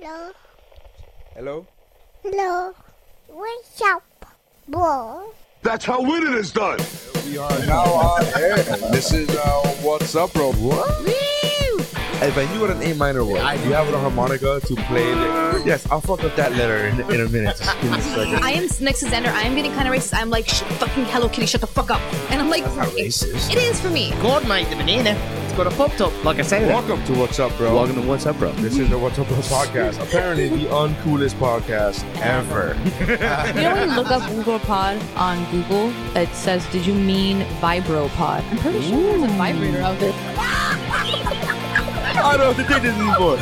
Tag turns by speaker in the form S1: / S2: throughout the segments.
S1: Hello.
S2: Hello?
S1: Hello. What's up, boy?
S3: That's how winning is done.
S2: We are now on air. This is uh, What's Up, Road. What? If I knew what an A minor was, I do have a harmonica to play it. Yes, I'll fuck up that letter in, in a minute. Just give me a second.
S4: I am next to Xander. I am getting kind of racist. I'm like, "Sh- fucking Hello Kitty, shut the fuck up. And I'm like,
S2: That's not racist.
S4: it is for me.
S5: God made the banana. It's got a pop top, like I say.
S2: Welcome to What's Up, bro.
S5: to What's Up, Bro.
S2: This is the What's Up Bro podcast. Apparently, the uncoolest podcast ever.
S6: You know when you look up Pod on Google, it says, "Did you mean vibropod?" I'm pretty sure there's a vibrator out there.
S2: I don't have to take this anymore.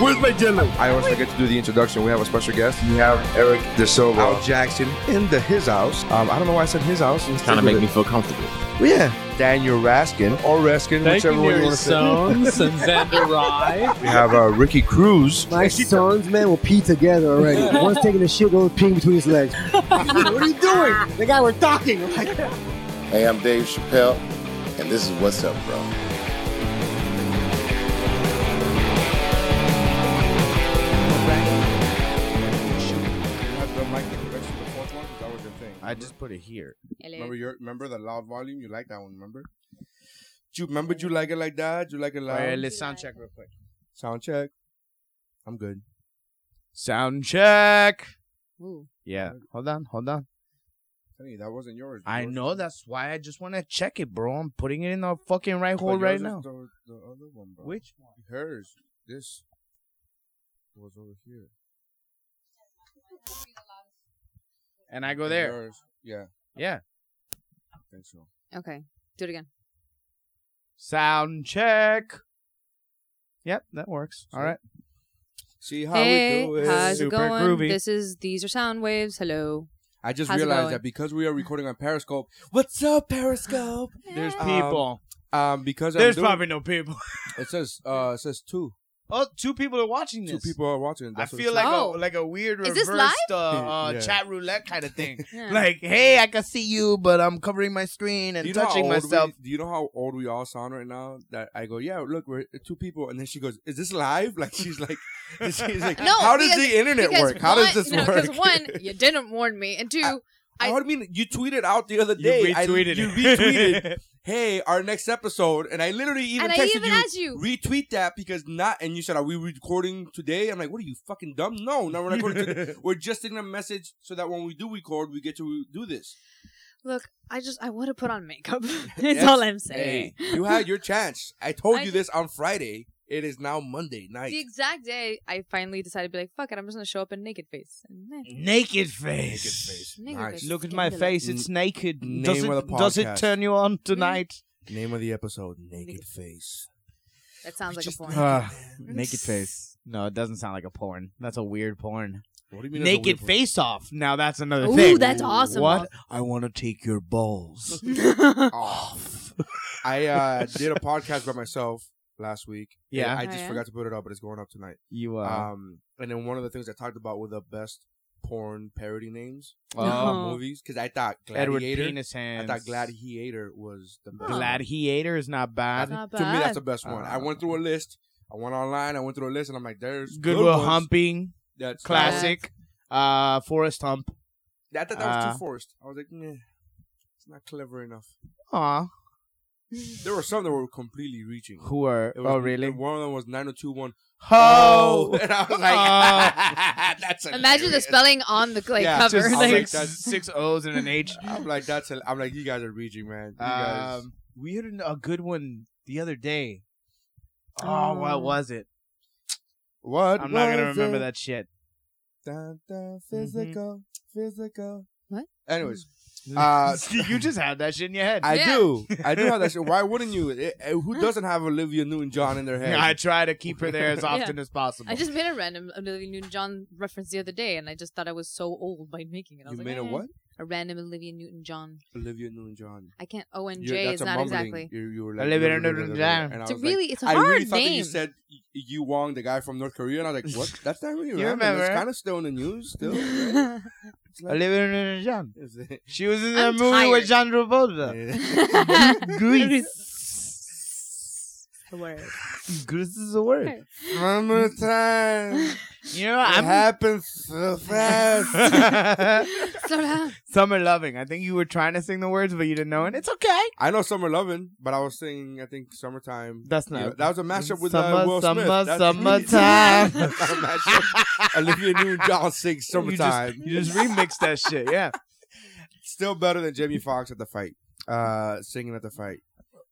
S2: Where's my jello? I always forget to do the introduction. We have a special guest. We have Eric DeSilva. Al Jackson in the his house. Um, I don't know why I said his house.
S5: Kind of make me feel comfortable.
S2: Well, yeah. Daniel Raskin or Raskin,
S7: Thank
S2: whichever
S7: you,
S2: one you
S7: Mary
S2: want to say.
S7: Sones and Xander Rye.
S2: We have uh, Ricky Cruz.
S8: My sons, man, will pee together already. One's taking a shit, one's peeing between his legs. what are you doing? The guy we're talking. I'm like,
S9: Hey, I'm Dave Chappelle, and this is What's Up, Bro.
S2: I just put it here. Remember
S6: Hello.
S2: your remember the loud volume? You like that one, remember? Do you remember do you like it like that? Do you like it loud?
S5: Alright, let's sound check real quick.
S2: Sound check. I'm good.
S5: Sound check.
S6: Ooh.
S5: Yeah. Hold on, hold on.
S2: Honey, that wasn't yours.
S5: I
S2: Yours
S5: know
S2: was-
S5: that's why I just want to check it, bro. I'm putting it in the fucking right
S2: but
S5: hole
S2: yours
S5: right
S2: is
S5: now.
S2: The, the other one, bro.
S5: Which one?
S2: Hers. This was over here.
S5: And I go
S2: And
S5: there.
S2: Yours, yeah,
S5: Yeah.
S2: I think so.
S6: Okay, do it again.
S5: Sound check. Yep, that works. All right.
S2: See how
S6: hey,
S2: we do it.
S6: how's
S5: Super
S6: it going?
S5: groovy.
S6: This is these are sound waves. Hello.
S2: I just
S6: How's it
S2: realized
S6: going?
S2: that because we are recording on Periscope. What's up, Periscope?
S5: There's
S2: Um,
S5: people.
S2: Um, because
S5: There's
S2: I'm doing-
S5: probably no people.
S2: it says uh it says two
S5: Oh, two people are watching this.
S2: two people are watching.
S5: I
S2: That's what it
S5: feel
S2: says.
S5: like
S6: Oh.
S5: a like a weird
S6: Is
S5: reversed Uh,
S6: this
S5: uh,
S2: Yeah.
S5: chat roulette kind of thing.
S6: Yeah.
S5: Like, hey, I can see you, but I'm covering my screen
S2: Do
S5: and
S2: you know how
S5: touching
S2: old
S5: myself.
S2: We, do you know how old we all sound right now? That I go, yeah, look, we're two people, and then she goes, "Is this live?" Like she's like, she's like,
S6: No,
S2: how does
S6: because-
S2: the internet
S6: Because
S2: work? How does
S6: one-
S2: this
S6: no,
S2: work?
S6: Because one, you didn't warn me, and two, I-
S2: I, mean, you tweeted out the other
S5: You
S2: day. I-
S5: retweeted
S2: you
S5: it.
S2: retweeted, "Hey, our next episode," and I literally even
S6: and I
S2: texted
S6: even
S2: you,
S6: asked you.
S2: retweet that because not. And you said, "Are we recording today?" I'm like, "What are you fucking dumb? No, no, we're not recording. today. We're just in a message so that when we do record, we get to do this."
S6: Look, I just I want to put on makeup. That's
S2: Yes.
S6: all I'm
S2: Hey,
S6: saying.
S2: you had your chance. I told
S6: I-
S2: you this on Friday. It is now Monday night.
S6: The exact day I finally decided to be like, fuck it, I'm just gonna show up in naked face. And eh,
S2: Mm.
S5: Naked
S2: Naked
S5: face.
S2: face.
S6: Naked
S2: Nice.
S6: face.
S5: Look at my face. It's naked.
S2: Name
S5: does, it,
S2: of the
S5: does it
S2: podcast.
S5: turn you on tonight?
S2: Name of the episode: Naked Face.
S6: that sounds like a
S2: Just- uh,
S6: porn.
S5: Ah, naked face. No, it doesn't sound like a porn. That's a weird porn.
S2: What do you mean? it's a
S5: Naked
S2: weird one?
S5: face off. Now that's another
S6: Ooh,
S5: thing.
S6: that's awesome.
S5: What? I want to take your balls off.
S2: I uh, did a podcast by myself last week.
S5: Yeah.
S2: I
S6: Oh,
S2: just
S6: yeah?
S2: forgot to put it up, but it's going up tonight.
S5: You uh,
S2: Um, and then one of the things I talked about were the best porn parody names
S5: oh,
S6: No.
S2: movies because I thought
S5: Edward
S2: Gladiator.
S5: Penis Hands.
S2: I thought Gladiator was the best.
S5: Gladiator is not
S2: That's-
S5: bad.
S6: Not
S2: To me, that's
S6: bad.
S2: the best one. I went through a list. I went online. I went through a list, and I'm like, "There's
S5: Goodwill
S2: ones.
S5: Humping,
S2: That's
S5: classic. Uh, Forest Hump.
S2: I thought that was
S5: Uh,
S2: too forced. I was like, nah, it's not clever enough.
S5: Aw.
S2: There were some that were completely reaching.
S5: Who are?
S2: It was-
S5: Oh, really?
S2: One of them was 9021.
S5: Ho!
S2: and I was
S5: Oh.
S2: like, that's
S6: Imagine the
S2: hilarious.
S6: spelling on the like
S2: Yeah,
S6: cover.
S5: Just
S2: I'll
S6: like-
S2: take
S5: six,
S2: that.
S5: six O's and an H.
S2: I'm like, that's. hil- I'm like, you guys are reaching, man. You guys.
S5: Um, we had an- a good one the other day. Oh,
S6: Oh.
S5: what was it?
S2: What?
S5: I'm not gonna
S2: was
S5: remember
S2: it?
S5: that Mm-hmm. shit.
S2: Dun, dun, physical, physical.
S6: What? Mm-hmm.
S2: Anyways, Uh,
S5: you just have that shit in your head.
S2: I
S6: Yeah.
S2: do. I do have that shit. Why wouldn't you? It- it- who doesn't have Olivia Newton-John in their head?
S5: I try to keep her there as often as possible.
S6: I just made a random Olivia Newton-John reference the other day, and I just thought I was so old by making it. I
S2: you
S6: was like,
S2: made a
S6: eh.
S2: what?
S6: A random Olivia Newton-John.
S2: Olivia Newton-John.
S6: I can't. O N
S2: You're-
S6: J
S2: that's
S6: is
S2: a
S6: not
S2: mumbling.
S6: exactly.
S2: You, you were like,
S5: Olivia
S2: blah, blah, blah, blah, blah, blah,
S5: Newton-John.
S2: and I
S6: It's a
S2: was like,
S6: really. It's a
S2: I
S6: hard
S2: really thought that
S6: name.
S2: you said Y- Yu Wong, the guy from North Korea, and I was like, "What? That's not really
S5: You
S2: random. It's
S5: remember.
S2: kind of still in the news. Still, It's like-
S5: Olivia Newton-John.
S2: Is it-
S5: She was in
S6: I'm
S5: that movie with John Travolta.
S2: Yeah.
S5: Grease. Grease is a word.
S2: One more time.
S5: You know, I'm
S8: happens so fast.
S4: So loud.
S5: summer loving. I think you were trying to sing the words, but you didn't know it. It's okay.
S2: I know Summer Lovin', but I was singing, I think, Summertime.
S5: That's not.
S2: Yeah, that was a mashup with
S5: summer,
S2: uh, Will
S5: summer,
S2: Smith. That's-
S5: summertime.
S2: That's a mashup. Olivia Newton-John sings Summertime.
S5: You just, you just remixed that shit. Yeah.
S2: Still better than Jamie Foxx at the fight. Uh, singing at the fight.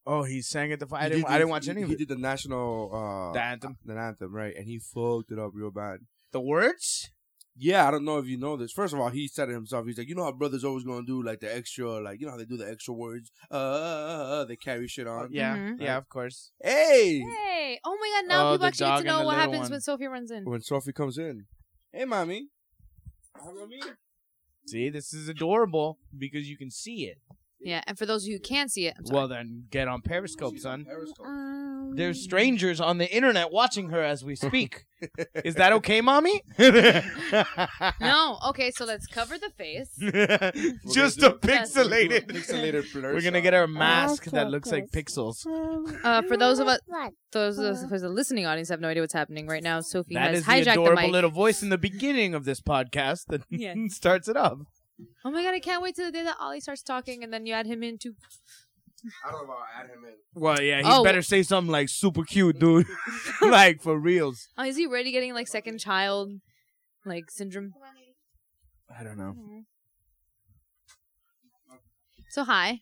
S5: Oh, he sang at the. Fi- I
S2: He
S5: didn't.
S2: did
S5: I didn't
S2: the-
S5: watch any
S2: he,
S5: of
S2: He
S5: it.
S2: did the national uh,
S5: The anthem?
S2: the anthem, right? And he fucked it up real bad.
S5: The words.
S2: Yeah, I don't know if you know this. First of all, he said it himself. He's like, you know how brothers always gonna do like the extra, like you know how they do the extra words. Uh, they carry shit on.
S5: Yeah.
S4: Mhm.
S5: Yeah. Of course.
S2: Hey,
S4: Hey! Oh my god! Now
S5: Oh,
S4: people
S5: the
S4: actually get
S5: dog
S4: to
S5: and
S4: know
S5: the
S4: what
S5: little
S4: happens
S5: one.
S4: when Sophie runs in.
S2: when Sophie comes in, hey, mommy. Hi, mommy.
S5: See, this is adorable because you can see it.
S4: Yeah, and for those of you who can't see it, I'm sorry.
S5: Well, then get on Periscope, son.
S1: Um,
S5: There's strangers on the internet watching her as we speak. is that okay, mommy?
S4: no. Okay, so let's cover the face.
S5: just a
S2: We're
S5: pixelated.
S2: Pixelated blur.
S5: We're gonna
S2: shot.
S5: get
S4: Oh,
S5: her a mask that
S1: Okay,
S5: looks like pixels.
S4: Uh, for those of us-
S1: What?
S4: Those those who's the listening audience have no idea what's happening right now. Sophie
S5: That
S4: has
S5: is the
S4: hijacked the
S5: adorable
S4: mic.
S5: little voice in the beginning of this podcast that
S4: Yes.
S5: starts it up.
S4: Oh my god! I can't wait till the day that Ollie starts talking, and then you add him in too.
S2: I don't know. I'll add him in.
S5: Well, yeah, he
S4: Oh.
S5: better say something like super cute, dude. like for reals.
S4: Oh, is he already getting like second child, like syndrome?
S5: I don't know.
S4: So hi.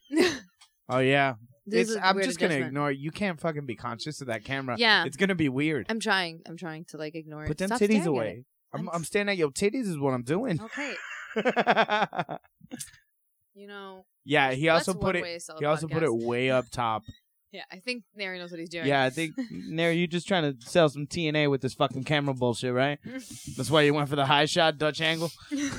S5: Oh yeah,
S4: This is
S5: it's,
S4: a
S5: I'm
S4: weird
S5: just gonna
S4: adjustment.
S5: ignore. it. You can't fucking be conscious of that camera.
S4: Yeah.
S5: it's gonna be weird.
S4: I'm trying. I'm trying to like ignore it.
S5: Put them
S4: Stop staring
S5: titties
S4: at
S5: away. I'm, I'm staring at your titties is what I'm doing.
S4: it. Okay. You know.
S5: yeah, Uh, he also
S4: Oh. that's
S5: put
S4: one
S5: it.
S4: Way to sell a
S5: He also put it
S4: podcast.
S5: way up top.
S4: Yeah, I think Nary knows what he's doing.
S5: Yeah, I think Nair, you just trying to sell some TNA with this fucking camera bullshit, right? That's why you went for the high shot Dutch angle.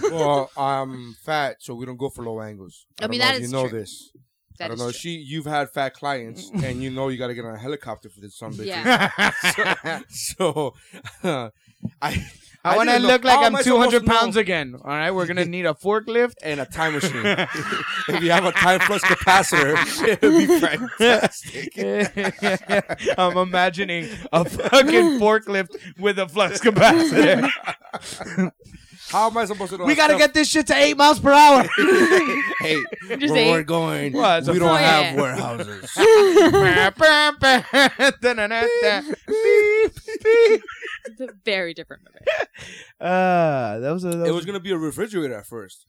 S2: well, I'm fat, so we don't go for low angles.
S4: I mean,
S2: don't know
S4: that
S2: if
S4: is
S2: you know
S4: true.
S2: this. I
S4: That
S2: don't
S4: is
S2: know.
S4: true.
S2: She, you've had fat clients, and you know you got to get on a helicopter for this some bitches.
S4: Yeah.
S2: so, I I,
S5: I, want to
S2: didn't know-
S5: look like
S2: how am I
S5: I'm 200
S2: supposed to
S5: pounds
S2: know?
S5: again. All right, we're gonna need a forklift.
S2: and a time machine. if you have a time flux capacitor, it would be fantastic.
S5: I'm imagining a fucking forklift with a flux capacitor.
S2: How am I supposed to know?
S5: we
S2: that
S5: gotta
S2: stuff?
S5: get this shit to eight miles per hour.
S2: hey
S4: Just
S2: where
S4: eight.
S2: we're going.
S5: Well, it's a
S2: we don't
S4: fire.
S2: have warehouses.
S4: It's a very different movie.
S5: uh, that was a. That
S2: it was gonna be a refrigerator at first.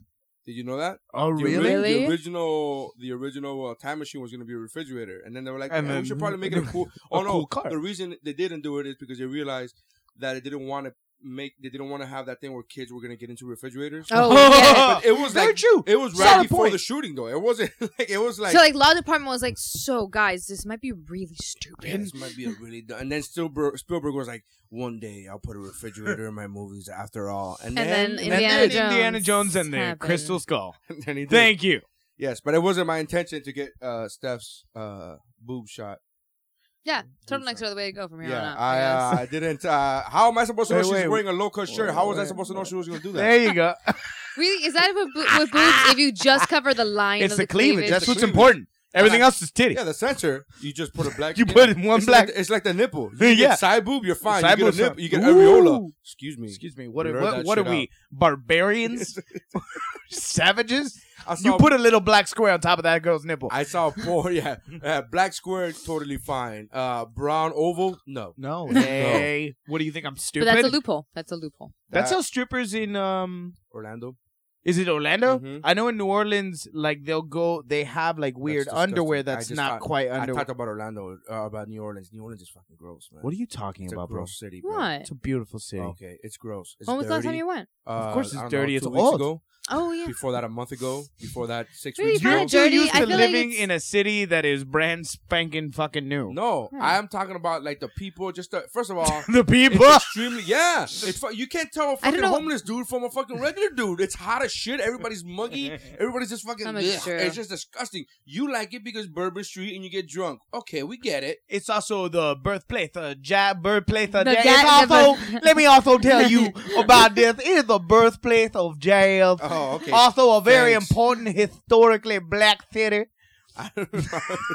S2: Did you know that?
S5: oh
S2: The
S5: really?
S2: ori-
S4: Really?
S2: The original, the original uh, time machine was going to be a refrigerator, and then they were like,
S5: And
S2: "Eh, "We
S5: then-
S2: should probably make it a cool." Oh no!
S5: cool car.
S2: The reason they didn't do it is because they realized that they didn't want to make, they didn't want to have that thing where kids were going to get into refrigerators.
S4: Oh,
S2: But it was
S5: Very
S2: like
S5: true.
S2: it was
S5: Solid
S2: right before
S5: point.
S2: the shooting, though. It wasn't like it was
S4: yeah.
S2: like.
S4: So like law department was like, so guys, this might be really
S2: "Yeah,
S4: stupid.
S2: this might be a really dumb. and then Spielberg, Spielberg was like, one day I'll put a refrigerator in my movies after all, and,
S4: And
S2: then,
S4: then
S5: And
S4: Indiana
S5: then
S4: Jones
S5: Indiana Jones and the
S4: happened.
S5: Crystal Skull.
S2: and then he did.
S5: Thank you.
S2: yes, but it wasn't my intention to get uh, Steph's uh, boob shot.
S4: Yeah, turtlenecks are the way to go from here
S2: Yeah,
S4: on out.
S2: I,
S4: I
S2: uh,
S4: guess.
S2: I didn't. Uh, how am I supposed to know
S5: Wait,
S2: she's
S5: wait,
S2: wearing a low cut shirt?
S5: wait,
S2: how was I
S5: wait,
S2: supposed to know she was going to do that?
S5: There you go.
S4: really, is that with, bo- with boobs? If you just cover the line,
S5: it's
S4: of
S5: the, cleavage. Uh-huh. That's
S2: The
S5: what's
S2: cleavage.
S5: important. Everything else is titty.
S2: Yeah, the censor. You just put a black.
S5: You put in one
S2: it's
S5: black-
S2: Like, it's like the nipple. You
S5: Yeah.
S2: get side boob, you're fine.
S5: Side
S2: you get
S5: boob's
S2: a nip,
S5: fine.
S2: you get
S5: Ooh.
S2: areola. Excuse me.
S5: Excuse me. What?
S2: Blur
S5: What?
S2: Mm. that
S5: what are
S2: shit
S5: we? Barbarians? Savages?
S2: I saw,
S5: You put a little black square on top of that girl's nipple.
S2: I saw four. Yeah, uh, black square, totally fine. Uh, brown oval, no.
S5: no. Hey, what do you think? I'm
S4: but
S5: stupid.
S4: that's a loophole. That's a loophole.
S5: That's
S2: That-
S5: how strippers in um.
S2: Orlando.
S5: Is it Orlando?
S2: Mhm.
S5: I know in New Orleans, like they'll go, they have like weird
S2: disgusting.
S5: underwear
S2: I
S5: that's
S2: just
S5: not
S2: thought-
S5: quite
S2: I
S5: underwear.
S2: talked about Orlando, uh, about New Orleans. New Orleans is fucking gross, man.
S5: What are you talking
S2: it's a
S5: about, bro?
S2: gross Oh. city. Bro.
S4: What?
S5: It's a beautiful city.
S2: Okay, it's gross. It's
S4: when was the last time
S2: dirty.
S4: you went?
S2: Uh,
S5: Of course it's
S2: I don't
S5: dirty,
S2: Know,
S5: it's
S2: two weeks
S5: old.
S2: Ago,
S4: Oh yeah.
S2: before that, a month ago. Before that, six
S4: Really,
S2: weeks
S4: you
S2: ago.
S4: find
S5: You're
S4: it
S5: too
S4: dirty?
S5: used
S4: I
S5: to
S4: feel like
S5: living
S4: it's-
S5: in a city that is brand spanking fucking new.
S2: No,
S4: Hmm.
S2: I'm talking about like the people. Just the, first of all,
S5: The people.
S2: it's extremely yeah. It's fu- you can't tell a fucking
S4: know.
S2: homeless dude from a fucking regular dude. It's hot as shit. Everybody's muggy. Everybody's just fucking.
S4: That is
S2: Ugh.
S4: true.
S2: It's just disgusting. You like it because Bourbon Street and you get drunk. Okay, we get it.
S5: It's also the birthplace, the jab birthplace
S4: The
S5: of jail.
S4: ja-
S5: It's
S4: the
S5: also,
S4: birth-
S5: let me also tell you about this. It is the birthplace of jail.
S2: Oh, okay.
S5: Also, a very
S2: Thanks.
S5: important historically black city.
S2: I don't know.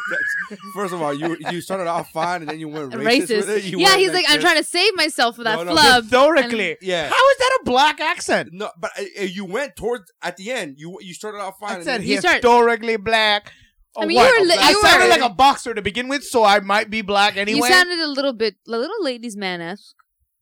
S2: That's- First of all, you you started off fine, and then you went racist.
S6: Racist.
S2: with it. You
S6: yeah,
S2: went
S6: he's
S2: like
S6: like, I'm
S2: this.
S6: trying to save myself for that
S2: No, no.
S6: flub.
S5: Historically,
S6: And-
S2: Yeah.
S5: how is that a black accent?
S2: No, but uh, uh, you went towards at the end. You you started off fine.
S5: I
S2: and
S5: said
S2: then-
S6: You start-
S5: historically black.
S6: I
S5: Or
S6: mean,
S5: what?
S6: you were li-
S5: I
S6: you
S5: sounded
S6: were-
S5: like a boxer to begin with, so I might be black anyway.
S6: You sounded a little bit, a little ladies' man esque,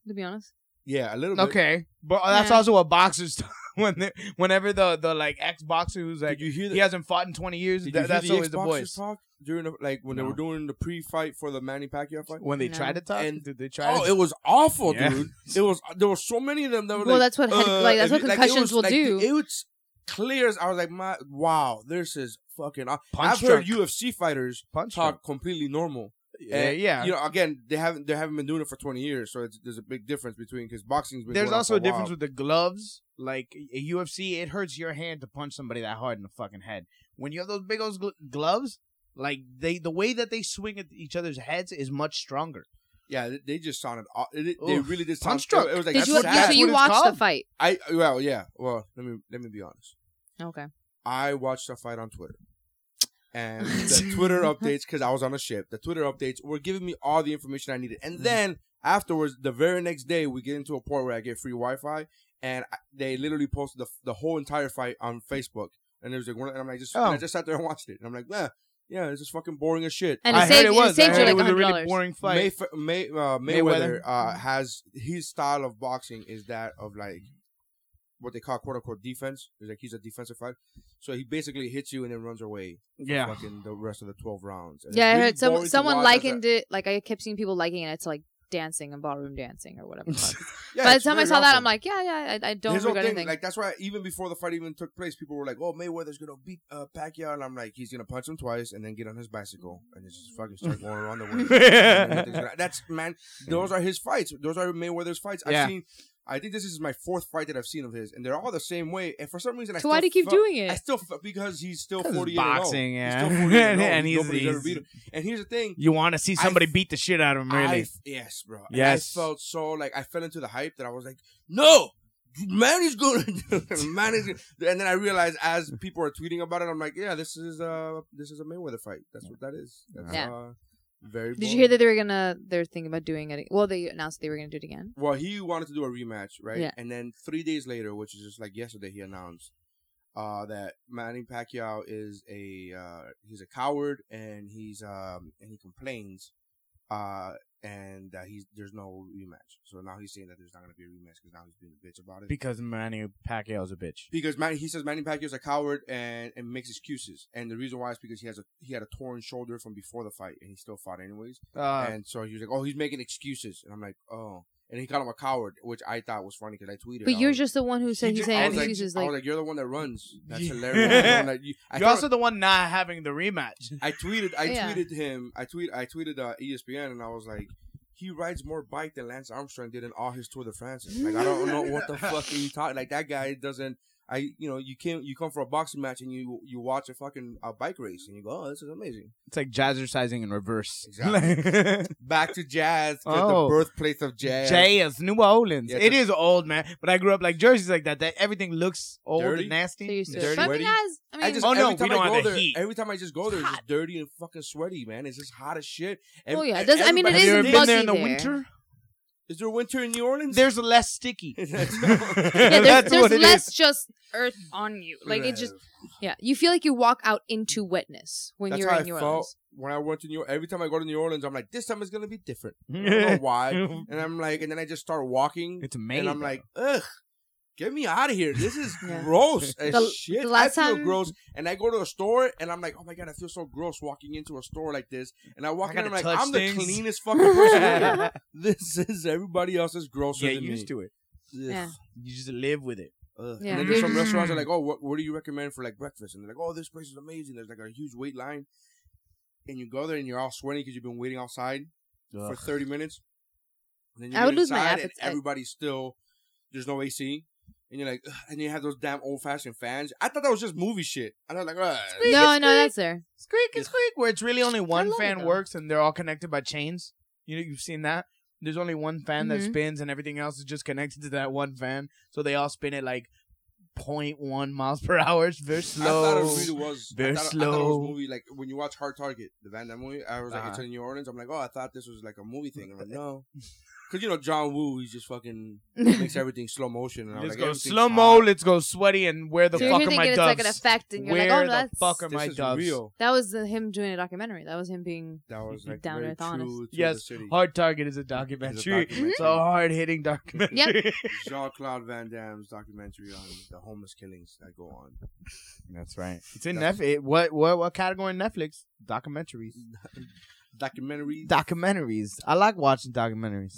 S6: to be honest.
S2: yeah, a little. Bit.
S5: okay, but that's
S6: Yeah.
S5: also what boxers do. When they, whenever the, the like ex boxer who's like
S2: you hear the-
S5: he hasn't fought in twenty years,
S2: Did
S5: tha-
S2: you
S5: that's
S2: hear
S5: always
S2: the,
S5: the
S2: Xboxers
S5: voice.
S2: talk during the, like when they were
S5: No.
S2: doing the pre-fight for the Manny Pacquiao fight?
S5: When they
S6: No.
S5: try to talk,
S2: And-
S5: did they try?
S2: Oh,
S5: to...
S2: it was awful,
S5: Yeah.
S2: dude. It was there were so many of them that were
S6: Well,
S2: like,
S6: that's what head-
S2: uh,
S6: like,
S2: if
S6: that's what
S2: you- it
S6: concussions
S2: was,
S6: will do.
S2: It was clear. as- I was like, my wow, this is fucking. aw-
S5: Punch
S2: I've heard
S5: drunk.
S2: UFC fighters
S5: Punch
S2: talk completely normal.
S5: yeah,
S2: And,
S5: yeah.
S2: You know, again, they haven't they haven't been doing it for twenty years, so it's, there's a big difference between because boxing's been.
S5: There's
S2: going on
S5: also
S2: for
S5: a difference
S2: while.
S5: with the gloves. Like a UFC, it hurts your hand to punch somebody that hard in the fucking head. When you have those big old gl- gloves, like they the way that they swing at each other's heads is much stronger.
S2: yeah. they- They just sounded. aw- It, they
S5: Oof.
S2: really did sound.
S5: Punch drunk.
S2: It was like
S6: Did
S2: that's
S6: you?
S2: sad.
S6: Yeah, so
S5: what
S6: you
S5: it's
S6: watched the
S5: called.
S6: fight.
S2: I well yeah well let me let me be honest.
S6: Okay.
S2: I watched the fight on Twitter. And the Twitter updates, because I was on a ship, the Twitter updates were giving me all the information I needed. And then afterwards, the very next day, we get into a point where I get free Wi Fi, and I, they literally posted the, the whole entire fight on Facebook. And it was like, one, and I'm like, just, and I
S5: Oh.
S2: just sat there and watched it. And I'm like, yeah, yeah, this is fucking boring as shit.
S6: And it
S5: I
S6: saved,
S5: heard it was. I
S6: saved you
S5: heard
S6: like
S5: it was a
S6: hundred
S5: really
S6: dollars.
S5: boring fight.
S2: Mayf- May, uh, Mayweather,
S5: Mayweather.
S2: uh, has his style of boxing is that of like what they call quote unquote defense. It's like he's a defensive fighter, so he basically hits you and then runs away.
S5: yeah,
S2: fucking the rest of the twelve rounds. And it's
S6: yeah, I
S2: really
S6: heard some
S2: boring to watch
S6: someone
S2: uh, as a-
S6: likened it. Like I kept seeing people liking it to like dancing and ballroom dancing or whatever. the fuck.
S2: Yeah,
S6: By the
S2: it's
S6: time I
S2: very
S6: saw that,
S2: awful.
S6: I'm like, yeah, yeah, I, I don't
S2: His whole
S6: regret
S2: thing,
S6: anything.
S2: Like that's why even before the fight even took place, people were like, "Oh, Mayweather's gonna beat uh, Pacquiao," and I'm like, "He's gonna punch him twice and then get on his bicycle and just fucking start going around the ring." Everything's gonna- that's man. Those are his fights. Those are Mayweather's fights.
S5: Yeah.
S2: I've seen. I think this is my fourth fight that I've seen of his, and they're all the same way. And for some reason, I
S6: so why
S2: still
S6: do you keep
S2: felt-
S6: doing
S2: I
S6: it?
S2: still felt- because he's still
S5: 'Cause it's
S2: 48
S5: boxing,
S2: and 0. He's
S5: yeah.
S2: still 48 and, 0.
S5: And he's-
S2: nobody's ever
S5: he's-
S2: beat him. And here's the thing:
S5: you want to see somebody beat the shit out of him, really?
S2: I, yes, bro. And
S5: Yes.
S2: I felt so like I fell into the hype that I was like, no, man is gonna do it. man is. Gonna. And then I realized as people are tweeting about it, I'm like, yeah, this is uh this is a Mayweather fight. That's what that is. That's,
S6: Yeah.
S2: Uh, very.
S6: Did you hear that they were gonna? They're thinking about doing it. Well, they announced they were gonna do it again.
S2: Well, he wanted to do a rematch, right?
S6: Yeah.
S2: And then three days later, which is just like yesterday, he announced uh, that Manny Pacquiao is a uh, he's a coward and he's um and he complains, uh, and that he's there's no rematch. So now he's saying that there's not gonna be a rematch because now he's being a bitch about it.
S5: because Manny Pacquiao's a bitch.
S2: because Manny, he says Manny Pacquiao's a coward and, and makes excuses, and the reason why is because he has a he had a torn shoulder from before the fight, and he still fought anyways
S5: Uh,
S2: and so he was like, "Oh, he's making excuses," and I'm like, "Oh," and he called him a coward, which I thought was funny because I tweeted.
S6: But
S2: I
S6: you're
S2: was-
S6: just the one who
S2: He
S6: said
S2: ju- I
S6: he's saying
S2: was like-
S6: excuses.
S2: I was
S6: Like,
S2: like, "You're the one that runs." That's
S5: Yeah.
S2: hilarious. You're the one that you- I,
S5: you're also
S2: thought-
S5: the one not having the rematch.
S2: I tweeted. I
S6: Yeah.
S2: tweeted him. I tweet. I tweeted uh, ESPN, and I was like. He rides more bike than Lance Armstrong did in all his Tour de France. Like I don't know what the fuck are you talking. Like that guy doesn't. I you know you came you come for a boxing match and you you watch a fucking a bike race and you go oh this is amazing.
S5: It's like jazzercising in reverse.
S2: Back to jazz, 'cause
S5: Oh.
S2: the birthplace of jazz.
S5: Jazz, New Orleans.
S2: Yeah,
S5: it
S2: the-
S5: is old, man. But I grew up like Jersey's like that. That everything looks old
S2: Dirty?
S5: and nasty.
S6: so you're still-
S2: dirty,
S6: but I mean,
S2: dirty.
S6: guys, I mean,
S2: I just,
S5: Oh, no,
S2: every time
S5: we don't
S2: I go
S5: have the
S2: there,
S5: heat.
S2: Every time I just go there, it's just dirty and fucking sweaty, man. It's just hot as shit. Every-
S6: Oh, yeah, it does- I mean, it
S5: Have
S6: is
S5: you ever
S2: everybody-
S6: been
S5: been there in the
S6: buggy there.
S5: winter?
S2: Is there winter in New Orleans?
S5: There's less sticky.
S6: yeah, there's,
S5: That's
S6: there's
S5: what it
S6: less
S5: is.
S6: just earth on you. Like it just, yeah, you feel like you walk out into wetness when
S2: That's
S6: you're
S2: how
S6: in
S2: I
S6: New
S2: felt
S6: Orleans.
S2: when I went to New. Every time I go to New Orleans, I'm like, this time it's gonna be different. I don't know why? And I'm like, and then I just start walking,
S5: It's
S2: and
S5: amazing.
S2: I'm like, ugh. Get me out of here! This is
S6: Yeah.
S2: gross as
S6: The-
S2: shit.
S6: the last
S2: I feel
S6: time-
S2: gross, and I go to a store, and I'm like, "Oh my god, I feel so gross walking into a store like this." And I walk
S5: I
S2: in, and I'm
S5: gotta
S2: like,
S5: touch
S2: "I'm the
S5: things.
S2: cleanest fucking person here. This is everybody else is grosser
S5: get
S2: than
S5: used
S2: me."
S5: to it.
S2: Ugh.
S6: Yeah.
S5: You just live with it.
S2: Ugh.
S6: Yeah.
S2: And then there's some
S6: Mhm.
S2: restaurants that are like, oh, what, what do you recommend for like breakfast? And they're like, oh, this place is amazing. There's like a huge wait line, and you go there and you're all sweaty because you've been waiting outside for 30 minutes. And then you
S6: I
S2: get
S6: would lose my
S2: inside and
S6: appetite.
S2: Everybody's still there's no AC, and you're like, ugh, and you have those damn old fashioned fans. I thought that was just movie shit. I was like, ugh.
S6: No, no, that's there.
S5: Squeak and squeak, where it's really only one
S6: love it,
S5: fan
S6: though.
S5: works and they're all connected by chains. You know, you've seen that. There's only one fan that
S6: Mhm.
S5: spins and everything else is just connected to that one fan. So they all spin it like 0.1 miles per hour. It's very slow.
S2: I thought it really was.
S5: Very
S2: I thought, I thought it
S5: slow.
S2: was a movie like when you watch Hard Target, the Van Damme movie. I was like,
S5: Uh-huh.
S2: it's in New Orleans. I'm like, oh, I thought this was like a movie thing. I'm like, no, because you know John Woo, he's just fucking makes everything slow motion. And I'm
S5: Let's
S2: like,
S5: go
S2: everything's
S5: slow mo. Let's go sweaty. And where the
S6: So you're
S5: fuck are
S6: thinking
S5: my
S6: it's
S5: doves?
S6: like an effect, and you're like,
S5: where
S6: oh,
S5: the
S6: that's-
S5: fuck are
S2: This
S5: my
S2: is
S5: doves?
S2: real.
S6: That was uh, him doing a documentary. That was him being
S2: That was like
S6: down to
S2: very
S6: earth honest.
S2: true to the
S5: Yes,
S2: city.
S5: Hard Target is a documentary. It's a,
S2: documentary.
S5: hard hitting documentary.
S2: Jean Claude Van Damme's documentary on the homeless killings that go on.
S5: That's right. It's in
S2: That's-
S5: Netflix. It- What what what category in Netflix? Documentaries.
S2: Documentary.
S5: Documentaries. I like watching documentaries.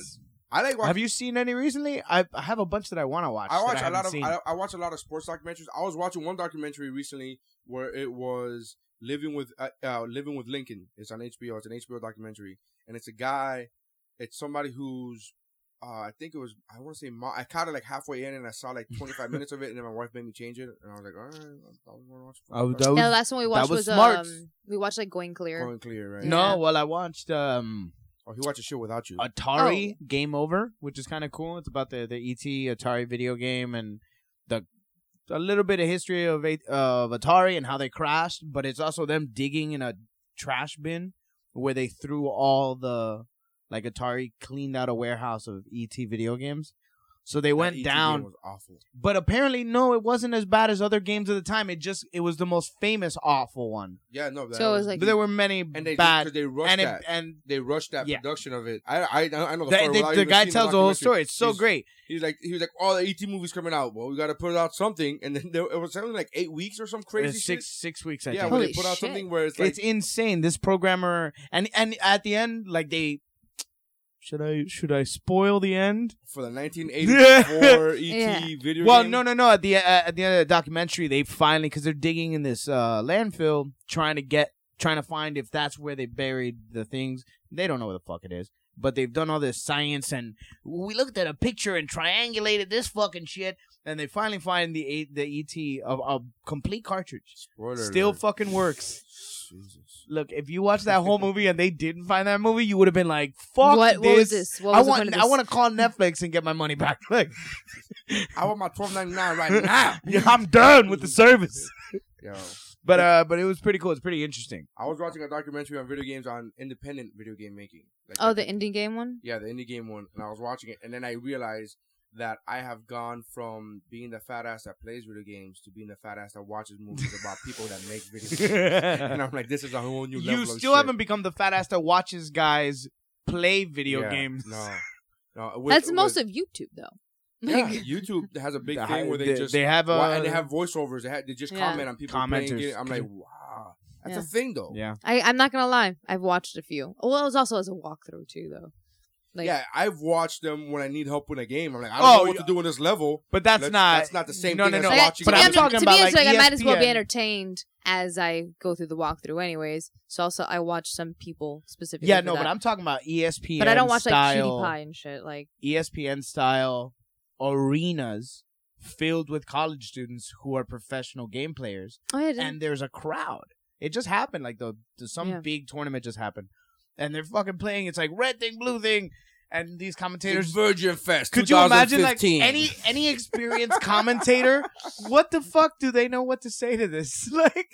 S2: I like watching.
S5: Have you seen any recently? I, I have a bunch that I want to watch.
S2: I
S5: that
S2: watch a
S5: haven't
S2: lot of
S5: seen.
S2: I, I watch a lot of sports documentaries. I was watching one documentary recently where it was living with uh, uh, living with Lincoln. It's on HBO. It's an HBO documentary, and it's a guy. It's somebody who's uh, I think it was I want to say Ma- I caught it like halfway in, and I saw like 25 minutes of it, and then my wife made me change it, and I was like, all right, I was gonna watch.
S5: Oh, that
S6: Yeah,
S5: was-
S6: the last one we
S5: that
S6: watched
S5: was
S6: was,
S5: smart.
S6: um, we watched like Going Clear.
S2: Going clear, right?
S5: No, Uh,
S6: Yeah.
S5: well, I watched um
S2: Oh, he watches shit without you.
S5: Atari
S2: Oh.
S5: Game Over, which is kind of cool. It's about the the ET Atari video game and the a little bit of history of a- of Atari and how they crashed, but it's also them digging in a trash bin where they threw all the like Atari cleaned out a warehouse of ET video games. So
S2: That
S5: they
S2: E
S5: went
S2: ET
S5: down
S2: game was awful.
S5: but apparently no it wasn't as bad as other games of the time it just it was the most famous awful one
S2: Yeah, no. That
S6: So it was like-
S5: but there were many
S2: and they
S5: bad
S2: because they rushed
S5: and, it-
S2: that
S5: and
S2: they rushed that
S5: Yeah.
S2: production of it. I I, I know the,
S5: They-
S2: story
S5: they-
S2: without
S5: the
S2: even
S5: guy
S2: seeing
S5: tells the whole
S2: documentary.
S5: story. It's so
S2: He's-
S5: great.
S2: He's like he was like, oh, the ET movie's coming out. Well, we got to put out something, and then there, it was something like eight weeks or some crazy
S5: six
S2: shit.
S5: six weeks I
S2: Yeah,
S5: think.
S2: when they
S6: Holy
S2: put out
S6: shit.
S2: something where it's like
S5: it's insane this programmer and and at the end like they should I should I spoil the end
S2: for the 1984 ET video.
S5: well
S2: game.
S5: no no no at the uh, at the end of the documentary they finally cuz they're digging in this uh landfill trying to get trying to find if that's where they buried the things they don't know where the fuck it is but they've done all this science and we looked at a picture and triangulated this fucking shit and they finally find the A- the ET of a complete cartridge
S2: Spoiler
S5: still
S2: alert.
S5: fucking works
S2: Jesus.
S5: Look, if you watched that whole movie and they didn't find that movie, you would have been like, "Fuck
S6: What-
S5: this!"
S6: what was this? What
S5: I
S6: was the
S5: want,
S6: point of
S5: I
S6: this?
S5: want to call Netflix and get my money back. Like,
S2: I want my 12.99 right now.
S5: yeah, I'm done with the service.
S2: Yo,
S5: But uh, but it was pretty cool. It's pretty interesting.
S2: I was watching a documentary on video games on independent video game making. Like,
S6: Oh,
S2: like,
S6: the indie game one.
S2: Yeah, the indie game one, and I was watching it, and then I realized that I have gone from being the fat ass that plays video games to being the fat ass that watches movies about people that make video games. and I'm like, this is a whole new level.
S5: you
S2: of
S5: still
S2: shit.
S5: haven't become the fat ass that watches guys play video
S2: Yeah,
S5: games.
S2: No, no. with-
S6: That's most
S2: with-
S6: of YouTube though.
S2: yeah, YouTube has a big
S5: They-
S2: thing where they,
S5: they-
S2: just
S5: they have
S2: wa-
S5: a-
S2: and they have voiceovers. They, ha- they just
S6: Yeah.
S2: comment on people playing
S5: Commenters.
S2: it. I'm like, wow, that's
S6: Yeah.
S2: a thing though.
S5: Yeah,
S6: I, I'm not gonna lie. I've watched a few. Well, it was also as a walkthrough too, though. Like,
S2: yeah, I've watched them when I need help in a game. I'm like, I don't
S5: Oh,
S2: know what
S5: yeah.
S2: to do in this level.
S5: but that's
S2: Let's-
S5: not.
S2: that's not the same
S5: No,
S2: thing
S5: no,
S2: as
S5: no.
S6: Like, I-
S2: watching
S6: to
S5: but
S6: be,
S5: I'm
S6: honest-
S5: talking
S6: to be
S5: about
S6: honest,
S5: like, E
S6: like, E I might as well be
S5: ESPN.
S6: entertained as I go through the walkthrough, anyways. So also, I watch some people specifically.
S5: Yeah,
S6: for
S5: no,
S6: that.
S5: but I'm talking about E ESPN.
S6: But I don't watch
S5: style, E
S6: like PewDiePie and shit. Like,
S5: ESPN style arenas filled with college students who are professional game players.
S6: oh yeah, didn't-
S5: and there's a crowd. It just happened. Like the, the some
S6: Yeah.
S5: big tournament just happened, and they're fucking playing. It's like red thing, blue thing, and these commentators.
S2: Virgin Fest.
S5: Could you imagine like
S2: 2015.
S5: any any experienced commentator? What the fuck do they know what to say to this? Like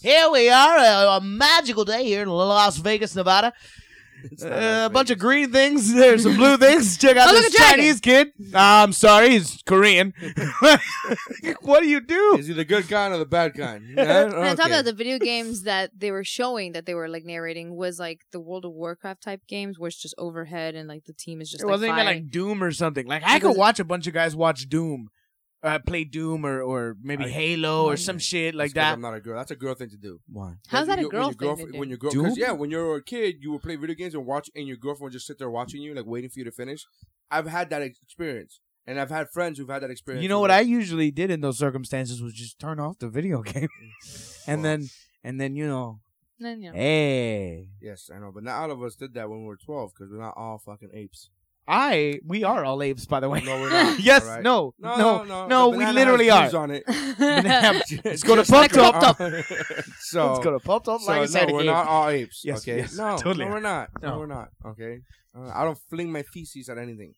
S5: here we are, a, a magical day here in Las Vegas, Nevada.
S2: It's
S5: Uh,
S2: not
S5: a
S2: Las
S5: bunch of
S2: Vegas.
S5: green things. There's some blue things. Check out
S6: Oh, look
S5: this
S6: at Dragon.
S5: Chinese kid. Ah, I'm sorry, he's Korean. what do you do?
S2: Is he the good kind or the bad kind?
S6: And on top of that, the video games that they were showing that they were like narrating was like the World of Warcraft type games, where it's just overhead and like the team is just.
S5: it wasn't
S6: like,
S5: even
S6: firing.
S5: like Doom or something. Like I
S6: It
S5: could
S6: was-
S5: watch a bunch of guys watch Doom, uh, play Doom or or maybe Halo or some shit like that.
S2: I'm not a girl. That's a girl thing to do.
S5: Why?
S6: How's
S2: Like,
S6: that a
S2: you-
S6: girl
S2: when your
S6: thing to
S2: girlf-
S6: do?
S2: When your girl, 'cause,
S5: Doom?
S2: yeah, when you were a kid, you would play video games and watch, and your girlfriend would just sit there watching you, like waiting for you to finish. I've had that ex- experience, and I've had friends who've had that experience.
S5: You know what I usually did in those circumstances was just turn off the video game,
S2: Well.
S5: and then and then you know,
S6: No, no, no.
S5: hey,
S2: Yes, I know, but not all of us did that when we were 12 because we're not all fucking apes.
S5: I we are all apes by the way.
S2: No, we're not.
S5: yes,
S2: all right?
S5: no, no, no,
S2: the
S5: we
S2: banana
S5: literally
S2: has grooves
S5: are.
S2: On it.
S5: Let's go to
S2: Just like
S5: pop top.
S2: we're
S5: top.
S2: all- so
S5: Let's go to pop top. Like I
S2: so,
S5: said,
S2: no, we're
S5: again.
S2: not all apes.
S5: Yes,
S2: okay.
S5: yes,
S2: no,
S5: totally.
S2: no, we're not. No,
S5: No.
S2: we're not. Okay. Uh, I don't fling my feces at anything.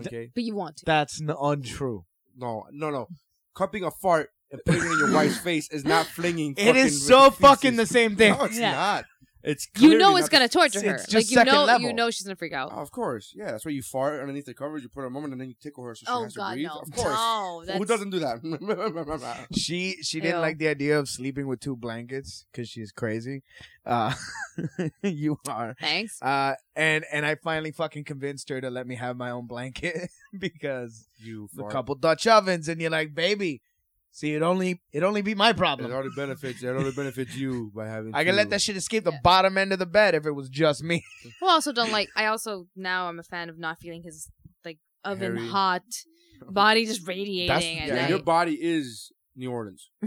S2: Okay.
S6: But you want to.
S5: That's n- untrue.
S2: No, no, no. Cupping a fart and putting it in your wife's face is not flinging.
S5: It is
S2: fucking
S5: so fucking the same thing.
S2: No, it's
S6: Yeah.
S2: not. It's
S6: You
S2: clearly
S6: know it's
S2: not-
S6: gonna torture her.
S5: it's just
S6: Like you
S5: second
S6: know,
S5: level. Oh,
S6: you know she's gonna freak out.
S2: Of course, yeah. That's why you fart underneath the covers. You put her a moment, and then you tickle her so she
S6: Oh,
S2: has
S6: God,
S2: to breathe.
S6: no.
S2: Of course,
S6: No,
S2: who
S6: that's-
S2: doesn't do that?
S5: She she didn't
S6: Ew.
S5: like the idea of sleeping with two blankets because she's crazy. Uh, you are.
S6: Thanks.
S5: Uh, and and I finally fucking convinced her to let me have my own blanket because
S2: you
S5: a
S2: fart.
S5: couple Dutch ovens and you're like, baby, see it only it only be my
S2: It
S5: problem.
S2: already benefits. It already benefits you by having.
S5: I can
S2: to-
S5: let that shit escape the bottom end of the bed if it was just me.
S6: Well, also don't like. I also now I'm a fan of not feeling his like oven
S2: Hairy.
S6: hot body just radiating. at
S2: yeah,
S6: night.
S2: your body is New Orleans.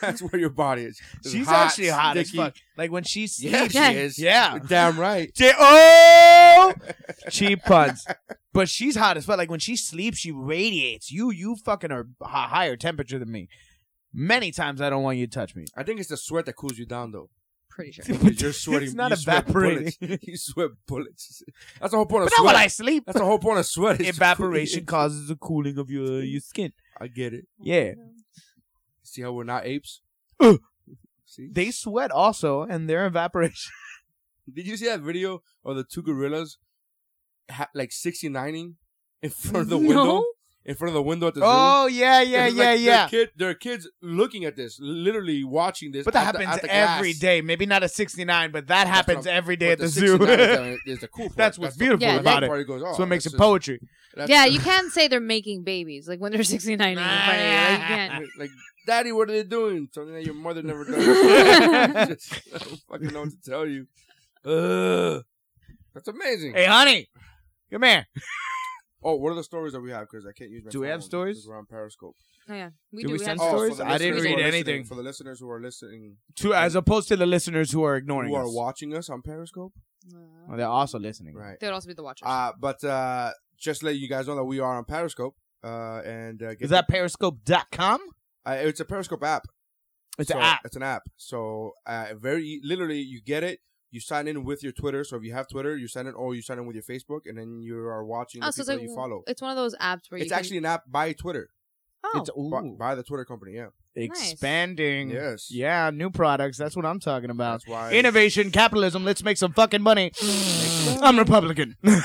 S2: That's where your body is. It's
S5: She's actually hot as
S2: sticky.
S5: fuck. Like when she
S2: Yeah,
S5: sleeps,
S2: she
S6: Yeah.
S2: is.
S5: yeah,
S2: Damn right.
S5: J- oh, cheap puns. But she's hot as fuck. Like when she sleeps, she radiates. You, you fucking are a higher temperature than me. Many times I don't want you to touch me.
S2: I think it's the sweat that cools you down, though.
S6: Pretty sure.
S2: Because you're sweating.
S5: It's not
S2: you sweat
S5: evaporating.
S2: bullets. you sweat bullets. That's the whole point of
S5: But not
S2: sweat.
S5: when I sleep.
S2: That's the whole point of sweat. is to cool
S5: Evaporation
S2: you.
S5: causes the cooling of your your skin.
S2: I get it.
S5: Yeah,
S2: See how we're not apes?
S5: Ugh.
S2: See?
S5: they sweat also, and their evaporation.
S2: Did you see that video of the two gorillas, ha- like 69ing in front of the window? In front of the window at the zoo?
S5: Oh yeah, yeah,
S2: Like,
S5: yeah,
S2: their
S5: yeah.
S2: Kid, there are kids looking at this, literally watching this.
S5: But that
S2: at the- at
S5: happens
S2: the
S5: every
S2: glass.
S5: day. Maybe not at 69, but that
S2: That's what
S5: happens
S2: I'm-
S5: every day
S2: but
S5: at the,
S2: the
S5: zoo.
S2: 69 is the- is the cool part.
S5: That's what's
S2: That's the-
S5: beautiful
S6: Yeah,
S5: about
S6: that-
S5: it.
S2: Part goes, oh,
S5: That's what makes
S2: this
S5: it
S2: is-
S5: poetry.
S2: That's-
S6: Yeah, you can't say they're making babies like when they're 69 in front of you. Like, you can't.
S2: like, Daddy, what are they doing? Something that your mother never does. Just, I don't fucking know what to tell you. Ugh. That's amazing.
S5: Hey, honey, come here.
S2: Oh, what are the stories that we have? Because I can't use my.
S5: Do we have
S2: phone
S5: stories?
S2: because We're on Periscope.
S6: Oh, yeah, we
S5: Did
S6: do.
S5: we
S6: We
S5: send
S6: have
S5: Oh,
S2: for the
S5: Stories? I didn't
S2: listeners who
S5: read
S2: are listening-
S5: anything.
S2: For the listeners who are listening,
S5: To, as opposed to the listeners who are ignoring
S2: who are
S5: us.
S2: watching us on Periscope,
S5: Oh, they're also listening.
S2: right?
S6: There would also be the watchers.
S5: Ah,
S2: Uh, but uh, just letting you guys know that we are on Periscope. Uh, and uh, get-
S5: Is that periscope.com?
S2: uh, it's a Periscope app.
S5: It's
S2: So,
S5: an app.
S2: It's an app. So uh, very e- literally, you get it. You sign in with your Twitter. So if you have Twitter, you sign in, or you sign in with your Facebook, and then you are watching the
S6: oh,
S2: people
S6: so it's like
S2: that you follow.
S6: it's one of those apps where you
S2: It's
S6: can-
S2: actually an app by Twitter,
S6: oh,
S5: It's
S2: by,
S5: ooh,
S2: by the Twitter company. Yeah,
S6: nice.
S5: expanding.
S2: Yes.
S5: Yeah, new products. That's what I'm talking about.
S2: that's why
S5: Innovation, capitalism. Let's make some fucking money. I'm Republican.
S2: I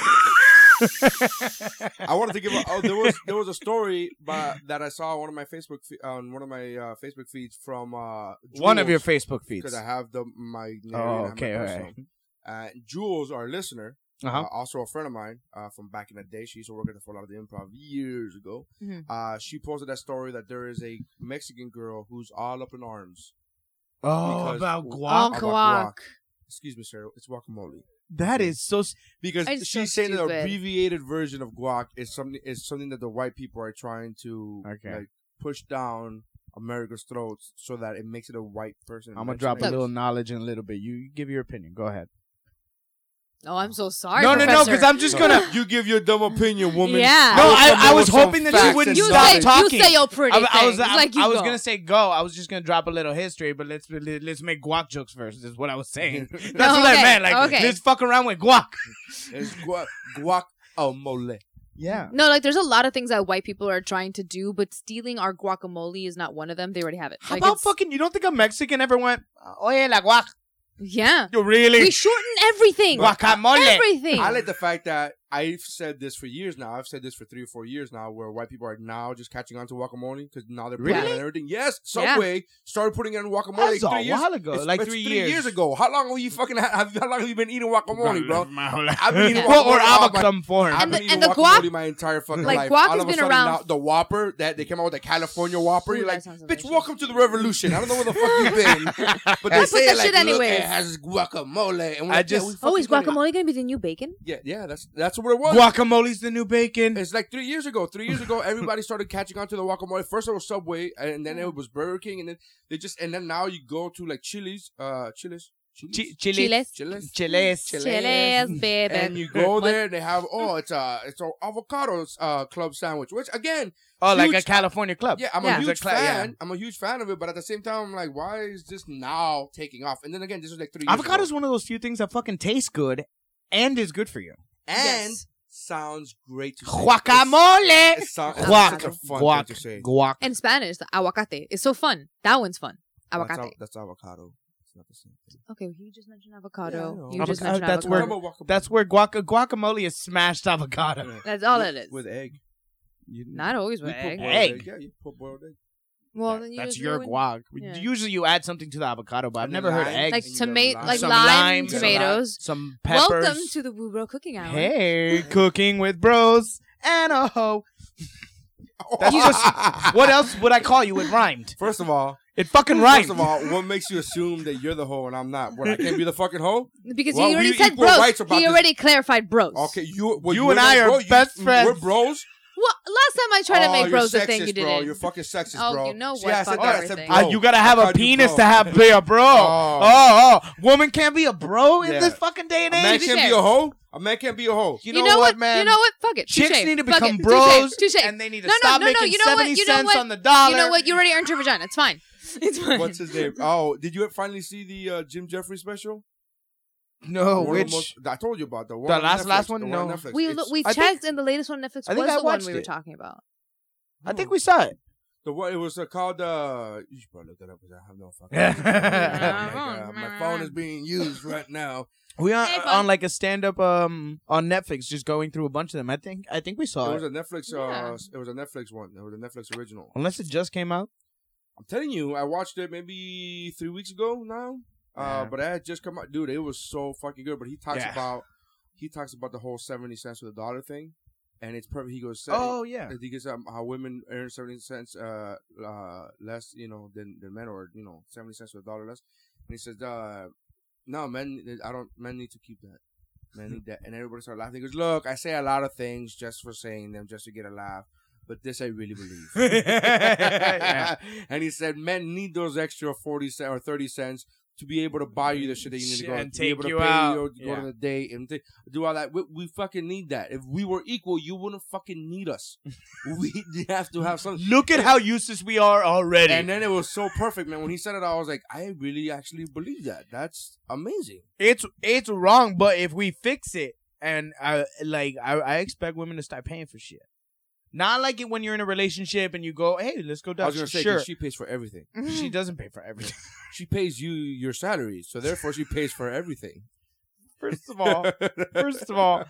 S2: wanted to give. A, oh, there was there was a story by, that I saw on one of my Facebook fe- on one of my uh, Facebook feeds from uh,
S5: One of your
S2: Jules,
S5: Facebook feeds.
S2: because I have the my. narrative and I
S5: Oh,
S2: have my
S5: okay, all
S2: personal.
S5: right.
S2: Uh, Jules, our listener,
S5: Uh-huh.
S2: Uh, also, a friend of mine uh, from back in the day, she used to work at the Full Out of the Improv years ago.
S6: Mhm.
S2: Uh, she posted that story that there is a Mexican girl who's all up in arms.
S5: Oh,
S2: because-
S5: about
S6: Oh,
S5: guac.
S2: Guac.
S6: guac.
S2: Excuse me, sir, it's guacamole.
S5: That is so. s-
S2: Because
S6: It's so
S2: she's saying that
S6: stupid.
S2: the abbreviated version of guac is something is something that the white people are trying to
S5: Okay.
S2: like push down America's throats so that it makes it a white person.
S5: I'm gonna drop a
S6: Look.
S5: little knowledge in a little bit. You give your opinion. Go ahead.
S6: Oh, I'm so sorry.
S5: no, no, no,
S6: professor.
S5: because I'm just gonna.
S2: You give your dumb opinion, woman.
S6: Yeah.
S5: No,
S2: will come
S5: I, I
S2: up
S5: was
S2: with some
S5: hoping that you
S2: facts
S5: wouldn't
S2: and
S6: you
S5: stop
S6: say,
S2: knowledge.
S5: talking.
S6: You say your pretty
S5: I, I was,
S6: things.
S5: I,
S6: like you
S5: I was
S6: go.
S5: gonna say go. I was just gonna drop a little history, but let's let, let's make guac jokes first. Is what I was saying. That's what I
S6: okay,
S5: meant. Like
S6: okay.
S5: let's fuck around with guac.
S2: It's guac guacamole.
S5: Yeah.
S6: No, like there's a lot of things that white people are trying to do, but stealing our guacamole is not one of them. They already have it.
S5: How
S6: Like,
S5: about
S6: it's-
S5: fucking? You don't think a Mexican ever went? Oye, la guac.
S6: Yeah.
S5: You really
S6: We shorten everything.
S5: guacamole?
S6: Everything.
S2: I like the fact that I've said this for years now. I've said this for three or four years now, where white people are now just catching on to guacamole because now they're putting
S5: Really?
S2: it in everything. Yes,
S6: Yeah.
S2: Subway started putting it in guacamole
S5: That's
S2: three
S5: a
S2: years
S5: while ago,
S2: It's-
S5: like
S2: it's
S5: three
S2: years.
S5: years.
S2: ago. How long have you fucking had, how long have you been eating guacamole, bro?
S5: My whole life.
S2: I've been eating
S5: Well, or
S2: guacamole all my-
S5: avocado form.
S2: I've been
S6: And the-
S2: eating
S6: and the
S2: guacamole
S6: guac-
S2: my entire fucking
S6: Like,
S2: life.
S6: guac
S2: All
S6: has
S2: of a
S6: been
S2: sudden,
S6: around-
S2: now the Whopper that they came out with the California Whopper.
S6: Ooh,
S2: You're
S6: that
S2: like,
S6: sounds
S2: bitch,
S6: delicious.
S2: welcome to the revolution. I don't know where the fuck you've been, but they
S6: put
S2: say
S6: that
S2: it like,
S6: shit
S2: look,
S6: anyways.
S2: it has guacamole. And we're like,
S5: I
S2: yeah,
S5: just-
S2: we
S6: Oh,
S2: fucking
S6: is
S2: got it.
S6: guacamole gonna be the new bacon?
S2: Yeah, yeah, that's that's what it was.
S5: Guacamole's the new bacon.
S2: It's like three years ago. Three years ago, everybody started catching on to the guacamole. First it was Subway, and then it
S6: Mm.
S2: was Burger King, and then they just and then now you go to like Chili's, uh, Chili's, Chili's,
S5: Chi- chili.
S6: Chiles.
S2: Chili's,
S5: Chiles.
S6: Chiles, baby.
S2: Mm. and you go there and they have oh it's a it's a avocado uh, club sandwich, which again,
S5: Oh, like a
S2: Huge-
S5: California club.
S2: yeah, I'm
S6: Yeah.
S2: a
S5: It's
S2: huge
S5: a cla- yeah.
S2: fan. I'm a huge fan of it, but at the same time, I'm like, why is this now taking off? And then again, this was like three years
S5: Avocado is
S2: ago.
S5: one of those few things that fucking tastes good and is good for you.
S2: and sounds great to say.
S5: Guacamole!
S2: It sounds it's
S5: Guac,
S2: such a fun
S5: guac,
S2: thing to say.
S5: guac.
S6: In Spanish, the aguacate is so fun. That one's fun.
S2: That's
S6: Aguacate.
S2: av- That's, avocado. It's not the same thing.
S6: Okay, well, you just mentioned
S2: Yeah, I
S6: avocado.
S2: know.
S6: you just
S5: Avoca-
S6: mentioned
S5: that's
S6: avocado.
S5: where that's where guaca- guacamole is smashed avocado.
S6: That's all it is.
S2: With egg. You-
S6: Not always
S2: we
S6: with
S2: put
S6: egg.
S2: boiled
S5: Egg.
S2: Yeah, you put boiled egg.
S6: Well, then you
S5: That's
S6: just
S5: your
S6: ruined-
S5: guac.
S6: Yeah.
S5: Usually you add something to the avocado, but I've
S2: And
S5: never heard
S2: lime.
S5: eggs.
S6: Like
S2: You got
S6: tomato,
S2: lime.
S6: like
S5: some
S6: lime,
S5: limes,
S6: tomatoes.
S5: some peppers.
S6: Welcome to the Woo Bro Cooking Hour.
S5: Hey, cooking with bros and a hoe. That's just what else would I call you? It rhymed.
S2: First of all,
S5: It fucking rhymed.
S2: First of all, what makes you assume that you're the hoe and I'm not? What I can't be the fucking hoe?
S6: Because
S2: Well,
S6: he already
S2: we
S6: said
S2: equal
S6: bros.
S2: rights about
S6: He
S2: this.
S6: already clarified bros.
S2: Okay, you. Well,
S5: You
S2: you're
S5: and
S2: not
S5: I are
S2: bro. You-
S5: best friends.
S2: We're bros.
S6: Well, last time I tried to
S2: Oh,
S6: make
S2: you're
S6: bros a
S2: sexist,
S6: thing, you
S2: bro.
S6: didn't.
S2: You're fucking sexist,
S6: Oh,
S2: bro.
S6: you know
S2: See,
S6: what,
S2: I said
S6: fuck
S2: that. I said
S6: everything.
S2: bro.
S5: Uh, you gotta have
S2: I
S5: a
S2: called you
S5: penis
S2: bro.
S5: to have be a bro. Oh.
S2: Oh.
S5: oh, woman can't be a bro in
S2: Yeah.
S5: this fucking day and
S2: A man
S5: age.
S6: Touche.
S2: can't be a hoe. A man can't be a hoe.
S5: You
S6: You
S5: know,
S6: know
S5: what,
S6: what?
S5: man?
S6: You know what? Fuck it.
S5: Chicks
S6: Touche.
S5: need to
S6: Fuck
S5: become
S6: it.
S5: bros,
S6: Touche. Touche.
S5: and they need to
S6: no, no,
S5: stop
S6: no, no.
S5: making
S6: You know what?
S5: 70
S6: You know
S5: cents
S6: what?
S5: on the dollar.
S6: You know what? You already earned your vagina. It's fine. It's fine.
S2: What's his name? Oh, did you finally see the uh, Jim Jeffrey special? One
S5: No,
S2: of the
S5: Oh, which
S2: most- I told you about the one.
S5: The
S2: on
S5: last-
S2: Netflix,
S5: last one?
S2: the
S5: No.
S2: on Netflix.
S6: we
S2: It's-
S6: look, we
S5: I think-
S6: checked and the latest one on Netflix
S5: I think
S6: was
S5: I
S6: the one
S5: watched
S6: we were
S5: it.
S6: talking about.
S5: I think we saw it.
S2: The one it was uh, called. Uh, you should probably look that up because I have no fucking.
S5: Yeah.
S2: Oh my, God. my phone is being used right now.
S5: We are
S6: Hey, bud.
S5: on like a stand up um on Netflix, just going through a bunch of them. I think I think we
S2: It
S5: saw it,
S2: was a Netflix. Uh,
S6: Yeah.
S2: s- It was a Netflix one. It was a Netflix original.
S5: unless it just came out.
S2: I'm telling you, I watched it maybe three weeks ago now. Uh,
S5: Yeah.
S2: but it had just come out, dude. It was so fucking good. But he talks
S5: Yeah.
S2: about he talks about the whole seventy cents with the dollar thing, and it's perfect. He goes,
S5: Oh yeah,
S2: I think it's um, how women earn seventy cents uh, uh less, you know, than than men, or you know, seventy cents or a dollar less. And he says, uh, "No, men, eh, I don't. Men need to keep that. Men need that." And everybody started laughing. He goes, "Look, I say a lot of things just for saying them, just to get a laugh, but this I really believe."
S5: Yeah.
S2: And he said, "Men need those extra forty cent or thirty cents." To be able to buy you the shit that you need to
S5: Shit,
S2: go
S5: and
S2: to be able
S5: take
S2: to
S5: you
S2: pay
S5: out.
S2: you, or go
S5: Yeah.
S2: to the date and th- do all that. We, we fucking need that. If we were equal, you wouldn't fucking need us. we have to have something.
S5: look at how useless we are already.
S2: And then it was so perfect, man. When he said it, I was like, I really actually believe that. That's amazing.
S5: it's it's wrong, but if we fix it, and I like I, I expect women to start paying for shit. Not like it when you're in a relationship and you go, hey, let's go
S2: I
S5: down.
S2: was gonna say, 'cause
S5: sure,
S2: she pays for everything.
S5: she doesn't pay for everything.
S2: She pays you your salary, so therefore she pays for everything.
S5: First of all, first of all,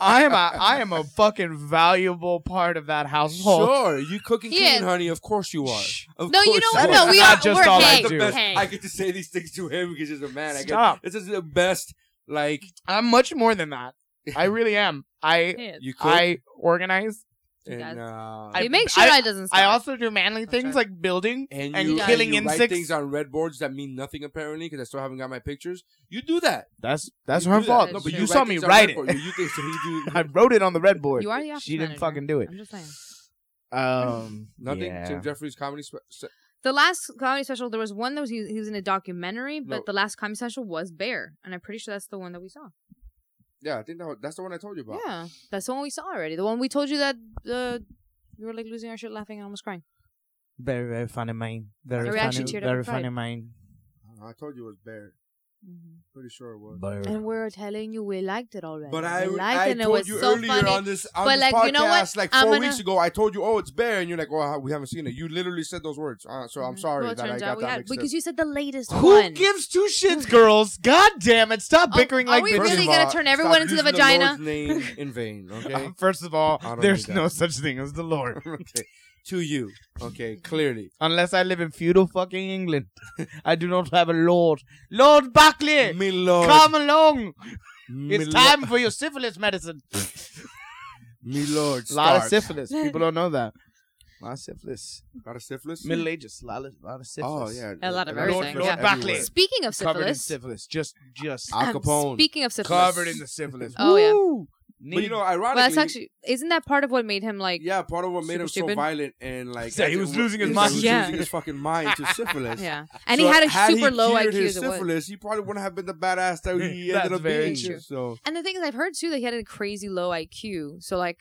S5: I am a I am a fucking valuable part of that household.
S2: sure, you cook and
S6: He
S2: clean,
S6: is.
S2: honey. Of course you are.
S5: Shh.
S2: Of
S6: No, you
S2: course
S6: know what?
S2: are.
S6: No, we
S5: Not
S6: are.
S5: just
S6: we're
S5: all I
S6: hey,
S2: the
S5: do.
S2: best.
S6: hey.
S2: I get to say these things to him because he's a man. I
S5: Stop.
S2: get, this is the best. Like
S5: I'm much more than that. I really am. I
S6: Yes.
S2: you cook,
S5: I organize.
S2: and,
S6: does.
S2: uh,
S5: I-
S6: He makes sure I, doesn't stop.
S5: I also do manly things like building.
S2: and,
S5: and
S2: you,
S5: killing
S2: and you write
S5: insects.
S2: things on red boards that mean nothing apparently because I still haven't got my pictures. You do that.
S5: That's that's
S2: You
S5: her
S2: do that.
S5: fault.
S2: No,
S5: but you,
S2: write
S5: saw me
S2: things on
S5: write
S2: red
S5: it.
S2: board. You think so? You
S5: I
S2: do
S5: wrote it on the red board.
S6: you are the office
S5: she didn't
S6: manager.
S5: fucking do it.
S6: I'm just saying.
S5: Um,
S2: nothing.
S5: yeah.
S2: Tim Jeffries comedy. Spe- se-
S6: The last comedy special, there was one that was he, he was in a documentary, but
S2: No.
S6: the last comedy special was Bear, and I'm pretty sure that's the one that we saw.
S2: yeah, I think that, was- that's the one I told you about.
S6: Yeah, that's the one we saw already. The one we told you that uh, we were like losing our shit, laughing and almost crying.
S5: Very very funny mind. Very
S6: We actually
S5: funny.
S6: teared up
S5: Very
S6: and cried.
S5: funny mind.
S2: I, told you it was Bear.
S6: Mm-hmm.
S2: Pretty sure it was.
S6: And we are telling you we liked it already.
S2: But
S6: We
S2: I,
S6: liked
S2: I
S6: it, and it
S2: told
S6: was
S2: you
S6: so
S2: earlier
S6: funny.
S2: on this, on
S6: But,
S2: this
S6: like,
S2: podcast,
S6: you know what?
S2: like 4
S6: I'm gonna-
S2: weeks ago, I told you, oh, it's Bear, and you're like, well, we haven't seen it. You literally said those words, uh, so I'm
S6: Mhm.
S2: sorry
S6: Well, it
S2: that I
S6: turns
S2: got
S6: out we
S2: that
S6: had-
S2: mixed up.
S6: because you said the latest
S5: Who
S6: one.
S5: gives two shits, girls? God damn it! Stop
S6: Oh,
S5: bickering
S6: are
S5: like
S6: we
S5: this.
S2: First
S6: really
S2: of
S6: gonna
S2: all,
S6: turn
S2: stop
S6: everyone into the
S2: using
S6: vagina?
S2: Lord's name in vain, okay?
S5: Uh, First of all,
S2: I don't
S5: there's
S2: need
S5: no
S2: that.
S5: such thing as the Lord,
S2: okay. To you, okay? Clearly,
S5: unless I live in feudal fucking England. I do not have a Lord. Lord Buckley,
S2: me lord,
S5: come along.
S2: me
S5: It's
S2: lo-
S5: time for your syphilis medicine.
S2: me lord.
S5: A lot of
S2: Stark.
S5: syphilis. People don't know that. A lot of syphilis.
S2: lot of syphilis.
S5: Middle Ages. A lot of, lot of syphilis.
S2: Oh yeah,
S6: A lot of
S2: Lord-
S6: everything,
S2: Lord
S6: yeah.
S2: Buckley.
S6: Speaking of
S5: Covered in
S6: syphilis,
S5: syphilis. Just, just
S2: Al
S6: um,
S2: Capone.
S6: Speaking of syphilis,
S5: covered in the syphilis.
S6: Oh, yeah.
S5: Woo! Need,
S2: But you know,
S6: well,
S2: ironically,
S6: that's actually isn't that part of what made him like?
S2: yeah, part of what made
S6: super
S2: him so
S6: stupid.
S2: violent and like
S5: Yeah, he
S2: as it
S5: was
S2: wa-
S5: losing his
S2: he
S5: mind.
S2: was
S6: Yeah.
S2: losing his fucking mind to syphilis.
S6: Yeah. and
S2: So
S6: he had a
S2: had he
S6: super low
S2: cured
S6: IQ
S2: His
S6: that was.
S2: syphilis, he probably wouldn't have been the badass that he
S5: That's
S2: ended up
S5: very
S2: being.
S5: true.
S2: So
S6: And the thing is, I've heard too that he had a crazy low IQ. So like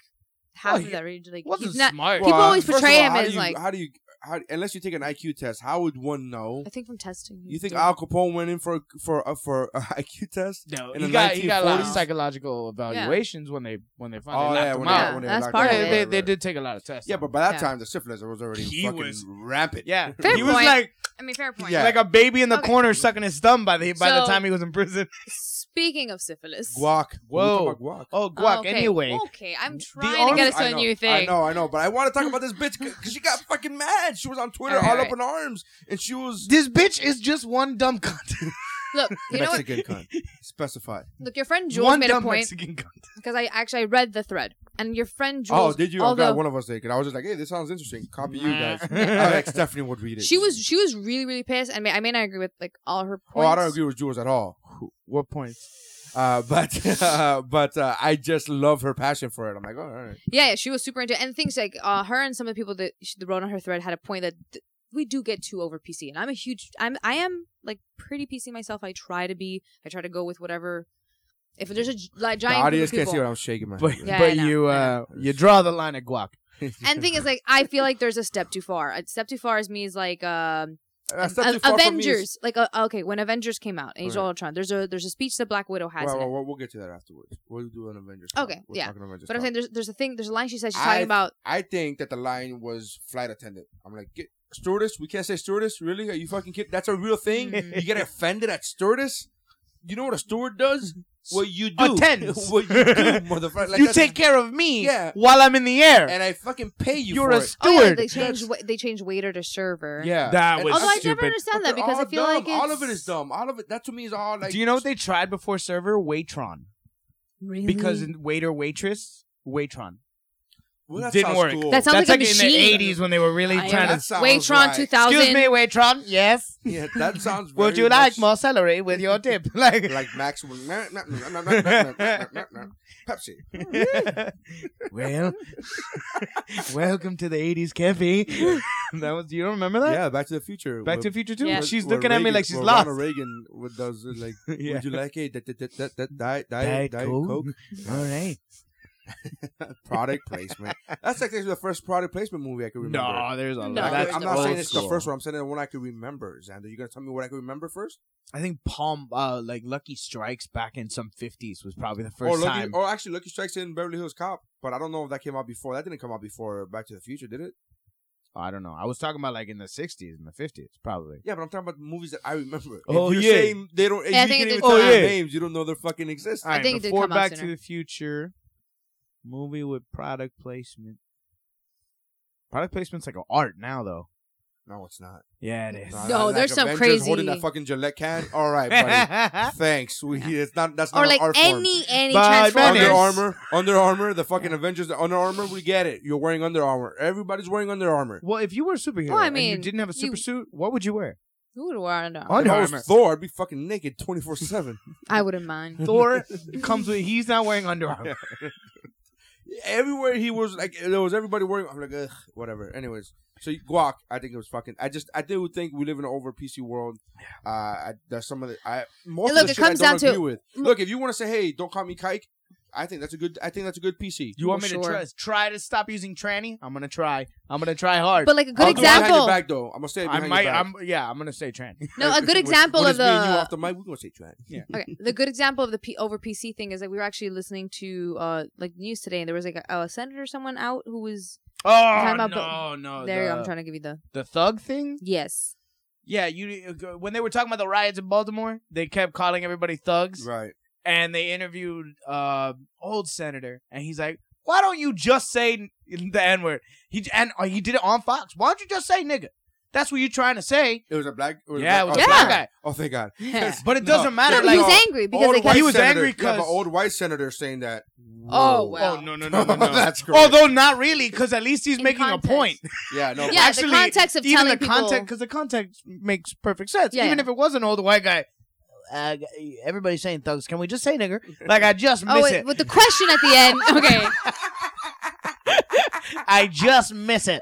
S6: half
S5: Well,
S6: of
S5: he
S6: that range, like
S2: Oh,
S5: wasn't
S6: he's not.
S5: smart.
S6: People
S2: Well,
S6: always
S2: first of
S6: portray
S2: all,
S6: him
S2: how do
S6: as
S2: you-
S6: like-
S2: how do you how, unless you take an IQ test, how would one know?
S6: I think from testing.
S2: You think Al Capone went in for for uh, for a IQ test?
S5: No,
S2: in
S5: he
S2: the
S5: got, he got a lot of
S2: 1940s?
S5: psychological evaluations when they when they finally
S2: Oh,
S5: knocked
S2: yeah,
S5: him
S2: when they-
S5: out.
S2: when they That's knocked part him of out. it.
S5: They, they did take a lot of tests.
S2: Yeah, but by that time the syphilis was already
S5: He
S2: fucking
S5: was-
S2: rampant.
S5: Yeah,
S6: Fair
S5: he was
S6: point.
S5: like
S6: I mean, fair point.
S5: yeah. like a baby in the corner sucking his thumb by the by the
S6: So-
S5: time he was in prison.
S6: Speaking of syphilis,
S2: Guac.
S5: Whoa.
S2: Guac.
S5: Oh, guac.
S6: Okay,
S5: Anyway,
S6: Okay, I'm
S5: The
S6: trying to get
S5: only-
S6: us to
S2: I
S6: a
S2: know,
S6: new thing.
S2: I know, I know, but I want to talk about this bitch because she got fucking mad. She was on Twitter all,
S6: Alright,
S2: up
S6: alright.
S2: in arms, and she was
S5: this bitch is just one dumb cunt.
S6: Look, you know what?
S2: Mexican cunt. Specify.
S6: Look, your friend Jules
S5: one
S6: made a
S5: dumb
S6: point
S5: Mexican cunt.
S6: because I actually I read the thread, and your friend
S2: Oh,
S6: Jules.
S2: did you? I
S6: Although
S2: got one of us taken. I was just like, hey, this sounds interesting. Copy you guys. I think Stephanie would read it.
S6: she was she was really really pissed, and may, I may not agree with like all her
S2: Oh,
S6: points.
S2: I don't agree with Jules at all.
S5: What point?
S2: Uh, but uh, but uh, I just love her passion for it. I'm like, oh, all right.
S6: Yeah, yeah, she was super into it. and things like uh, her and some of the people that she wrote on her thread had a point that th- we do get too over PC, and I'm a huge, I'm, I am like pretty PC myself. I try to be, I try to go with whatever. If there's a gi- like,
S2: The
S6: giant group of
S2: audience can't
S6: people-
S2: see what I'm shaking my
S5: But
S2: head.
S6: Yeah, I
S5: but
S6: know,
S5: you
S6: I
S5: uh you draw the line at guac.
S6: and thing is like I feel like there's a step too far. A step too far is me is like um
S2: That's
S6: a-
S2: not too far from me.
S6: Avengers. Like uh, okay, when Avengers came out, Age
S2: Right.
S6: of Ultron. There's a there's a speech that Black Widow has.
S2: Well,
S6: in it.
S2: well, well, we'll get to that afterwards. We'll do an Avengers.
S6: Okay,
S2: We're
S6: yeah.
S2: talking Avengers
S6: but I'm
S2: talk.
S6: saying there's there's a thing there's a line she says she's
S2: I-
S6: talking about.
S2: I think that the line was flight attendant. I'm like, get, stewardess? We can't say stewardess? Really? Are you fucking kidding? That's a real thing?
S5: Mm-hmm.
S2: you get offended at stewardess? You know what a steward does? What you do.
S5: Attends.
S2: what you do, motherfucker. Like,
S5: you
S2: that's-
S5: take care of me
S2: Yeah.
S5: while I'm in the air.
S2: And I fucking pay you
S5: You're
S2: for
S5: a
S2: it.
S5: steward.
S6: Oh yeah, they
S2: That's-
S6: changed wa- they changed waiter to server.
S2: Yeah.
S5: That was
S6: Although I never
S5: stupid.
S6: understand that
S2: They're
S6: because I
S2: all
S6: feel
S2: dumb.
S6: like it's,
S2: All of it is dumb. All of it. That to me is all like.
S5: Do you know what they tried before server? Waitron.
S6: Really?
S5: Because in waiter, waitress, Waitron.
S2: Well, that
S5: Didn't
S2: sounds
S5: work.
S2: Cool.
S6: That sounds
S5: That's
S6: like
S5: like,
S6: a
S5: in
S6: machine.
S5: the 80s when they were really
S6: I
S5: trying
S6: am-
S2: that
S5: to.
S2: sounds
S6: Waitron
S2: right.
S6: 2000.
S5: Excuse me, Waitron. Yes.
S2: Yeah, that sounds.
S5: Would
S2: very
S5: you like
S2: much
S5: more celery with your dip? Like,
S2: Like Max. Pepsi.
S5: well, welcome to the 80s cafe. that was. You don't remember that?
S2: Yeah, Back to the Future.
S5: Back
S2: Where-
S5: to the Future too.
S6: Yeah.
S5: She's
S2: where
S5: looking at me
S2: Reagan-
S5: like she's
S2: where
S5: lost.
S2: Ronald Reagan with those uh, like,
S5: Yeah.
S2: would you like it? That that that that, that diet,
S5: Diet
S2: diet, diet
S5: Coke?
S2: coke,
S5: All right.
S2: product placement. That's like the first product placement movie I can remember.
S5: No, there's a
S6: No,
S2: Like,
S5: lot.
S6: that's
S2: I'm not saying
S5: old
S2: it's the
S5: school.
S2: first one. I'm saying the one I can remember. Xander, you gonna tell me what I can remember first?
S5: I think Palm, uh, like Lucky Strikes back in some 50s was probably the
S2: or
S5: first
S2: Lucky,
S5: time.
S2: or actually, Lucky Strikes in Beverly Hills Cop, but I don't know if that came out before. That didn't come out before Back to the Future, did it?
S5: I don't know. I was talking about like in the 60s and the 50s, probably.
S2: Yeah, but I'm talking about movies that I remember.
S5: Oh,
S2: if
S5: yeah.
S2: you're saying they don't. if
S6: Yeah, I
S2: you
S6: think
S2: can't
S6: it
S2: even
S6: did
S2: tell
S5: come out.
S2: their names. You don't know their fucking existence.
S5: All right,
S6: think it did
S5: before
S6: come out
S5: Back
S6: sooner.
S5: to the Future, movie with product placement. Product placement's like an art now, though.
S2: No, it's not.
S5: Yeah, it is.
S2: Nah,
S6: No,
S2: like
S6: there's some
S2: Avengers
S6: crazy-
S2: holding that fucking Gillette can. All right, buddy. Thanks. We it's not that's not
S6: or
S2: an
S6: like
S2: art form.
S6: any any
S5: But
S6: Transformers.
S2: Under Armour, Under Armour, the fucking Avengers, the Under Armour. We get it. You're wearing Under Armour. Everybody's wearing Under Armour.
S5: well, if you were a superhero
S6: Well, I
S5: and
S6: mean,
S5: you didn't have a super
S6: you-
S5: suit, what would you wear?
S6: Who would wear Under Armour?
S5: Under
S2: if I was
S5: Armour.
S2: Thor, I'd be fucking naked twenty four seven.
S6: I wouldn't mind.
S5: Thor comes with. He's not wearing Under Armour.
S2: Everywhere he was, like there was everybody wearing. I'm like, Ugh, whatever. Anyways, so you- Guac, I think it was fucking. I just, I do think we live in an over PC world. Uh, I, there's some of the, I most
S6: And look,
S2: of the
S6: it
S2: shit
S6: comes
S2: I don't
S6: down to-
S2: agree with. Look, if you want to say, hey, don't call me Kike, I think that's a good. I think that's a good PC.
S5: You want me to
S6: Sure.
S5: try, try to stop using tranny? I'm gonna try. I'm gonna try hard.
S6: But like a good
S2: I'll do it Behind your
S6: example.
S2: back though, I'm gonna say it behind
S5: I
S2: your
S5: might.
S2: back.
S5: I'm yeah. I'm gonna say tranny.
S6: No, a good
S2: When-
S6: example
S2: when
S6: of
S2: it's me and you
S6: the
S2: off the mic, we're gonna say trans.
S5: Yeah.
S6: okay, the good example of the P- over PC thing is that we were actually listening to uh like news today, and there was like a, a senator or someone out who was
S5: Oh
S6: about
S5: no, no.
S6: there.
S5: the,
S6: I'm trying to give you the
S5: the thug thing.
S6: yes.
S5: Yeah, you when they were talking about the riots in Baltimore, they kept calling everybody thugs,
S2: Right.
S5: and they interviewed uh old senator, and he's like, "Why don't you just say n- the n word?" He and uh, he did it on Fox. Why don't you just say nigga? That's what you're trying to say.
S2: It was a black. It was
S5: Yeah,
S2: a
S5: it was
S2: black,
S6: a black
S5: guy.
S2: Oh, thank God.
S6: Yeah.
S5: But it doesn't matter.
S6: No, but
S5: like,
S6: he was angry because
S2: old
S6: they
S2: white
S6: kept,
S5: He was
S2: senator-
S5: angry
S2: Yeah, but
S5: 'cause-
S2: old white senator saying that.
S6: oh
S2: Whoa.
S6: wow.
S5: oh no no no no no.
S2: That's great.
S5: Although not really, because at least he's
S6: In
S5: making
S6: context.
S5: a point.
S2: Yeah, no.
S6: Yeah, the
S5: Actually,
S6: context of
S5: even
S6: telling
S5: the
S6: people-
S5: context because the context makes perfect sense.
S6: Yeah,
S5: even
S6: yeah.
S5: if it was an old white guy, uh, everybody's saying thugs. Can we just say nigger? Like I just miss
S6: Oh, wait,
S5: it.
S6: with the question at the end. Okay.
S5: I just miss it.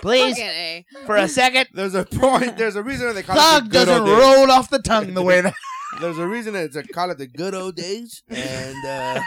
S5: Please,
S6: Fucking A.
S5: for a second,
S2: There's a point. There's a reason they call
S5: thug
S2: it the good
S5: doesn't
S2: old days.
S5: roll off the tongue the way that.
S2: There's a reason it's a call it the good old days. And uh,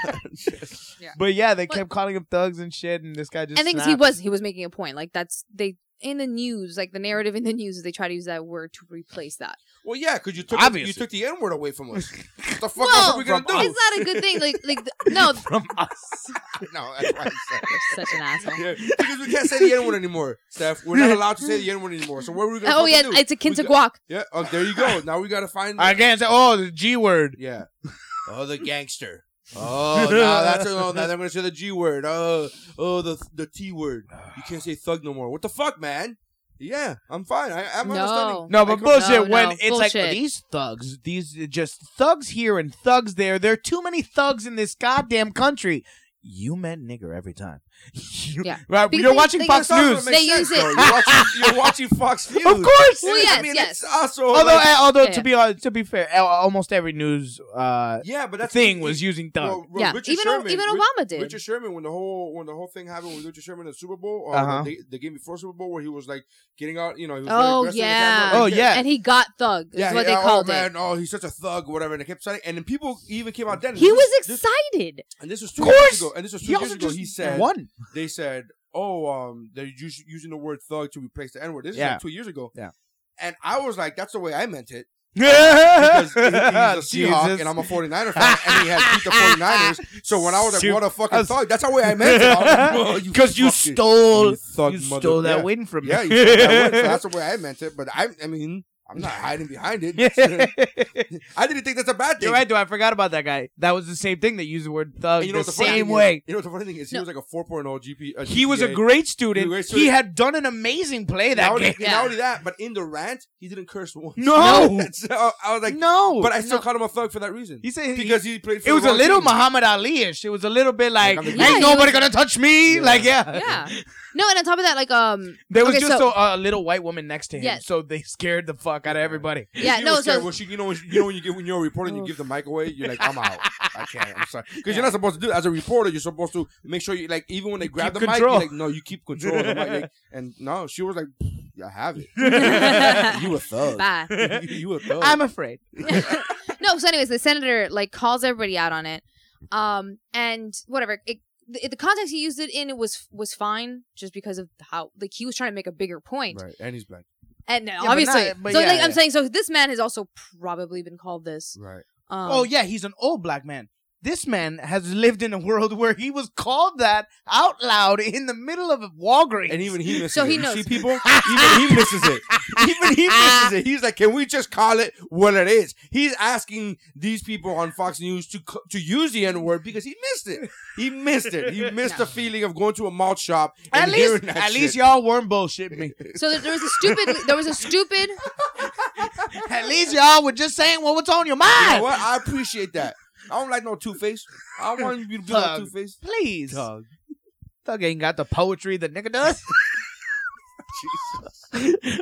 S5: But yeah, they kept calling him thugs and shit, and this guy just.
S6: And things he was he was making a point. Like that's they in the news, like the narrative in the news, is they try to use that word to replace that.
S2: Well, yeah, because you took you
S5: Obviously.
S2: took the N word away from us. what the fuck
S6: No,
S2: else are we gonna do?
S6: it's not a good thing. Like, like th- no,
S5: From us.
S2: no, that's why I said.
S6: such an asshole.
S2: Yeah, because we can't say the N word anymore, Steph. We're not allowed to say the N word anymore. So what are we gonna?
S6: Oh
S2: fucking
S6: yeah,
S2: do?
S6: it's a
S2: We
S6: kinta
S2: got-
S6: guac.
S2: Yeah. Oh, there you go. Now we gotta find.
S5: I can't say. Oh, the G word.
S2: Yeah. Oh, the gangster. Oh, now that's oh, now I'm gonna say the G word. Oh, oh, the the T word. You can't say thug no more. What the fuck, man? Yeah, I'm fine. I, I'm understanding.
S5: No, but
S6: No,
S5: bullshit.
S6: no,
S5: when it's like
S6: bullshit.
S5: these thugs, these are just thugs here and thugs there. There are too many thugs in this goddamn country. You meant nigger every time. You-
S6: Yeah.
S5: right.
S6: Because
S5: you're
S6: they-
S5: watching
S6: they-
S5: Fox
S2: That's not
S5: News.
S2: what makes
S6: They
S2: sense,
S6: use it-
S2: though. You're watching, you're watching Fox News.
S5: Of course.
S6: Well,
S2: It is-
S6: yes,
S2: I mean,
S6: yes.
S2: It's also
S5: although,
S2: like-
S5: uh, although
S6: Yeah,
S5: to be uh, to be fair, al- almost every news uh,
S2: yeah, but that's
S5: thing was using thug.
S2: Well, well,
S6: Yeah,
S2: Richard
S6: even O-
S2: Sherman,
S6: even
S2: Ri-
S6: Obama did.
S2: Richard Sherman when the whole when the whole thing happened with Richard Sherman in the Super Bowl, uh,
S5: Uh-huh.
S2: the, the game before Super Bowl, where he was like getting out, you know, he was very
S6: Oh
S2: aggressive in the
S6: yeah.
S2: camera,
S5: Oh,
S2: like,
S5: yeah.
S6: And he got thug. Is
S2: Yeah,
S6: what
S2: yeah,
S6: they called
S2: oh, man,
S6: it.
S2: Oh, he's such a thug, whatever. And it kept saying, and then people even came out then.
S6: He
S2: This
S6: was
S2: this-
S6: excited.
S2: and this was two
S5: course!
S2: years ago. And this was two
S5: he
S2: years
S5: also
S2: ago.
S5: just
S2: He said,
S5: one.
S2: they said, "Oh, um, they're us- using the word thug to replace the N word." This is
S5: Yeah.
S2: like two years ago.
S5: Yeah.
S2: and I was like, "That's the way I meant it." Because
S5: because
S2: he- he's a Seahawk and I'm a 49er fan, and he had beat the 49ers. So when I was like,
S5: Shoot.
S2: "What a
S5: I
S2: fucking
S5: was-
S2: thug," that's the way I meant it. I was like, "Bro,
S5: because you
S2: fucking-
S5: stole
S2: you thug
S5: you
S2: mother-
S5: stole that
S2: yeah.
S5: win from
S2: Yeah,
S5: me.
S2: you stole that win. So that's the way I meant it. But I, I mean, I'm not hiding behind it. I didn't think that's a bad thing.
S5: You're right, though. I forgot about that guy. That was the same thing. They used the word thug
S2: And you know what
S5: Oh, the
S2: the funny
S5: same
S2: thing is-
S5: way.
S2: you know what the funny thing is? He
S6: No.
S2: was like a 4.0 GP. uh,
S5: He was a
S2: GPA.
S5: great student.
S2: He
S5: He,
S2: was a great student.
S5: had done an amazing play that
S2: not
S5: game.
S2: only,
S6: Yeah.
S2: not only that, but in the rant, he didn't curse once.
S5: No.
S2: so I was like,
S5: no,
S2: but I still called him a thug for that reason.
S5: He said he-
S2: because he, played. For
S5: it was
S2: the
S5: a
S2: wrong
S5: little
S2: team.
S5: Muhammad Ali-ish. It was a little bit like,
S2: I'm the
S5: ain't
S2: greatest."
S5: nobody
S6: Yeah,
S5: gonna touch me.
S2: Yeah.
S5: Like, yeah,
S6: Yeah. No, and on top of that, like um
S5: There was
S6: okay,
S5: just
S6: so,
S5: a, a little white woman next to him,
S6: Yes.
S5: so they scared the fuck out of everybody.
S6: Yeah,
S2: He
S6: no,
S2: was scared.
S6: so Oh.
S2: Well, she- you know, when she- you know when you get when you're a reporter, and you give the mic away. You're like, I'm out. I can't. I'm sorry. Because you're not supposed to do. It. As a reporter, you're supposed to make sure you like even when they grab the
S5: keep
S2: mic, you're
S5: control.
S2: like, no, you keep control of the mic. Like, and no, she was like, I have it. you a thug.
S6: bye.
S2: you, you a thug.
S5: I'm afraid.
S6: no so anyways the senator like calls everybody out on it um and whatever it, the, the context he used it in it was was fine just because of how like he was trying to make a bigger point
S2: right, and he's black.
S6: and
S5: but
S6: obviously
S5: not- but
S6: so
S5: yeah,
S6: like i'm
S5: yeah.
S6: saying so this man has also probably been called this
S2: Right.
S6: um,
S5: oh yeah, he's an old black man. This man has lived in a world where he was called that out loud in the middle of a Walgreens.
S2: And even he misses
S6: So
S2: it.
S6: he
S2: You
S6: knows.
S2: see people? Even he misses it. Even he misses it. He's like, can we just call it what it is? He's asking these people on Fox News to co- to use the N word because he missed it. He missed it. He missed the feeling of going to a malt shop.
S5: at
S2: And
S5: least,
S2: hearing that
S5: at
S2: shit.
S5: least y'all weren't bullshitting me.
S6: so there, there was a stupid there was a stupid
S5: at least y'all were just saying what was on your
S2: You
S5: mind.
S2: know what? I appreciate that. I don't like no two face. I don't want you to be no
S5: Thug.
S2: two face.
S5: Please, thug. ain't got the poetry that nigga does.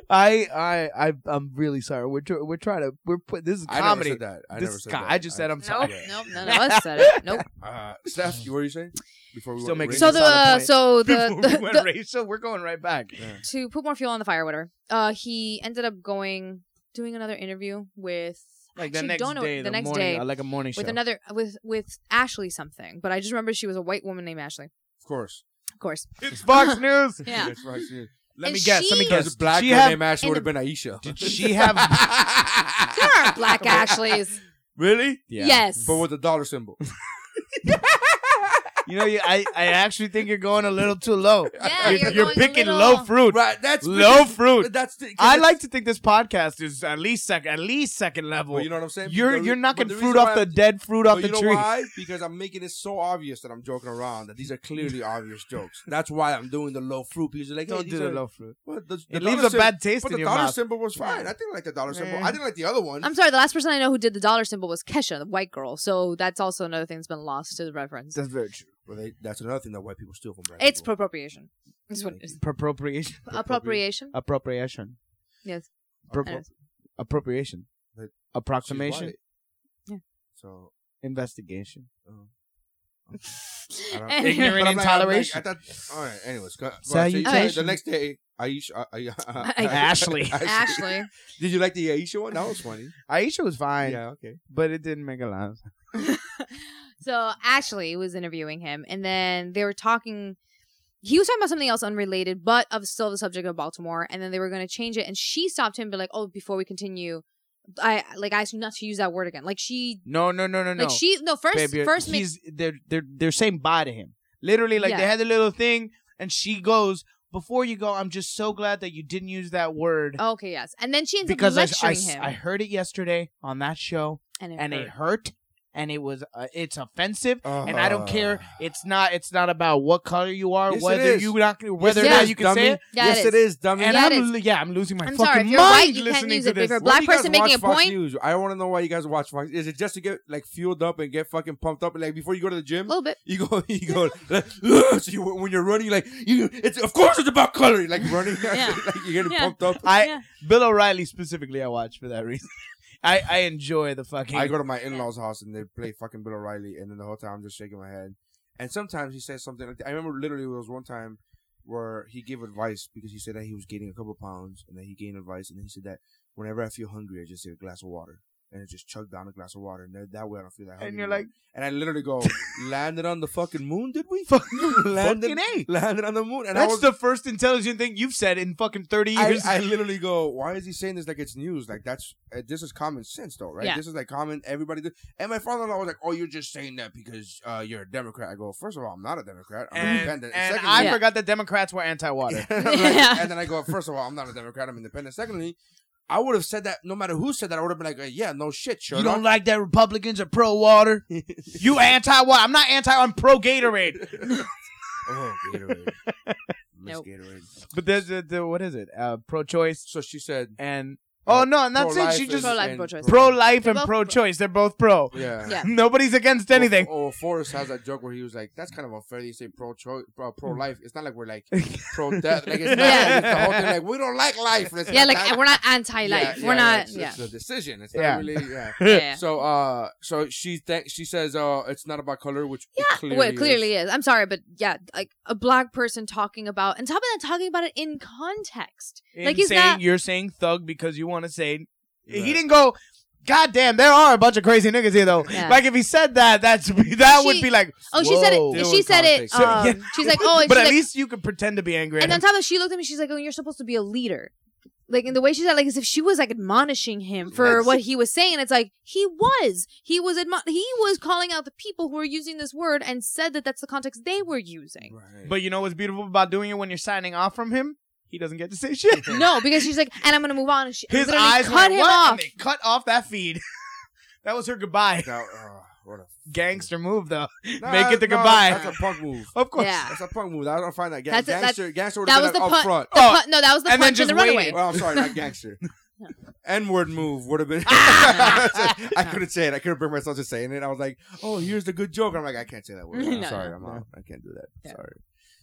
S5: I, I, I, I'm really sorry. We're tr- we're trying to we're put this is
S2: I
S5: comedy.
S2: never said that. I
S5: This
S2: never
S5: is
S2: said
S5: co-
S2: that.
S5: I just said I'm
S6: nope
S5: sorry.
S6: nope none of us said it nope
S2: Uh, Steph, you what are you saying? Before we
S5: Still
S2: went-
S5: making
S6: so the
S5: Solid
S6: uh,
S5: point.
S6: so the,
S5: Before
S6: the,
S5: we
S6: the
S5: went racial, we're going right back.
S6: to put more fuel on the fire, whatever. Uh, he ended up going doing another interview with
S5: Like the
S6: actually
S5: next
S6: don't know-
S5: day,
S6: the
S5: the,
S6: next
S5: morning,
S6: day
S5: uh, like a morning
S6: with
S5: show.
S6: another with with Ashley something, but I just remember she was a white woman named Ashley,
S2: Of course.
S6: of course.
S5: it's Fox News.
S6: Yeah.
S2: Yes, right, yeah.
S5: Let
S6: And
S5: me guess. let me
S6: she-
S2: Because
S5: guess.
S2: black
S5: she
S2: girl
S5: have,
S2: named Ashley
S6: and
S2: would have been Aisha.
S5: did she have?
S6: There are black Ashleys.
S2: really?
S6: Yes.
S2: But with the dollar symbol.
S5: You know, you, I I actually think you're going a little too low.
S6: Yeah,
S5: you're
S6: you're going a
S5: picking
S6: little-
S5: low fruit.
S2: right. That's
S5: Low fruit.
S2: That's the, 'cause
S5: I
S2: it's-
S5: like to think this podcast is at least second, at least second level.
S2: Well, you know what I'm saying?
S5: You're
S2: The re-
S5: you're knocking
S2: but the
S5: fruit
S2: reason
S5: off
S2: why
S5: the
S2: I'm-
S5: dead fruit
S2: but
S5: off the
S2: you know
S5: tree.
S2: why? Because I'm making it so obvious that I'm joking around that these are clearly obvious jokes. That's why I'm doing the low fruit because you're like,
S5: Don't
S2: hey,
S5: do
S2: these
S5: the
S2: are-
S5: low fruit.
S2: Well, the,
S5: It
S2: the
S5: leaves
S2: dollar
S5: a bad
S2: symbol-
S5: taste
S2: but
S5: in
S2: the
S5: your
S2: dollar
S5: mouth.
S2: symbol was fine. I didn't like the dollar symbol.
S5: Yeah.
S2: I didn't like the other one.
S6: I'm sorry, the last person I know who did the dollar symbol was Kesha, the white girl. So that's also another thing that's been lost to the reference.
S5: That's very true.
S2: well, they, that's another thing that white people steal from black
S6: It's
S2: people.
S6: appropriation. Is what it is.
S5: Appropriation.
S6: Appropriation.
S5: Appropriation.
S6: Yes.
S5: Appro-
S6: Anyways.
S5: appropriation.
S2: But She's
S5: Approximation.
S2: white.
S6: Yeah.
S2: So
S5: Investigation.
S2: I don't-
S6: Anyway.
S5: Ignorant
S2: But I'm like- I'm
S5: intoleration.
S2: like, I thought, all right. Anyways, go, go on. So you-
S5: Salutation.
S2: so the next day, Aisha, uh, uh, uh,
S6: I-
S5: Ashley.
S6: Ashley.
S2: Did you like the Aisha one? That was funny.
S5: Aisha was fine,
S2: yeah. Okay.
S5: but it didn't make a lot.
S6: so Ashley was interviewing him, and then they were talking. he was talking about something else unrelated, but of still the subject of Baltimore. And then they were going to change it, and she stopped him, be like, "Oh, before we continue, I like I asked you not to use that word again." Like she,
S5: No, no, no, no, no.
S6: like she, no first,
S5: Baby, uh,
S6: first, make,
S5: he's, they're they're they're saying bye to him. Literally, like they
S6: Yeah.
S5: had the little thing, and she goes before you go. I'm just so glad that you didn't use that word
S6: okay, yes, and then she ends
S5: because I,
S6: up
S5: I,
S6: lecturing
S5: s-
S6: Oh, him,
S5: I heard it yesterday on that show,
S6: and it
S5: and
S6: hurt.
S5: it hurt, and it was uh, it's offensive, and I don't care. It's not it's not about what color you are,
S2: Uh-huh. Yes, it
S5: whether
S2: is.
S5: you not whether
S6: it
S5: or not
S6: is,
S5: you can
S2: dummy.
S5: say it.
S6: Yeah,
S2: yes,
S6: it
S2: it is, dummy.
S5: And
S6: Yeah, it
S5: I'm
S6: is.
S5: li- yeah, I'm losing my
S6: I'm
S5: fucking
S6: sorry, if you're
S5: mind
S6: white, you can't
S5: listening
S6: use
S5: to
S6: it, but if
S5: this.
S6: you're
S2: Why
S6: black
S2: do you guys
S6: person making
S2: watch
S6: a
S2: Fox
S6: point-
S2: News? I want to know why you guys watch Fox. Is it just to get like fueled up and get fucking pumped up? Like before you go to the
S6: a
S2: gym,
S6: little bit.
S2: you go, you go. Like, "Ugh," so you, when you're running, like you, it's of course it's about color. Like running,
S6: Yeah.
S2: like you're getting
S6: Yeah.
S2: pumped up.
S5: I
S6: Yeah.
S5: Bill O'Reilly specifically I watch for that reason. I I enjoy the fucking
S2: I go to my in law's house and they play fucking Bill O'Reilly, and then the whole time I'm just shaking my head. And sometimes he says something like that. I remember literally there was one time where he gave advice because he said that he was gaining a couple pounds and that he gained advice, and then he said that whenever I feel hungry, I just take a glass of water and I just chug down a glass of water, and that- that way I don't feel that hungry.
S5: and you're
S2: anymore.
S5: like
S2: and I literally go, landed on the fucking moon, did we?
S5: fucking
S2: landed,
S5: A.
S2: landed on the moon, and I
S5: That's
S2: was,
S5: the first intelligent thing you've said in fucking 30
S2: I,
S5: years.
S2: I literally go, why is he saying this like it's news? Like that's uh, this is common sense though, right?
S6: Yeah.
S2: This is like common everybody. Do. And my father-in-law was like, oh, you're just saying that because uh, you're a Democrat. I go, first of all, I'm not a Democrat. I'm
S5: and
S2: independent.
S5: and
S2: secondly,
S5: I
S6: Yeah.
S5: forgot that Democrats were anti-water.
S2: I'm like-
S6: Yeah.
S2: And then I go, first of all, I'm not a Democrat. I'm independent. Secondly, I would have said that no matter who said that, I would have been like, uh, yeah, no shit, sure.
S5: You don't like that Republicans are pro-water? you anti-water. I'm not anti, I'm pro-Gatorade.
S2: Oh, Gatorade. Miss
S6: Nope.
S2: Gatorade.
S5: But there's, the, the, what is it? Uh, pro-choice
S2: So she said,
S5: and... Oh, no, and that's it. She
S2: pro-life
S5: just...
S2: and-
S6: Pro-life,
S2: and-
S6: pro-choice.
S5: Pro-life
S6: They're
S5: and
S6: both pro.
S5: pro-choice. They're both pro.
S2: Yeah.
S6: Yeah.
S5: Nobody's against anything.
S2: Oh, oh, Forrest has that joke where he was like, "That's kind of unfair. You say pro cho- pro pro
S5: Mm.
S2: life. It's not like we're like pro death. Like it's not
S6: Yeah.
S2: like, it's the whole thing. Like we don't like life. It's
S6: Yeah,
S2: not
S6: like
S2: that-
S6: we're not anti-life.
S2: Yeah,
S6: we're
S2: yeah,
S6: not.
S2: It's,
S6: Yeah.
S2: it's a decision. It's not
S5: Yeah.
S2: really. Yeah.
S6: yeah, yeah.
S2: So uh, so she th- she says uh, it's not about color, which it clearly
S6: well, it clearly is. I'm sorry, but yeah, like a black person talking about and top of that, talking about it in context.
S5: In
S6: like he's
S5: saying,
S6: not.
S5: You're saying thug because you want to say...
S2: Right.
S5: He didn't go... God damn, there are a bunch of crazy niggas here though.
S6: Yeah.
S5: Like if he said that, that's that would
S6: She-
S5: be like.
S6: Oh, she said
S5: whoa.
S6: it.
S2: Still
S6: She
S2: in
S6: said it.
S2: context. So,
S6: Um,
S5: yeah.
S6: She's like, oh, and
S5: but
S6: she's
S5: at
S6: like,
S5: least you could pretend to be angry.
S6: and
S5: at
S6: on
S5: him.
S6: top of that, she looked at me. She's like, oh, you're supposed to be a leader. Like in the way she said, like as if she was like admonishing him for what he was saying. It's like he was, he was admo- he was calling out the people who were using this word and said that that's the context they were using.
S2: Right.
S5: but you know what's beautiful about doing it when you're signing off from him? He doesn't get to say shit.
S6: No, because she's like, and I'm gonna move on. And she
S5: His
S6: literally
S5: eyes
S6: cut
S5: went,
S6: him
S5: "What?"
S6: off.
S5: And they cut off that feed. that was her goodbye.
S2: Now, uh, what a-
S5: Gangster move though.
S2: Nah,
S5: Make it the
S2: no,
S5: goodbye.
S2: That's a punk move.
S5: of course.
S6: Yeah.
S2: That's a punk move. I don't find that Ga-
S6: That's a- that's-
S2: gangster. gangster would
S6: That
S2: have
S6: was
S2: been
S6: the
S2: like,
S6: pun.
S2: up front.
S6: the
S5: Oh,
S6: pun- no, that was the
S5: and then
S6: punch in the
S5: just waited.
S6: runaway.
S2: Well, I'm sorry, not gangster. N word move would have been. I couldn't say it. I couldn't bring myself to saying it. I was like, oh, here's the good joke. I'm like, I can't say that word. I'm
S6: No,
S2: sorry,
S6: no,
S2: I'm
S5: no. Uh,
S2: out. I can't do that.
S6: Yeah.
S2: Sorry.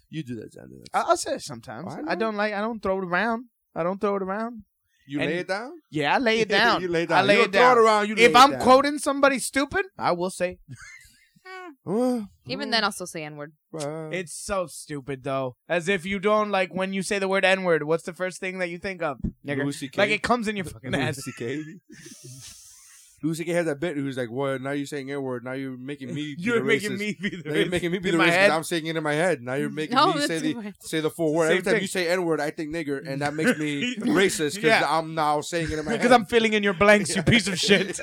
S2: You do that, Xander.
S5: I- I'll say it sometimes.
S2: I
S5: I,
S2: know.
S5: don't like. I don't throw it around. I don't throw it around.
S2: You
S5: And-
S2: lay it down?
S5: Yeah, I lay it down.
S2: you lay it down.
S5: I lay
S2: You
S5: it
S2: don't throw
S5: down.
S2: around, you lay
S5: if
S2: it
S5: I'm
S2: down.
S5: quoting somebody stupid, I will say
S2: Oh,
S6: Even then, I'll still say N word.
S2: well.
S5: It's so stupid though. As if you don't like when you say the word N word, what's the first thing that you think of? Nigger.
S2: Louis CK.
S5: Like it comes in your fucking ass.
S2: Lucy K. Lucy K has that bit. Who's like, "What? Now you're saying N word. Now you're making me. be
S5: You're
S2: the
S5: making
S2: racist.
S5: me be the
S2: Now you're
S5: racist
S2: making me be the
S5: in my
S2: racist.
S5: head.
S2: I'm saying it in my head. Now you're making
S6: No,
S2: me
S6: that's
S2: say the
S6: right.
S2: say the full word.
S5: Same
S2: Every time
S5: thing.
S2: you say N word, I think nigger, and that makes me racist because
S5: Yeah.
S2: I'm now saying it in my head.
S5: because I'm filling in your blanks, you piece of shit.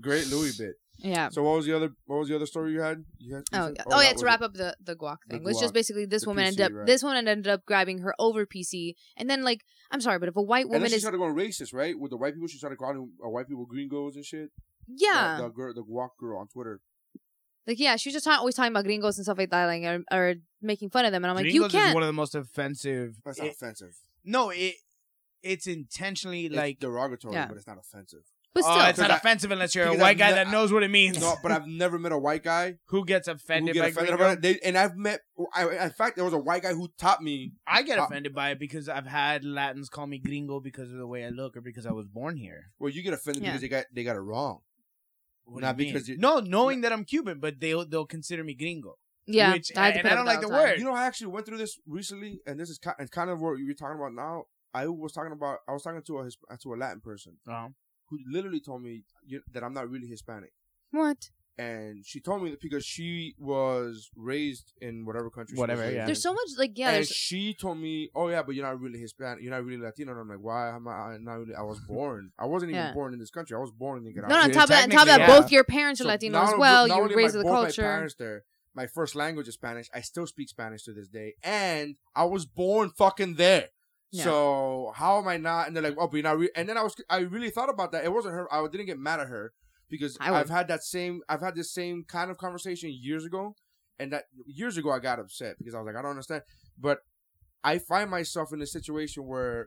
S2: Great Louis bit.
S6: Yeah.
S2: So what was the other what was the other story you had? You had
S6: Oh,
S2: you
S6: yeah.
S2: said-
S6: oh, yeah.
S2: that was
S6: To wrap
S2: it.
S6: up the the guac
S2: The
S6: thing, which just
S2: guac.
S6: basically this
S2: The
S6: woman
S2: PC,
S6: ended up
S2: right.
S6: this woman ended up grabbing her over PC, and then like I'm sorry, but if a white
S2: And then
S6: woman
S2: she
S6: is
S2: started going racist, right? With the white people, she started calling uh, white people gringos and shit.
S6: yeah,
S2: The, the girl, the walk girl on Twitter.
S6: like yeah, she was just ta- always talking about gringos and stuff like that, like or, or making fun of them, and I'm like
S5: Gringos
S6: you
S5: is
S6: can't.
S5: one of the most offensive.
S2: That's
S5: it-
S2: not offensive.
S5: no, it it's intentionally
S2: It's
S5: like.
S2: derogatory,
S6: Yeah.
S2: but it's not offensive.
S6: but still,
S5: oh, it's not
S2: Because I-
S5: offensive unless you're a
S2: because
S5: white
S2: I've
S5: guy
S2: ne-
S5: that knows what it means.
S2: No, but I've never met a white guy
S5: who gets
S2: who
S5: offended
S2: get
S5: by
S2: offended
S5: gringo?
S2: about it. They, and I've met, I, in fact, there was a white guy who taught me.
S5: I get
S2: Uh,
S5: offended by it because I've had Latins call me gringo because of the way I look or because I was born here.
S2: Well, you get offended
S6: Yeah.
S2: because they got they got it wrong.
S5: What
S2: Not
S5: do you
S2: because
S5: mean?
S2: you-
S5: no, knowing that I'm Cuban, but they'll they'll consider me gringo.
S6: yeah,
S5: which-
S6: had to
S5: and
S6: put
S5: I
S6: up
S5: don't
S6: with
S5: like
S6: that
S5: the
S6: all time.
S5: word.
S2: You know, I actually went through this recently, and this is kind, kind of what you're talking about now. I was talking about, I was talking to a Hisp- to a Latin person
S5: Uh-huh.
S2: who literally told me you- that I'm not really Hispanic.
S6: What?
S2: and she told me that because she was raised in whatever country. she was
S5: Whatever,
S2: raised
S5: yeah.
S2: in.
S6: There's so much like yeah.
S2: and
S6: There's,
S2: she told me, "Oh yeah, but you're not really Hispanic. You're not really Latino." And I'm like, "Why am I not really? I was born. I wasn't even
S6: Yeah.
S2: born in this country. I was born in
S6: no,
S2: Nicaragua."
S6: no. On top of that, on top of that,
S2: Yeah.
S6: both your parents are
S2: So
S6: Latino
S2: not
S6: as
S2: only-
S6: well.
S2: not
S6: You were
S2: only
S6: raised
S2: my-
S6: in the
S2: both My
S6: culture.
S2: parents there. My first language is Spanish. I still speak Spanish to this day, and I was born fucking there.
S6: Yeah.
S2: So how am I not? And they're like, "Oh, but you're not." Re-. And then I was, I really thought about that. It wasn't her. I didn't get mad at her because
S6: I would.
S2: I've had that same, I've had this same kind of conversation years ago, and that years ago I got upset because I was like, I don't understand. But I find myself in a situation where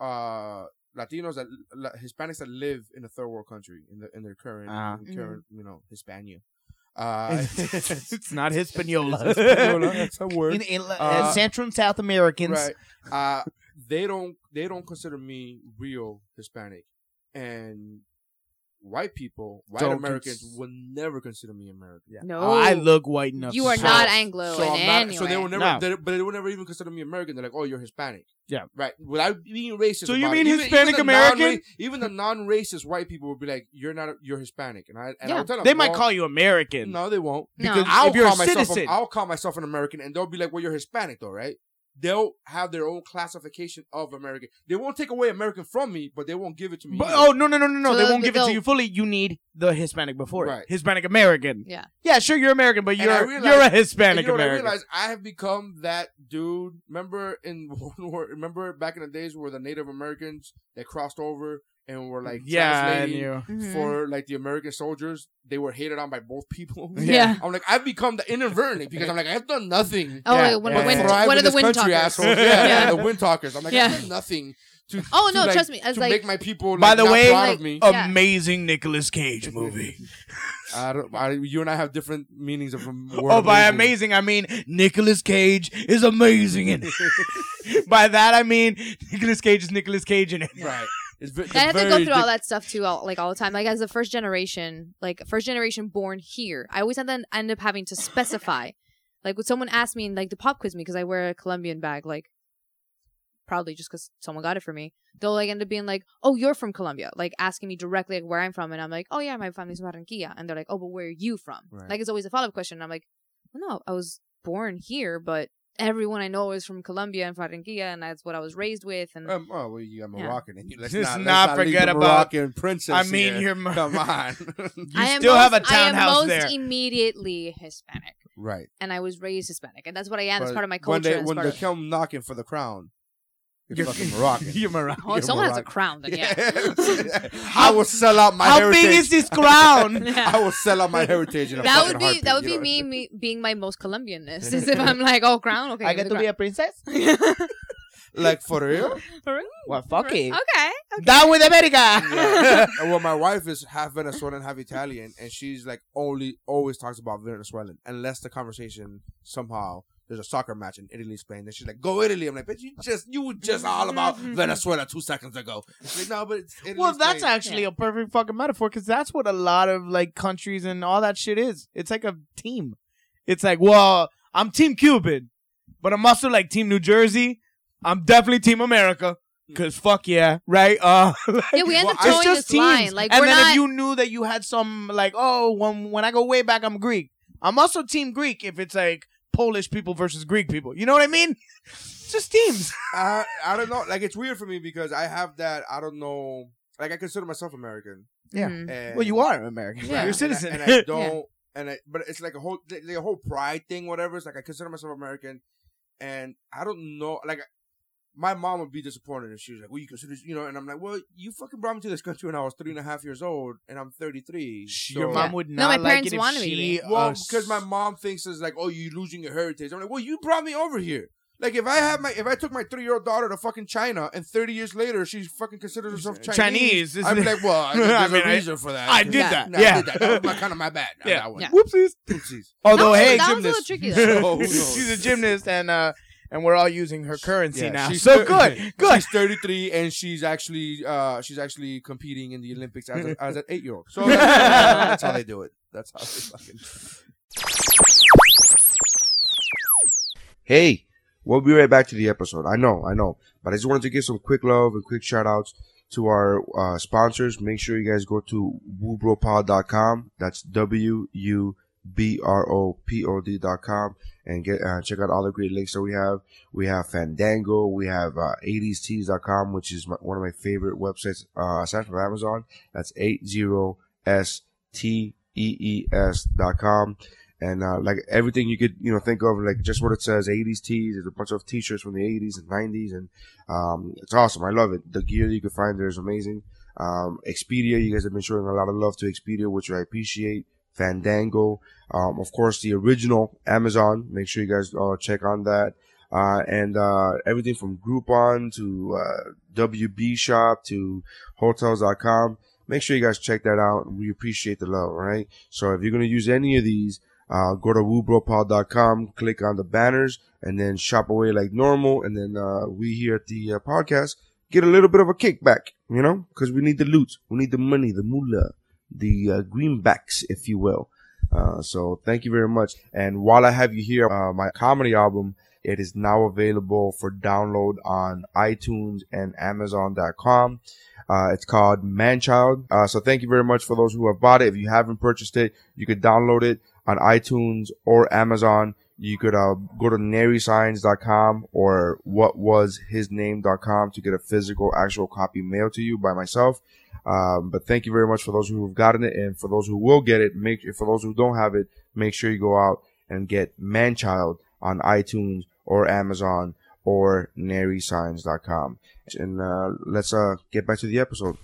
S2: uh Latinos that La- Hispanics that live in a third world country in the in their current,
S5: Uh-huh.
S2: in current you know Hispania. Uh,
S5: it's not Hispaniola.
S2: Hispaniola, that's a word.
S5: In, in, uh,
S2: Uh,
S5: Central and South Americans.
S2: right? Uh, they don't they don't consider me real Hispanic, and white people, white
S5: Don't
S2: Americans
S5: cons-
S2: will never consider me American.
S6: No,
S2: Oh.
S5: I look white enough.
S6: You
S5: to
S6: are
S5: say-
S6: not Anglo
S2: So
S6: in
S2: I'm
S6: any
S2: not, so they
S6: way.
S2: will never,
S5: No.
S2: they, but they will never even consider me American. They're like, "Oh, you're Hispanic."
S5: Yeah.
S2: right. Without being racist.
S5: So you
S2: about it.
S5: mean
S2: Even-
S5: Hispanic
S2: even the non-ra-
S5: American?
S2: Even the non-racist white people will be like, "You're not. You're Hispanic." And I and
S6: Yeah.
S2: I'll tell them,
S5: They might
S2: "Well,
S5: call you American.
S2: No, they won't.
S6: No.
S5: Because
S2: I'll
S5: if you're
S2: call
S5: a
S2: myself
S5: citizen,
S2: A, I'll call myself an American, and they'll be like, "Well, you're Hispanic, though, right?" They'll have their own classification of American. They won't take away American from me, but they won't give it to me.
S5: But,
S2: either.
S5: oh no no no no no!
S6: So
S5: they
S6: they'll-
S5: won't give it to
S6: they'll-
S5: you fully. You need the Hispanic before
S2: Right.
S5: it. Hispanic American.
S6: Yeah.
S5: Yeah, sure you're American, but
S2: And
S5: you're
S2: I realized-
S5: you're a
S2: And
S5: Hispanic
S2: you know what I
S5: American.
S2: realized? I have become that dude. Remember in World War, remember back in the days where the Native Americans that crossed over and were like
S5: yeah, and
S2: translating
S5: you.
S6: Mm-hmm.
S2: for like the American soldiers. They were hated on by both people.
S6: Yeah.
S2: I'm like I've become the inadvertently because I'm like I've done nothing.
S6: Oh,
S5: Yeah.
S6: wait, what,
S5: Yeah.
S2: but
S6: When,
S2: thrive
S6: what
S2: in
S6: are the
S2: this
S6: wind
S2: country,
S6: talkers?
S2: assholes. Yeah, yeah, the wind talkers. I'm like,
S6: Yeah.
S2: I've done nothing to.
S6: Oh,
S2: to,
S6: no,
S2: like,
S6: trust me, as
S2: to
S6: like-
S2: make my people. Like,
S5: By the
S2: not
S5: way, oh.
S2: proud
S6: like-
S2: of me.
S6: Yeah.
S5: amazing Nicolas Cage movie.
S2: I don't, I, you and I have different meanings of.
S5: oh, by amazing I mean Nicolas Cage is amazing in it. by that I mean Nicolas Cage is Nicolas Cage in it.
S2: Right. It's ve-
S6: I have to go
S2: very
S6: through all that stuff too, all, like all the time. Like as the first generation, like first generation born here, I always had to end up having to specify. like when someone asked me, and like the pop quiz me because I wear a Colombian bag, like probably just because someone got it for me. They'll like end up being like, "Oh, you're from Colombia," like asking me directly like where I'm from, and I'm like, "Oh yeah, my family's from Barranquilla," and they're like, "Oh, but where are you from?"
S2: Right.
S6: Like it's always a follow up question. And I'm like, "No, I was born here, but." Everyone I know is from Colombia and Barranquilla, and that's what I was raised with. And
S2: Um, oh, well, you got
S6: Yeah.
S2: Moroccan. And you, let's
S5: Let's
S2: not, let's
S5: not
S2: not leave
S5: forget
S2: the
S5: about-
S2: Moroccan princess.
S5: I mean,
S2: here.
S5: you're
S2: come on,
S5: You still have a
S6: I am
S5: townhouse
S6: most
S5: there.
S6: immediately Hispanic,
S2: right?
S6: and I was raised Hispanic, and that's what I am. That's
S2: But
S6: part of my
S2: When
S6: culture.
S2: they,
S6: and
S2: when
S6: it's
S2: they
S6: part of-
S2: come knocking for the crown, you're,
S5: You're-
S2: fucking Moroccan.
S5: You're Moroccan.
S6: oh, if
S2: you're
S6: someone has a
S2: Moroccan.
S6: crown, then yeah.
S2: I will sell out my
S5: How
S2: heritage.
S5: big is this crown?
S2: I will sell out my heritage in a
S6: That
S2: fucking
S6: would be
S2: heartbeat,
S6: that would
S2: you
S6: be
S2: know?
S6: me, me being my most Colombianness. Is if I'm like, oh, crown, okay.
S5: I
S6: give
S5: get
S6: me
S5: to
S6: the
S5: be a princess?
S6: crown.
S2: Like for real?
S5: Well, fuck it.
S6: okay.
S5: Down with America.
S2: And well, my wife is half Venezuelan, half Italian, and she's like only always talks about Venezuelan unless the conversation somehow there's a soccer match and Italy's playing. Then she's like, "Go Italy!" I'm like, "But you just you were just all about Venezuela two seconds ago." She's like, no, but it's Italy's
S5: Well, that's
S2: playing."
S5: actually a perfect fucking metaphor because that's what a lot of like countries and all that shit is. It's like a team. It's like, well, I'm Team Cuban, but I'm also like Team New Jersey. I'm definitely Team America because fuck yeah, right? Uh, like,
S6: Yeah, we end up
S2: Well,
S6: towing this line. Like
S5: and
S6: we're
S5: then
S6: not.
S5: if you knew that you had some like, oh, when when I go way back, I'm Greek. I'm also Team Greek if it's like Polish people versus Greek people. You know what I mean? It's just teams.
S2: I I don't know. Like it's weird for me because I have that. I don't know. Like I consider myself American.
S5: Yeah.
S6: Mhm.
S2: And
S5: Well, you are American.
S6: Yeah.
S5: You're a
S2: Mm-hmm. And I-
S5: citizen.
S2: And I, don't. And I, but it's like a whole like a whole pride thing, whatever. It's like I consider myself American, and I don't know. Like my mom would be disappointed if she was like, "Well, you consider you know," and I'm like, "Well, you fucking brought me to this country when I was three and a half years old, and I'm 33."
S5: She-
S2: so-
S5: Your mom
S6: Yeah.
S5: would not.
S6: No, my
S5: like
S6: parents
S5: it if
S6: wanted me to
S5: she,
S6: be.
S2: Well,
S5: uh,
S2: because my mom thinks it's like, oh, you're losing your heritage. I'm like, well, you brought me over here. Like, if I have my, if I took my three year old daughter to fucking China, and 30 years later she fucking considers herself Chinese,
S5: Chinese, isn't
S2: I'm
S5: it?
S2: like, well, I,
S5: I
S2: there's
S5: mean,
S2: a
S5: I-
S2: reason for that.
S5: I did
S2: Yeah.
S5: that.
S2: No,
S5: Yeah.
S2: I did that. That was kind of my bad. on
S5: Yeah.
S2: That one.
S6: Yeah.
S5: Whoopsies.
S2: Oopsies.
S5: Although,
S6: That was-
S5: hey,
S6: that was a
S5: gymnast.
S6: little tricky, though.
S5: She's a gymnast, and uh, and we're all using her currency
S2: Yeah,
S5: now.
S2: she's thir-
S5: So good, good.
S2: She's 33 and she's actually uh she's actually competing in the Olympics as, a, as an eight year old. So that's, that's how they do it. That's how they fucking. Hey, we'll be right back to the episode. I know, I know, but I just wanted to give some quick love and quick shout outs to our uh, sponsors. Make sure you guys go to woobropod.com. That's W U B R O P O D.com and get uh, check out all the great links that we have. We have Fandango, we have uh, 80stees.com, which is my, one of my favorite websites uh, aside from Amazon. That's E 80stees.com. And uh, like everything you could, you know, think of, like just what it says, 80s tees. There's a bunch of t-shirts from the 80s and 90s, and um, it's awesome. I love it. The gear that you can find there is amazing. Um, Expedia, you guys have been showing a lot of love to Expedia, which I appreciate. Fandango, um, of course, the original Amazon. Make sure you guys uh, check on that. Uh, and uh, everything from Groupon to uh, WB Shop to Hotels.com. Make sure you guys check that out. We appreciate the love, all right? So if you're going to use any of these, uh, go to woobropod.com, click on the banners, and then shop away like normal. And then uh, we here at the uh, podcast get a little bit of a kickback, you know, because we need the loot, we need the money, the moolah, the uh, greenbacks, if you will. Uh, so thank you very much. And while I have you here, uh, my comedy album, it is now available for download on iTunes and Amazon.com. Uh, it's called Manchild. Uh, so thank you very much for those who have bought it. If you haven't purchased it, you could download it on iTunes or Amazon. You could uh, go to narysigns.com or whatwashisname.com to get a physical, actual copy mailed to you by myself. Um, but thank you very much for those who have gotten it, and for those who will get it, make for those who don't have it, make sure you go out and get Manchild on iTunes or Amazon or narysigns.com. And uh, let's uh, get back to the episode.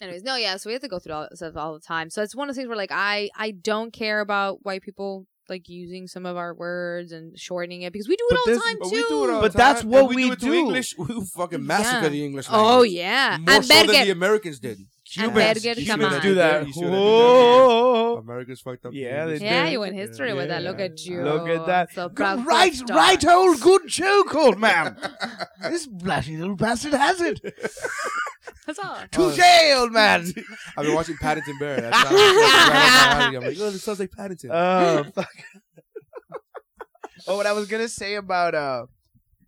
S6: Anyways, no, yeah. So we have to go through all that stuff all the time. So it's one of the things where like I I don't care about white people like using some of our words and shortening it because we do it all the time
S10: but
S6: too.
S10: we do it all
S5: But
S10: the
S5: that's
S10: time,
S5: what
S10: and we,
S5: we
S10: do. It
S5: do.
S10: to English, we fucking massacre
S6: Yeah.
S10: the English
S6: Oh,
S10: language.
S6: yeah.
S10: more so than
S6: Hamburger.
S10: the Americans did.
S6: Hamburger, come on.
S5: do that.
S10: You see what I did there?
S5: Whoa.
S10: America's fucked up.
S5: Yeah, they
S6: yeah,
S5: do.
S6: you went history with that. Look at you.
S5: Look at that.
S6: So
S5: Good-
S6: proud
S5: right,
S6: pop star.
S5: right, old good joke, old man. this bloody little bastard has it.
S6: That's all.
S5: Touche, old man.
S10: I've been watching Paddington Bear. That's not, that's not- I'm like, oh, this sounds like Paddington.
S5: Oh, fuck. oh, what I was gonna say about uh,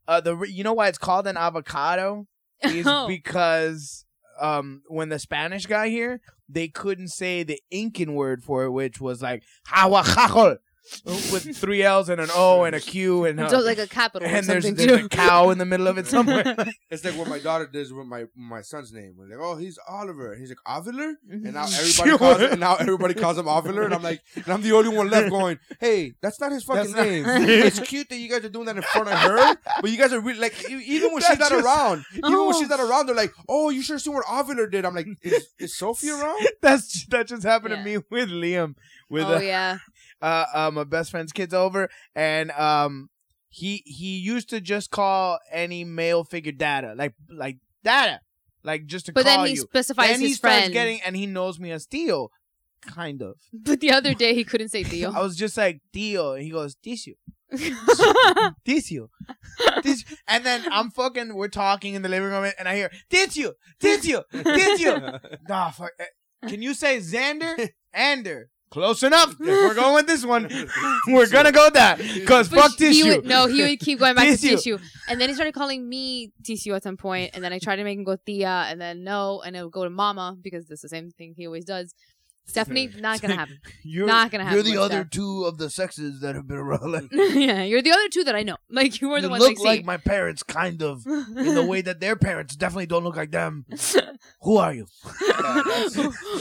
S5: uh, the re- you know why it's called an avocado is
S6: Oh.
S5: because um, when the Spanish got here, they couldn't say the Incan word for it, which was like hawajajol. With three L's and an O and a Q and uh,
S6: So like a capital or
S5: and there's,
S6: something
S5: there's
S6: too.
S5: a cow in the middle of it somewhere.
S10: It's like what my daughter does with my my son's name. We're like, oh, he's Oliver. And he's like Oliver, and now everybody
S5: Mm-hmm. Sure.
S10: calls and now everybody calls him Oliver, and I'm like, and I'm the only one left going, hey, that's not his fucking
S5: That's not-
S10: name. it's cute that you guys are doing that in front of her, but you guys are really like, e- even when she's
S5: That
S10: not
S5: just-
S10: around, even when
S6: Oh.
S10: she's not around, they're like, oh, you should have seen what Oliver did. I'm like, is, is Sophie around?
S5: That's that just happened
S6: Yeah.
S5: to me with Liam with
S6: oh
S5: uh,
S6: yeah.
S5: uh, uh, my best friend's kids over, and um, he he used to just call any male figure data, like like data, like just to
S6: But
S5: call
S6: then he
S5: you.
S6: specifies
S5: Then
S6: his
S5: he starts
S6: friend.
S5: getting, and he knows me as Theo, kind of.
S6: But the other day he couldn't say deal.
S5: I was just like Theo, and he goes Tissue, Tissue, Tissue, and then I'm fucking. We're talking in the living room, and I hear Tissue, Tissue, Tissue. Nah, fuck. eh, Can you say Xander, Ander? Close enough. We're going with this one. We're gonna go with that because
S6: But
S5: fuck
S6: he
S5: tissue.
S6: Would, no, he would keep going back to
S5: Tissue.
S6: tissue. And then he started calling me tissue at some point, and then I tried to make him go tia, and then no, and it would go to mama because that's the same thing he always does. Stephanie, not gonna happen.
S5: You're
S6: Not gonna
S5: You're
S6: happen
S5: the
S6: with
S5: other
S6: Steph.
S5: two of the sexes that have been around. Like,
S6: yeah, you're the other two that I know. Like you were the
S5: you
S6: ones
S5: look
S6: I
S5: like
S6: see.
S5: my parents, kind of, in the way that their parents definitely don't look like them. Who are you?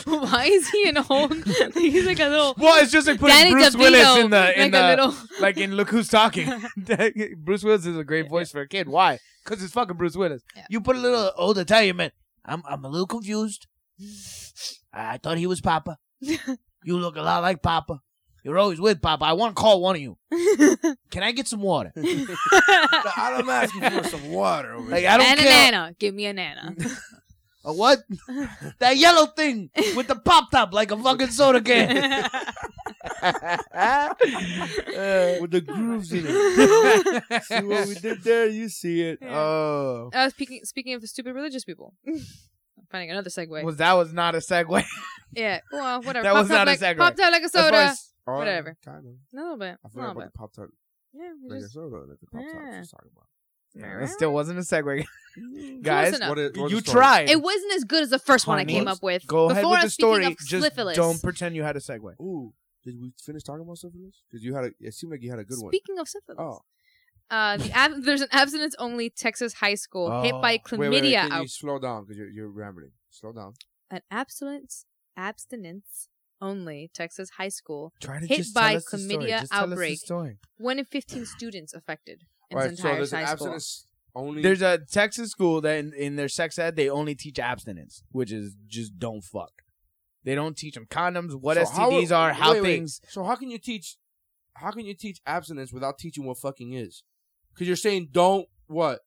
S6: Why is he in a home? He's like a little
S5: Well, it's just like putting
S6: Danny
S5: Bruce
S6: DeVito,
S5: Willis in the in
S6: like a
S5: the
S6: little.
S5: like in Look Who's Talking. Bruce Willis is a great voice for a kid. Why? Because it's fucking Bruce Willis.
S6: Yeah.
S5: You put a little
S10: Mm.
S5: old Italian man. I'm I'm a little confused. I thought he was Papa. You look a lot like Papa. You're always with Papa. I want to call one of you. Can I get some water?
S10: I'm asking for some water. Over
S5: Like I don't
S6: and
S5: care.
S6: a nana. Give me a nana.
S5: A what? that yellow thing with the pop top like a fucking soda can. Uh.
S10: here. With the grooves in it. see what we did there? You see it.
S5: oh.
S6: Uh, speaking speaking of stupid religious people, I'm finding another segue.
S5: Was that was not a segue.
S6: yeah, well, whatever.
S5: That
S6: popped
S5: was
S6: out
S5: not a
S6: like,
S5: segue.
S6: Popped out like a
S5: That's why
S6: soda.
S5: it's-
S10: Oh,
S6: Whatever.
S10: Kind of.
S6: A little bit.
S10: I
S6: A
S10: forgot
S6: little
S10: about
S6: bit.
S10: the pop tart.
S6: Yeah, we
S10: Like I
S6: just-
S10: said, like the pop tart.
S6: Yeah.
S10: She's talking about.
S5: It still wasn't a segue,
S6: Close
S5: guys.
S6: enough.
S5: you tried.
S6: Mm. It wasn't as good as the first one I came
S5: Honey,
S6: up with.
S5: Go ahead
S6: Before
S5: with
S6: I'm
S5: the
S6: speaking
S5: story.
S6: of
S5: Just
S6: Slifilis.
S5: don't pretend you had a segue.
S2: Ooh, did we finish talking about syphilis? Because you had a, it seemed like you had a good one.
S6: Speaking of syphilis.
S2: Oh.
S6: Uh, the ab- there's an abstinence-only Texas high school hit
S5: Oh,
S6: by chlamydia
S2: Wait, wait, wait, can
S6: out.
S2: you slow down because you're, you're rambling. Slow down.
S6: An abstinence abstinence-only Texas high school
S5: Try
S2: to
S6: hit
S2: just
S6: by
S2: tell us the story.
S6: chlamydia
S2: Just tell us the
S6: outbreak.
S5: story.
S6: One in 15 students affected in
S2: Alright,
S6: this
S2: so
S6: entire
S2: there's an
S6: high school.
S2: abstinence only.
S5: There's a Texas school that in, in their sex ed they only teach abstinence, which is just don't fuck. They don't teach them condoms, what
S2: So how-
S5: STDs are, how
S2: wait, wait.
S5: things.
S2: So how can you teach? How can you teach abstinence without teaching what fucking is? Because you're saying don't what?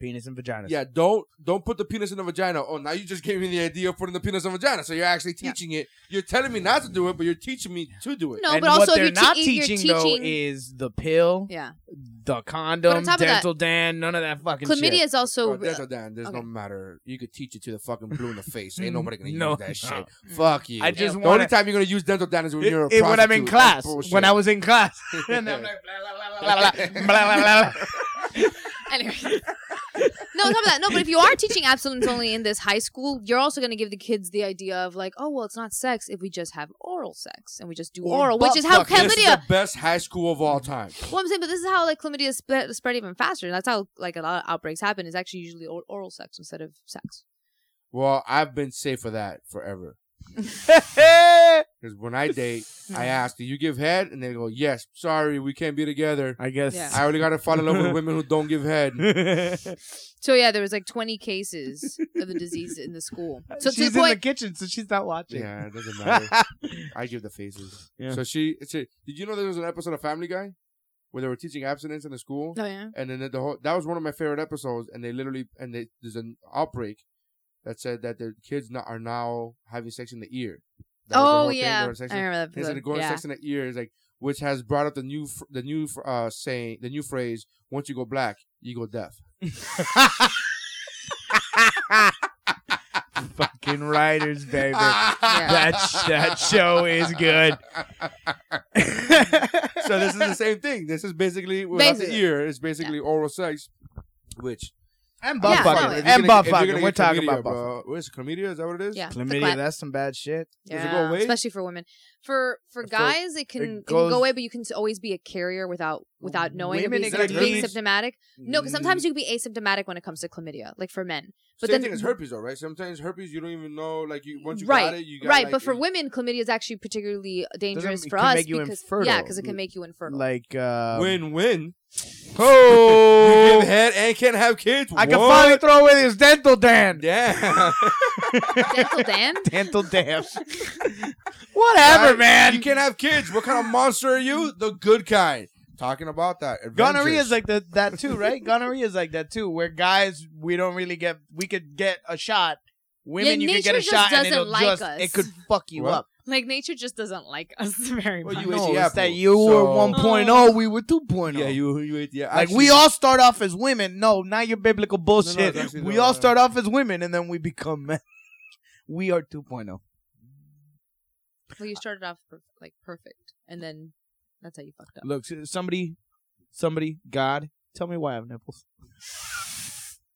S5: Penis and vagina.
S2: Yeah, don't don't put the penis in the vagina. Oh, now you just gave me the idea of putting the penis in the vagina. So you're actually teaching it. You're telling me not to do it, but you're teaching me to do it.
S6: No,
S5: and
S6: but also
S5: what
S6: if
S5: they're
S6: you're te-
S5: not
S6: if you're
S5: teaching, though
S6: teaching-
S5: is the pill,
S6: Yeah.
S5: the condom,
S6: top of that-
S5: dental dam, none of that fucking
S6: Chlamydia
S5: shit.
S6: is also.
S2: Oh, that's
S5: uh,
S2: a damn. There's no
S6: okay.
S2: matter. You could teach it to the fucking blue in the face. Ain't nobody gonna
S5: Mm, No.
S2: use that shit. Fuck you.
S5: I just
S2: the
S5: wanna-
S2: only time you're gonna use dental dam is when
S5: It-
S2: you're a
S5: it- when I'm in
S2: prostitute.
S5: class,
S2: That's bullshit.
S5: when I was in class, and I'm like, blah, blah, blah, blah, blah, blah.
S6: Anyway. no, on top of that, no. But if you are teaching abstinence only in this high school, you're also going to give the kids the idea of like, oh well, it's not sex if we just have oral sex and we just do oral, which is how
S2: This is the
S6: chlamydia.
S2: best high school of all time.
S6: Well, I'm saying, but this is how like chlamydia is spread, spread even faster. And that's how like a lot of outbreaks happen. Is actually usually or- oral sex instead of sex.
S2: Well, I've been safe for that forever. Because when I date, I ask, "Do you give head?" And they go, "Yes." Sorry, we can't be together.
S5: I guess
S6: Yeah.
S2: I already gotta fall in love with women who don't give head.
S6: So yeah, there was like 20 cases of the disease in the school. So
S5: she's
S6: to the
S5: in the
S6: point,
S5: kitchen, so she's not watching.
S2: yeah, it doesn't matter. I give the faces.
S5: Yeah.
S2: So she, she, did you know there was an episode of Family Guy where they were teaching abstinence in the school?
S6: oh yeah,
S2: And then the, the whole that was one of my favorite episodes. And they literally and they, there's an outbreak that said that the kids not, are now having sex in the ear. That was the
S6: oh
S2: whole thing, they
S6: yeah,
S2: were sex
S6: I
S2: in-
S6: remember
S2: instead
S6: that.
S2: of going
S6: Yeah.
S2: sex in the ear is like which has brought up the new fr- the new fr- uh saying the new phrase once you go black you go deaf
S5: Fucking writers, baby.
S2: Ah.
S6: Yeah.
S5: That sh- that show is good.
S2: so this is the same thing this is basically without
S6: Basically.
S2: the ear it's basically oral sex which
S5: and
S6: butt
S5: butt
S6: Yeah,
S2: if you're gonna-
S5: fucking. and
S6: fucking. no,
S5: butt
S2: if you're
S5: fucking.
S2: gonna
S5: We're
S2: get
S5: talking
S2: chlamydia,
S5: about butt fucking.
S2: bro. what is it, chlamydia is that what it is
S6: Yeah, the
S5: Chlamydia,
S6: clap.
S5: that's some bad shit.
S2: Does it
S6: Yeah,
S2: go away?
S6: especially for women. For for
S2: For-
S6: guys, it can it, can
S5: goes-
S6: go away, but you can s- always be a carrier without without knowing
S5: Women, it
S6: and being,
S5: gets
S6: being
S5: herpes.
S6: symptomatic. No, because sometimes you can be asymptomatic when it comes to chlamydia, like for men. But
S2: same
S6: then,
S2: thing as herpes though right sometimes herpes you don't even know like you once you
S6: right,
S2: got it you got
S6: right.
S2: like,
S6: but for
S2: it-
S6: women, chlamydia is actually particularly dangerous
S5: it
S6: for
S5: can
S6: us
S5: make you
S6: because yeah,
S5: infertile.
S6: because it can make you infertile.
S5: Like, uh.
S2: win win you Um, give
S5: Oh!
S2: head and can't have kids
S5: I can
S2: What?
S5: finally throw away this dental dam.
S2: yeah
S6: Dental Dan,
S5: Dental dam. Whatever,
S2: Right?
S5: man.
S2: You can't have kids. What kind of monster are you? The good kind. Talking about that.
S5: Gonorrhea is
S2: Avengers.
S5: like that, that too, right? Gonorrhea is like that too, where guys we don't really get. We could get a shot. Women,
S6: Yeah,
S5: you could get a
S6: nature
S5: shot,
S6: just
S5: and
S6: doesn't
S5: it'll
S6: like
S5: just
S6: us.
S5: it could fuck you
S2: What?
S5: up.
S6: like nature just doesn't like us very
S2: Well,
S6: much.
S2: you
S5: No,
S2: ate the
S5: it's
S2: apple,
S5: that you were
S2: so-
S5: 1.0, we were 2.0.
S2: Yeah, you you ate the
S5: like we all start off as women. No, not your biblical bullshit.
S2: it's actually
S5: we
S2: the-
S5: all start off as women, and then we become men. we are oh. 2.0.
S6: well, you started off per- like perfect, and then that's how you fucked up.
S5: Look, s- somebody, somebody, God, tell me why I have nipples.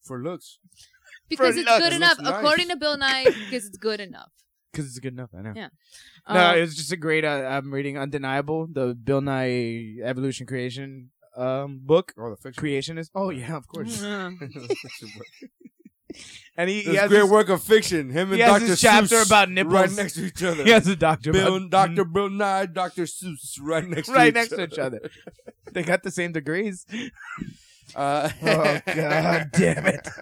S2: for looks.
S6: Because
S5: For
S6: it's
S5: luck,
S6: good
S2: it
S6: enough,
S2: looks nice.
S6: according to Bill Nye. Because it's good enough.
S5: Because it's good enough, I know.
S6: Yeah.
S5: No,
S6: Um,
S5: it was just a great. Uh, I'm reading Undeniable, the Bill Nye Evolution Creation um, book.
S2: Oh, the fiction.
S5: Creationist. Oh yeah, of course. and he, he
S2: This
S5: has
S2: great
S5: this,
S2: work of fiction. Him and
S5: he has
S2: Doctor
S5: this
S2: Seuss
S5: chapter about nipples.
S2: right next to each other.
S5: He has a doctor.
S2: Bill,
S5: about-
S2: Doctor Bill Nye, Doctor Seuss, right next
S5: right
S2: to
S5: next
S2: each
S5: to each other. they got the same degrees.
S2: other.
S5: Oh god damn it.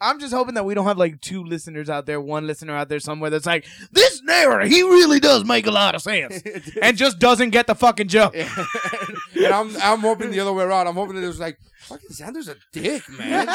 S5: I'm just hoping that we don't have like two listeners out there, one listener out there somewhere that's like, this narrator, he really does make a lot of sense. and just doesn't get the fucking joke.
S2: and I'm I'm hoping the other way around. I'm hoping that it was like fucking Sanders a dick, man.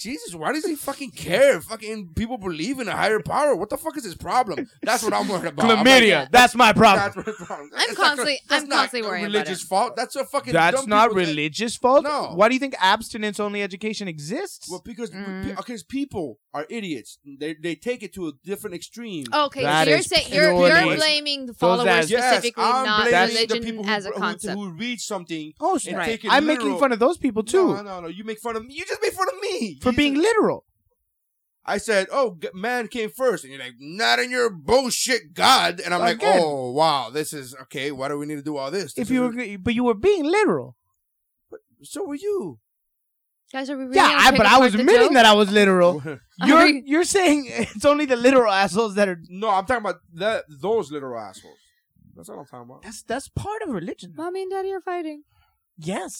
S2: Jesus, why does he fucking care? Fucking people believe in a higher power. What the fuck is his problem? That's what I'm worried about. I'm like,
S5: Chlamydia, that's my problem.
S2: That's what the problem.
S6: I'm
S2: It's
S6: constantly-
S2: Not, that's
S6: I'm
S2: not
S6: constantly worrying about
S2: religious
S6: it.
S2: fault. That's a fucking.
S5: That's
S2: dumb
S5: not
S2: people that-
S5: religious fault.
S2: No.
S5: Why do you think abstinence only education exists?
S2: well, because
S6: Mm.
S2: because people are idiots. They they take it to a different extreme.
S6: Um, Okay,
S5: That
S6: so you're
S5: is
S6: saying you're,
S5: purely-
S6: you're blaming the followers
S5: that-
S6: specifically,
S2: I'm
S6: not
S2: blaming the
S6: religion
S2: people who,
S6: as a
S2: who-
S6: concept.
S2: Who, read something.
S5: Oh,
S2: and
S5: snap.
S2: take it
S5: I'm
S2: literal.
S5: making fun of those people too
S2: No, no, no. You make fun of me. You just made fun of me.
S5: for being literal.
S2: I said, "Oh, g- man came first. and you're like, "Not in your bullshit, God." And I'm like,
S5: Again.
S2: "Oh, wow, this is okay. Why do we need to do all this?"
S5: If you were, but you were being literal.
S2: so were you.
S6: Guys, are we really?
S5: Yeah,
S6: gonna
S5: I,
S6: pick
S5: but I
S6: apart
S5: was
S6: the
S5: admitting
S6: joke?
S5: that I was literal.
S6: Are
S5: You're
S6: we-
S5: you're saying it's only the literal assholes that are.
S2: No, I'm talking about that. Those literal assholes. That's what I'm talking about.
S5: That's that's part of religion.
S6: Mommy and daddy are fighting.
S5: Yes.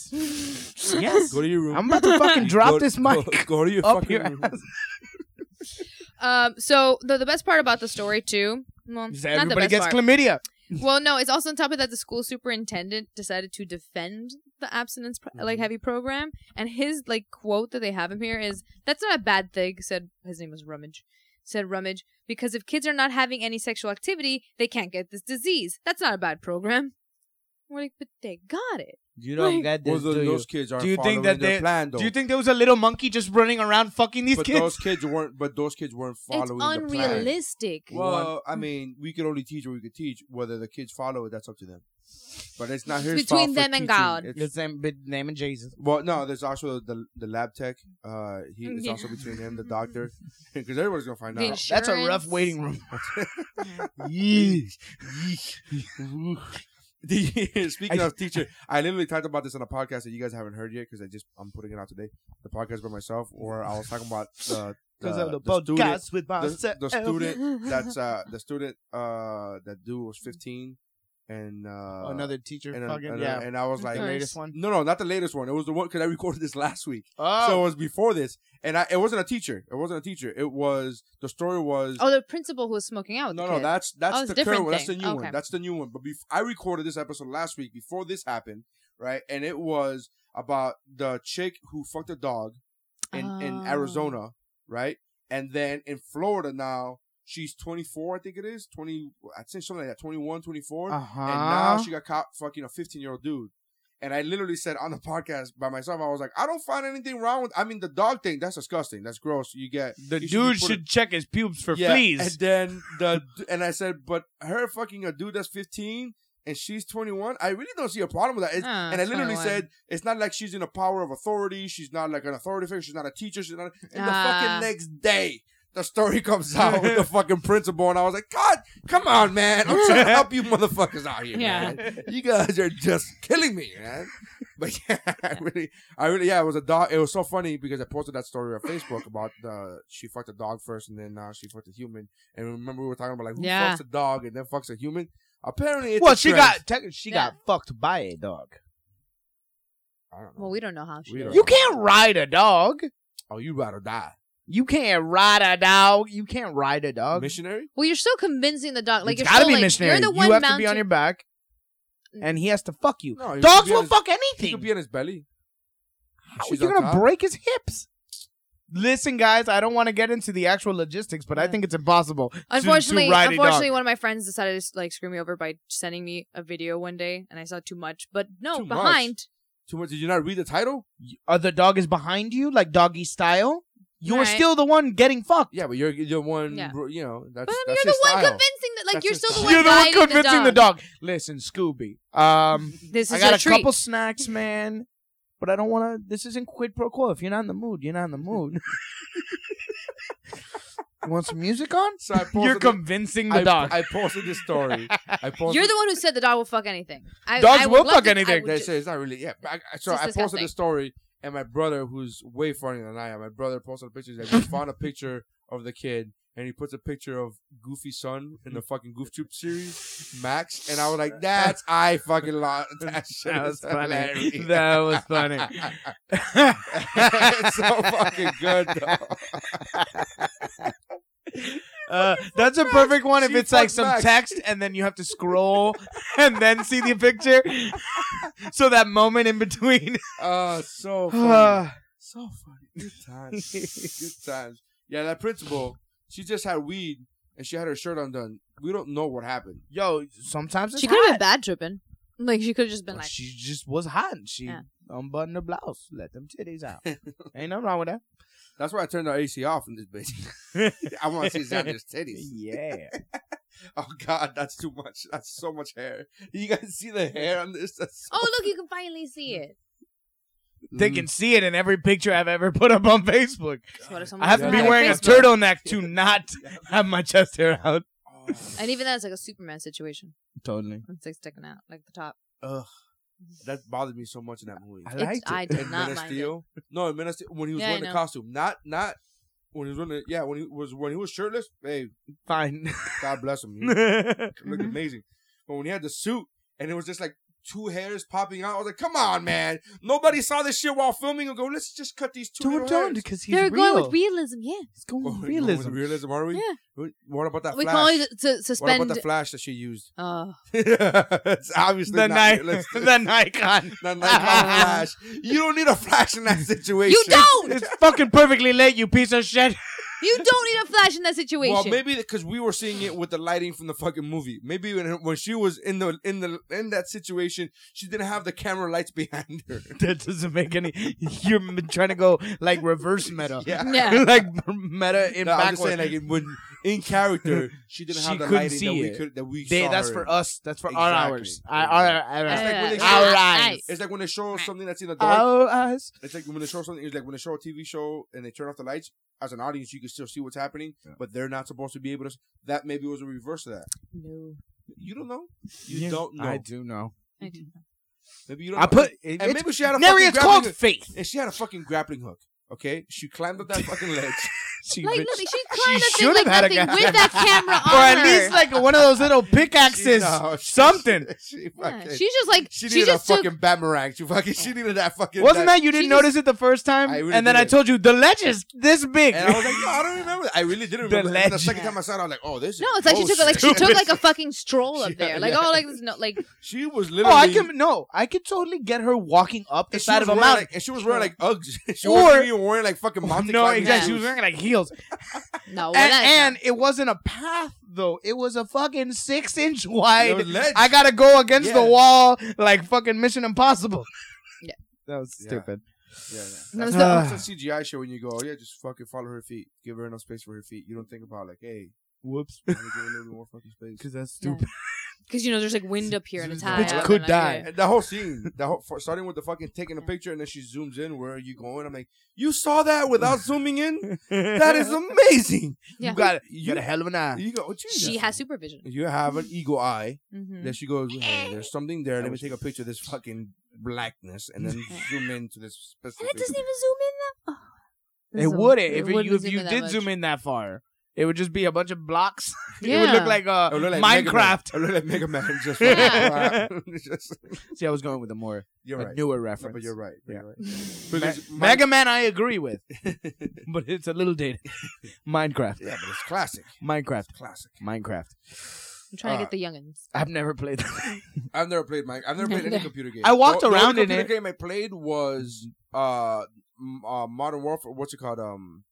S5: yes.
S2: Go to your room.
S5: I'm about to fucking drop
S2: Go-
S5: this mic.
S2: Go, go to your
S5: up
S2: fucking
S5: your
S2: room.
S5: ass.
S6: Um, so the the best part about the story too, well,
S5: Is that
S6: not the
S5: everybody
S6: best
S5: gets
S6: part.
S5: chlamydia.
S6: Well, no, it's also on top of that the school superintendent decided to defend the abstinence pro-
S5: Mm-hmm.
S6: like heavy program, and his like quote that they have him here is that's not a bad thing. Said his name was Rummage. Said Rummage because if kids are not having any sexual activity, they can't get this disease. That's not a bad program. We're like, but they got it.
S5: You don't get
S2: Well,
S5: this.
S2: tho-
S5: do you?
S2: those kids aren't
S5: Do you think
S2: following
S5: that
S2: their
S5: they?
S2: plan, though.
S5: do you think there was a little monkey just running around fucking these
S2: but
S5: kids?
S2: those kids weren't. But those kids weren't
S6: It's
S2: following the plan.
S6: unrealistic.
S2: Well, I mean, we could only teach what we could teach. Whether the kids follow it, that's up to them. But it's not his
S6: It's
S2: fault
S6: between
S2: for
S6: them and
S2: teaching.
S6: God.
S2: It's-
S5: It's them bit- naming Jesus.
S2: well, no, there's also the the lab tech. Uh, he it's
S6: Yeah.
S2: also between him, the doctor, because everybody's gonna find
S6: The
S2: out.
S6: insu-
S5: That's a rough
S6: Insurance.
S5: waiting room.
S2: Yeesh. The- Speaking of teacher, I literally talked about this on a podcast that you guys haven't heard yet because I just I'm putting it out today. The podcast by myself, or I was talking about the uh, the,
S5: Because of the,
S2: student,
S5: podcast with
S2: the,
S5: myself.
S2: the student that's uh the student uh that dude was 15 and uh
S5: another teacher.
S2: and,
S5: fucking
S2: and,
S5: yeah.
S2: and I was like
S5: the latest one.
S2: no no not the latest one it was the one because I recorded this last week
S5: Oh,
S2: so it was before this and I it wasn't a teacher it wasn't a teacher it was the story was
S6: oh, the principal who was smoking out. With
S2: no,
S6: the
S2: no,
S6: kid.
S2: that's that's
S6: Oh, it's
S2: the
S6: a different
S2: current one. That's the
S6: thing.
S2: new
S6: Okay.
S2: one. That's the new one. But bef- I recorded this episode last week before this happened, right? And it was about the chick who fucked a dog in in
S6: Oh.
S2: Arizona, right? And then in Florida now, she's 24, I think it is 20. I think something like that, 21, 24.
S5: uh-huh.
S2: And now she got caught fucking a 15 year old dude. And I literally said on the podcast by myself, I was like, I don't find anything wrong with. I mean, the dog thing, that's disgusting. That's gross. You get
S5: the
S2: you
S5: dude
S2: be put-
S5: should check his pubes for
S2: and
S5: fleas.
S2: then the and I said, but her fucking a dude that's 15 and she's 21. I really don't see a problem with that. It's-
S6: Ah,
S2: and I literally
S6: 21.
S2: said, it's not like she's in a power of authority. She's not like an authority figure. She's not a teacher. She's not. And the
S6: Ah.
S2: fucking next day. The story comes out with the fucking principal, and I was like, God, come on, man. I'm trying to help you motherfuckers out here,
S6: Yeah.
S2: man. You guys are just killing me, man. But yeah, I really, I really, yeah, it was a dog. It was so funny because I posted that story on Facebook about the she fucked a dog first and then now she fucked a human. And remember we were talking about like who
S6: Yeah.
S2: fucks a dog and then fucks a human. Apparently, it's
S5: Well,
S2: a
S5: she
S2: trend.
S5: got tech- she got fucked by a dog.
S2: I don't know.
S6: Well, we don't know how she.
S2: We
S6: did
S2: don't
S6: it.
S5: You can't ride a dog.
S2: oh, you rather die,
S5: You can't ride a dog. You can't ride a dog.
S2: missionary?
S6: Well, you're still convincing the dog. Like
S5: it's
S6: you're
S5: gotta
S6: still
S5: be
S6: like
S5: missionary.
S6: you're the one
S5: you have to
S6: mounting.
S5: be on your back, and he has to fuck you.
S2: No, he could
S5: Dogs
S2: be
S5: will
S2: on his-
S5: fuck
S2: He
S5: anything.
S2: could be on his belly.
S5: How-
S2: She's
S5: you're
S2: on
S5: gonna
S2: top.
S5: break his hips. Listen, guys, I don't want to get into the actual logistics, but I
S6: Yeah.
S5: think it's impossible. to-
S6: Unfortunately,
S5: to ride
S6: unfortunately,
S5: a dog.
S6: one of my friends decided to like screw me over by sending me a video one day, and I saw too much. But no,
S2: Too much?
S6: behind
S2: Too much. Did you not read the title?
S5: Uh, the dog is behind you, like doggy style. You're
S6: Right.
S5: still the one getting fucked.
S2: Yeah, but you're you're one.
S6: Yeah.
S2: bro- You know, that's
S6: But I mean,
S2: that's
S6: you're the
S2: his
S6: one
S2: style.
S6: convincing that, like,
S2: That's
S6: you're
S2: his
S6: still the
S2: style.
S6: one
S5: You're the one
S6: guiding
S5: convincing the dog. Listen, Scooby. Um,
S6: This is
S5: I got
S6: your
S5: a
S6: treat.
S5: couple snacks, man. But I don't want to. This isn't quid pro quo. If you're not in the mood, you're not in the mood. you want some music on?
S2: So I posted
S5: You're
S2: it-
S5: convincing the
S2: I,
S5: dog.
S2: I posted this story. I posted.
S6: You're the one who said the dog will fuck anything. I,
S5: Dogs
S6: I would
S5: will
S6: love
S5: fuck
S6: to- I
S5: anything.
S6: would
S2: They
S6: ju-
S2: say it's not really. Yeah, but I, I- so
S6: It's
S2: I posted
S6: disgusting.
S2: the story, and my brother, who's way funnier than I am, my brother posted pictures. Like, we found a picture of the kid, and he puts a picture of Goofy son in the fucking Goof Troop series, Max, and I was like, "That's I fucking lost that shit."
S5: that was
S2: is
S5: funny.
S2: hilarious."
S5: That was funny.
S2: it's so fucking good. Though.
S5: Uh, that's a perfect one if
S2: She
S5: it's like
S2: fucked
S5: some
S2: Max.
S5: text and then you have to scroll and then see the picture. so that moment in between.
S2: Oh, so funny.
S5: Ah,
S2: So funny. Good times. Good times. Yeah, that principal, she just had weed and she had her shirt undone. We don't know what happened.
S5: Yo, sometimes it's
S6: She could have
S5: hot.
S6: been bad tripping. Like she could have just been
S5: Well,
S6: like,
S5: she just was hot. And she
S6: Yeah.
S5: unbuttoned her blouse, let them titties out. Ain't nothing wrong with that.
S2: That's why I turned the AC off in this bitch. I want to see Xander's titties.
S5: Yeah.
S2: Oh God, that's too much. That's so much hair. You guys see the hair on this? That's
S6: Oh, look, you can finally see it.
S5: They can see it in every picture I've ever put up on Facebook.
S6: What if
S5: I
S6: someone
S5: have to
S6: put
S5: be
S6: it on
S5: wearing a
S6: Facebook?
S5: turtleneck to not have my chest hair out.
S6: And even that's like a Superman situation.
S5: Totally.
S6: It's like sticking out, like the top.
S2: Ugh. Mm, That bothered me so much in that movie.
S6: I It's- liked it. I did
S2: In
S6: not
S2: Man of
S6: mind
S2: Steel. No, in Man of Steel, when he was
S6: Yeah, I
S2: wearing the
S6: know.
S2: costume, not not when he was wearing. The, yeah, when he was when he was shirtless. Hey,
S5: fine.
S2: God bless him. He looked amazing. But when he had the suit and it was just like two hairs popping out, I was like, "Come on, man! Nobody saw this shit while filming." And go, let's just cut these two.
S5: Don't
S2: little
S5: don't
S2: hairs."
S5: because he's
S6: They're
S5: real.
S6: going with realism, yeah.
S5: It's going
S2: Oh,
S5: with
S2: we're going with
S5: realism.
S2: Realism, are we?
S6: Yeah.
S2: What- What about that
S6: We can
S2: flash?
S6: only su-
S2: What
S6: suspend-
S2: about the flash that she used?
S6: Oh.
S2: it's obviously
S5: The
S2: not
S5: Ni-
S2: realistic.
S5: the Nikon.
S2: the Nikon flash. You don't need a flash in that situation.
S6: You don't!
S5: It's fucking perfectly lit, you piece of shit.
S6: You don't need a flash in that situation.
S2: Well, maybe because we were seeing it with the lighting from the fucking movie. Maybe when, when she was in the in the in that situation, she didn't have the camera lights behind her.
S5: That doesn't make any. You're m- trying to go like reverse meta.
S2: Yeah.
S6: Yeah.
S5: like meta in
S2: No, I'm just
S5: backward.
S2: saying, like in, when in character, she didn't
S5: She
S2: have the
S5: couldn't
S2: lighting that
S5: see
S2: we
S5: it.
S2: could that we
S5: They-
S2: saw
S5: that's
S2: her
S5: for
S2: in.
S5: us. That's for our
S2: Exactly.
S5: hours. Our, our, our,
S2: It's like when they
S5: our,
S2: show-
S5: eyes.
S2: It's like when they show something that's in the dark.
S5: Our eyes.
S2: It's like when they show something. It's like when they show a TV show and they turn off the lights. As an audience, you can still see what's happening, but they're not supposed to be able to. s- That maybe was a reverse of that.
S6: No.
S2: You don't know. You
S5: Yeah,
S2: don't know.
S5: I do know.
S6: I do not.
S2: Maybe you don't.
S5: I
S2: know.
S5: put.
S2: And
S5: it's-
S2: maybe she had a
S5: Neri,
S2: fucking
S5: it's
S2: grappling
S5: called
S2: hook.
S5: faith.
S2: And she had a fucking grappling hook. Okay, she climbed up that fucking ledge.
S5: She
S6: Like,
S5: bitch.
S6: nothing. She
S5: She
S6: climbed
S5: should
S6: up there
S5: have had
S6: like
S5: a
S6: nothing
S5: guy.
S6: with that camera on
S5: or at
S6: her.
S5: least like one of those little pickaxes,
S2: No, she-
S5: something.
S2: She
S6: Yeah,
S2: fucking.
S6: she's just like,
S2: she
S6: she,
S2: needed
S6: just
S2: a
S6: took,
S2: fucking batarang. She fucking. She needed that fucking.
S5: Wasn't that you
S6: She
S5: didn't
S6: just-
S5: notice it the first time?
S2: I really
S5: and then I
S2: didn't.
S5: told you the ledge is this big.
S2: And I was like, no, I don't remember. that. I really didn't remember. that. And the
S5: ledge.
S2: second time I saw it, I was like, oh, this is.
S6: no, it's like she took, like, she
S2: bullshit.
S6: took like a fucking stroll up
S2: Yeah,
S6: there. Like,
S2: yeah.
S6: oh, like, this, no, like,
S2: She was
S5: oh,
S2: literally.
S5: I can no, I could totally get her walking up the
S2: and she
S5: side
S2: was
S5: of a
S2: wearing,
S5: mountain.
S2: Like, and she was wearing like Uggs. she
S5: Or-
S2: wasn't even wearing like fucking mountain
S5: no,
S2: climbing
S5: exactly.
S2: shoes.
S5: She was wearing like heels,
S6: no.
S5: and,
S6: that is
S5: and it wasn't a path though. It was a fucking six inch wide.
S2: was ledge.
S5: I gotta go against the
S2: Yeah.
S5: wall like fucking Mission Impossible.
S6: Yeah.
S5: that was
S2: Yeah.
S5: stupid.
S2: Yeah, yeah.
S6: No,
S2: That's,
S6: it's the-
S2: that's a CGI show when you go, oh, yeah, just fucking follow her feet. Give her enough space for her feet. You don't think about like, hey,
S5: Whoops,
S2: I'm gonna give her a little bit more fucking space.
S5: because that's
S6: Yeah.
S5: stupid.
S6: Because, you know, there's like wind up here and it's
S5: Bitch
S6: high. up
S5: could
S6: and, like,
S5: die.
S6: yeah.
S2: And that whole scene, that whole, for- starting with the fucking taking a picture and then she zooms in. Where are you going? I'm like, you saw that without zooming in? That is amazing.
S6: Yeah.
S5: you got it.
S2: You-
S5: You got a hell of an eye.
S2: You go, oh, Jesus.
S6: She has supervision.
S2: You have an eagle eye.
S6: Mhm.
S2: Then she goes, hey, there's something there. Let me take a picture of this fucking blackness and then zoom into this
S6: And
S2: specific.
S6: it doesn't even zoom in that. Oh.
S5: It
S6: Zoom.
S5: wouldn't if you,
S6: wouldn't
S5: if
S6: zoom
S5: you
S6: in that
S5: did
S6: much.
S5: zoom in that far. It would just be a bunch of blocks. it would
S6: Yeah.
S5: look like uh,
S2: It would look like Mega Man.
S5: Minecraft.
S2: It would look like Mega Man. Just
S5: Yeah.
S2: Just-
S5: See, I was going with a more
S2: you're
S5: a
S2: right.
S5: newer
S2: No,
S5: reference.
S2: but you're right. You're
S5: Yeah.
S2: right.
S5: Ma-
S2: Because my-
S5: Mega Man, I agree with, but it's a little dated. Minecraft,
S2: Yeah, but it's classic.
S5: Minecraft,
S2: Classic.
S5: Minecraft.
S6: I'm trying to
S2: Uh,
S6: get the youngins.
S5: I've never played that.
S2: I've never played Mike. I've never played any computer game.
S5: I walked
S2: The- the only
S5: around in
S2: computer
S5: it.
S2: game I played was uh, m- uh Modern Warfare. What's it called? Um,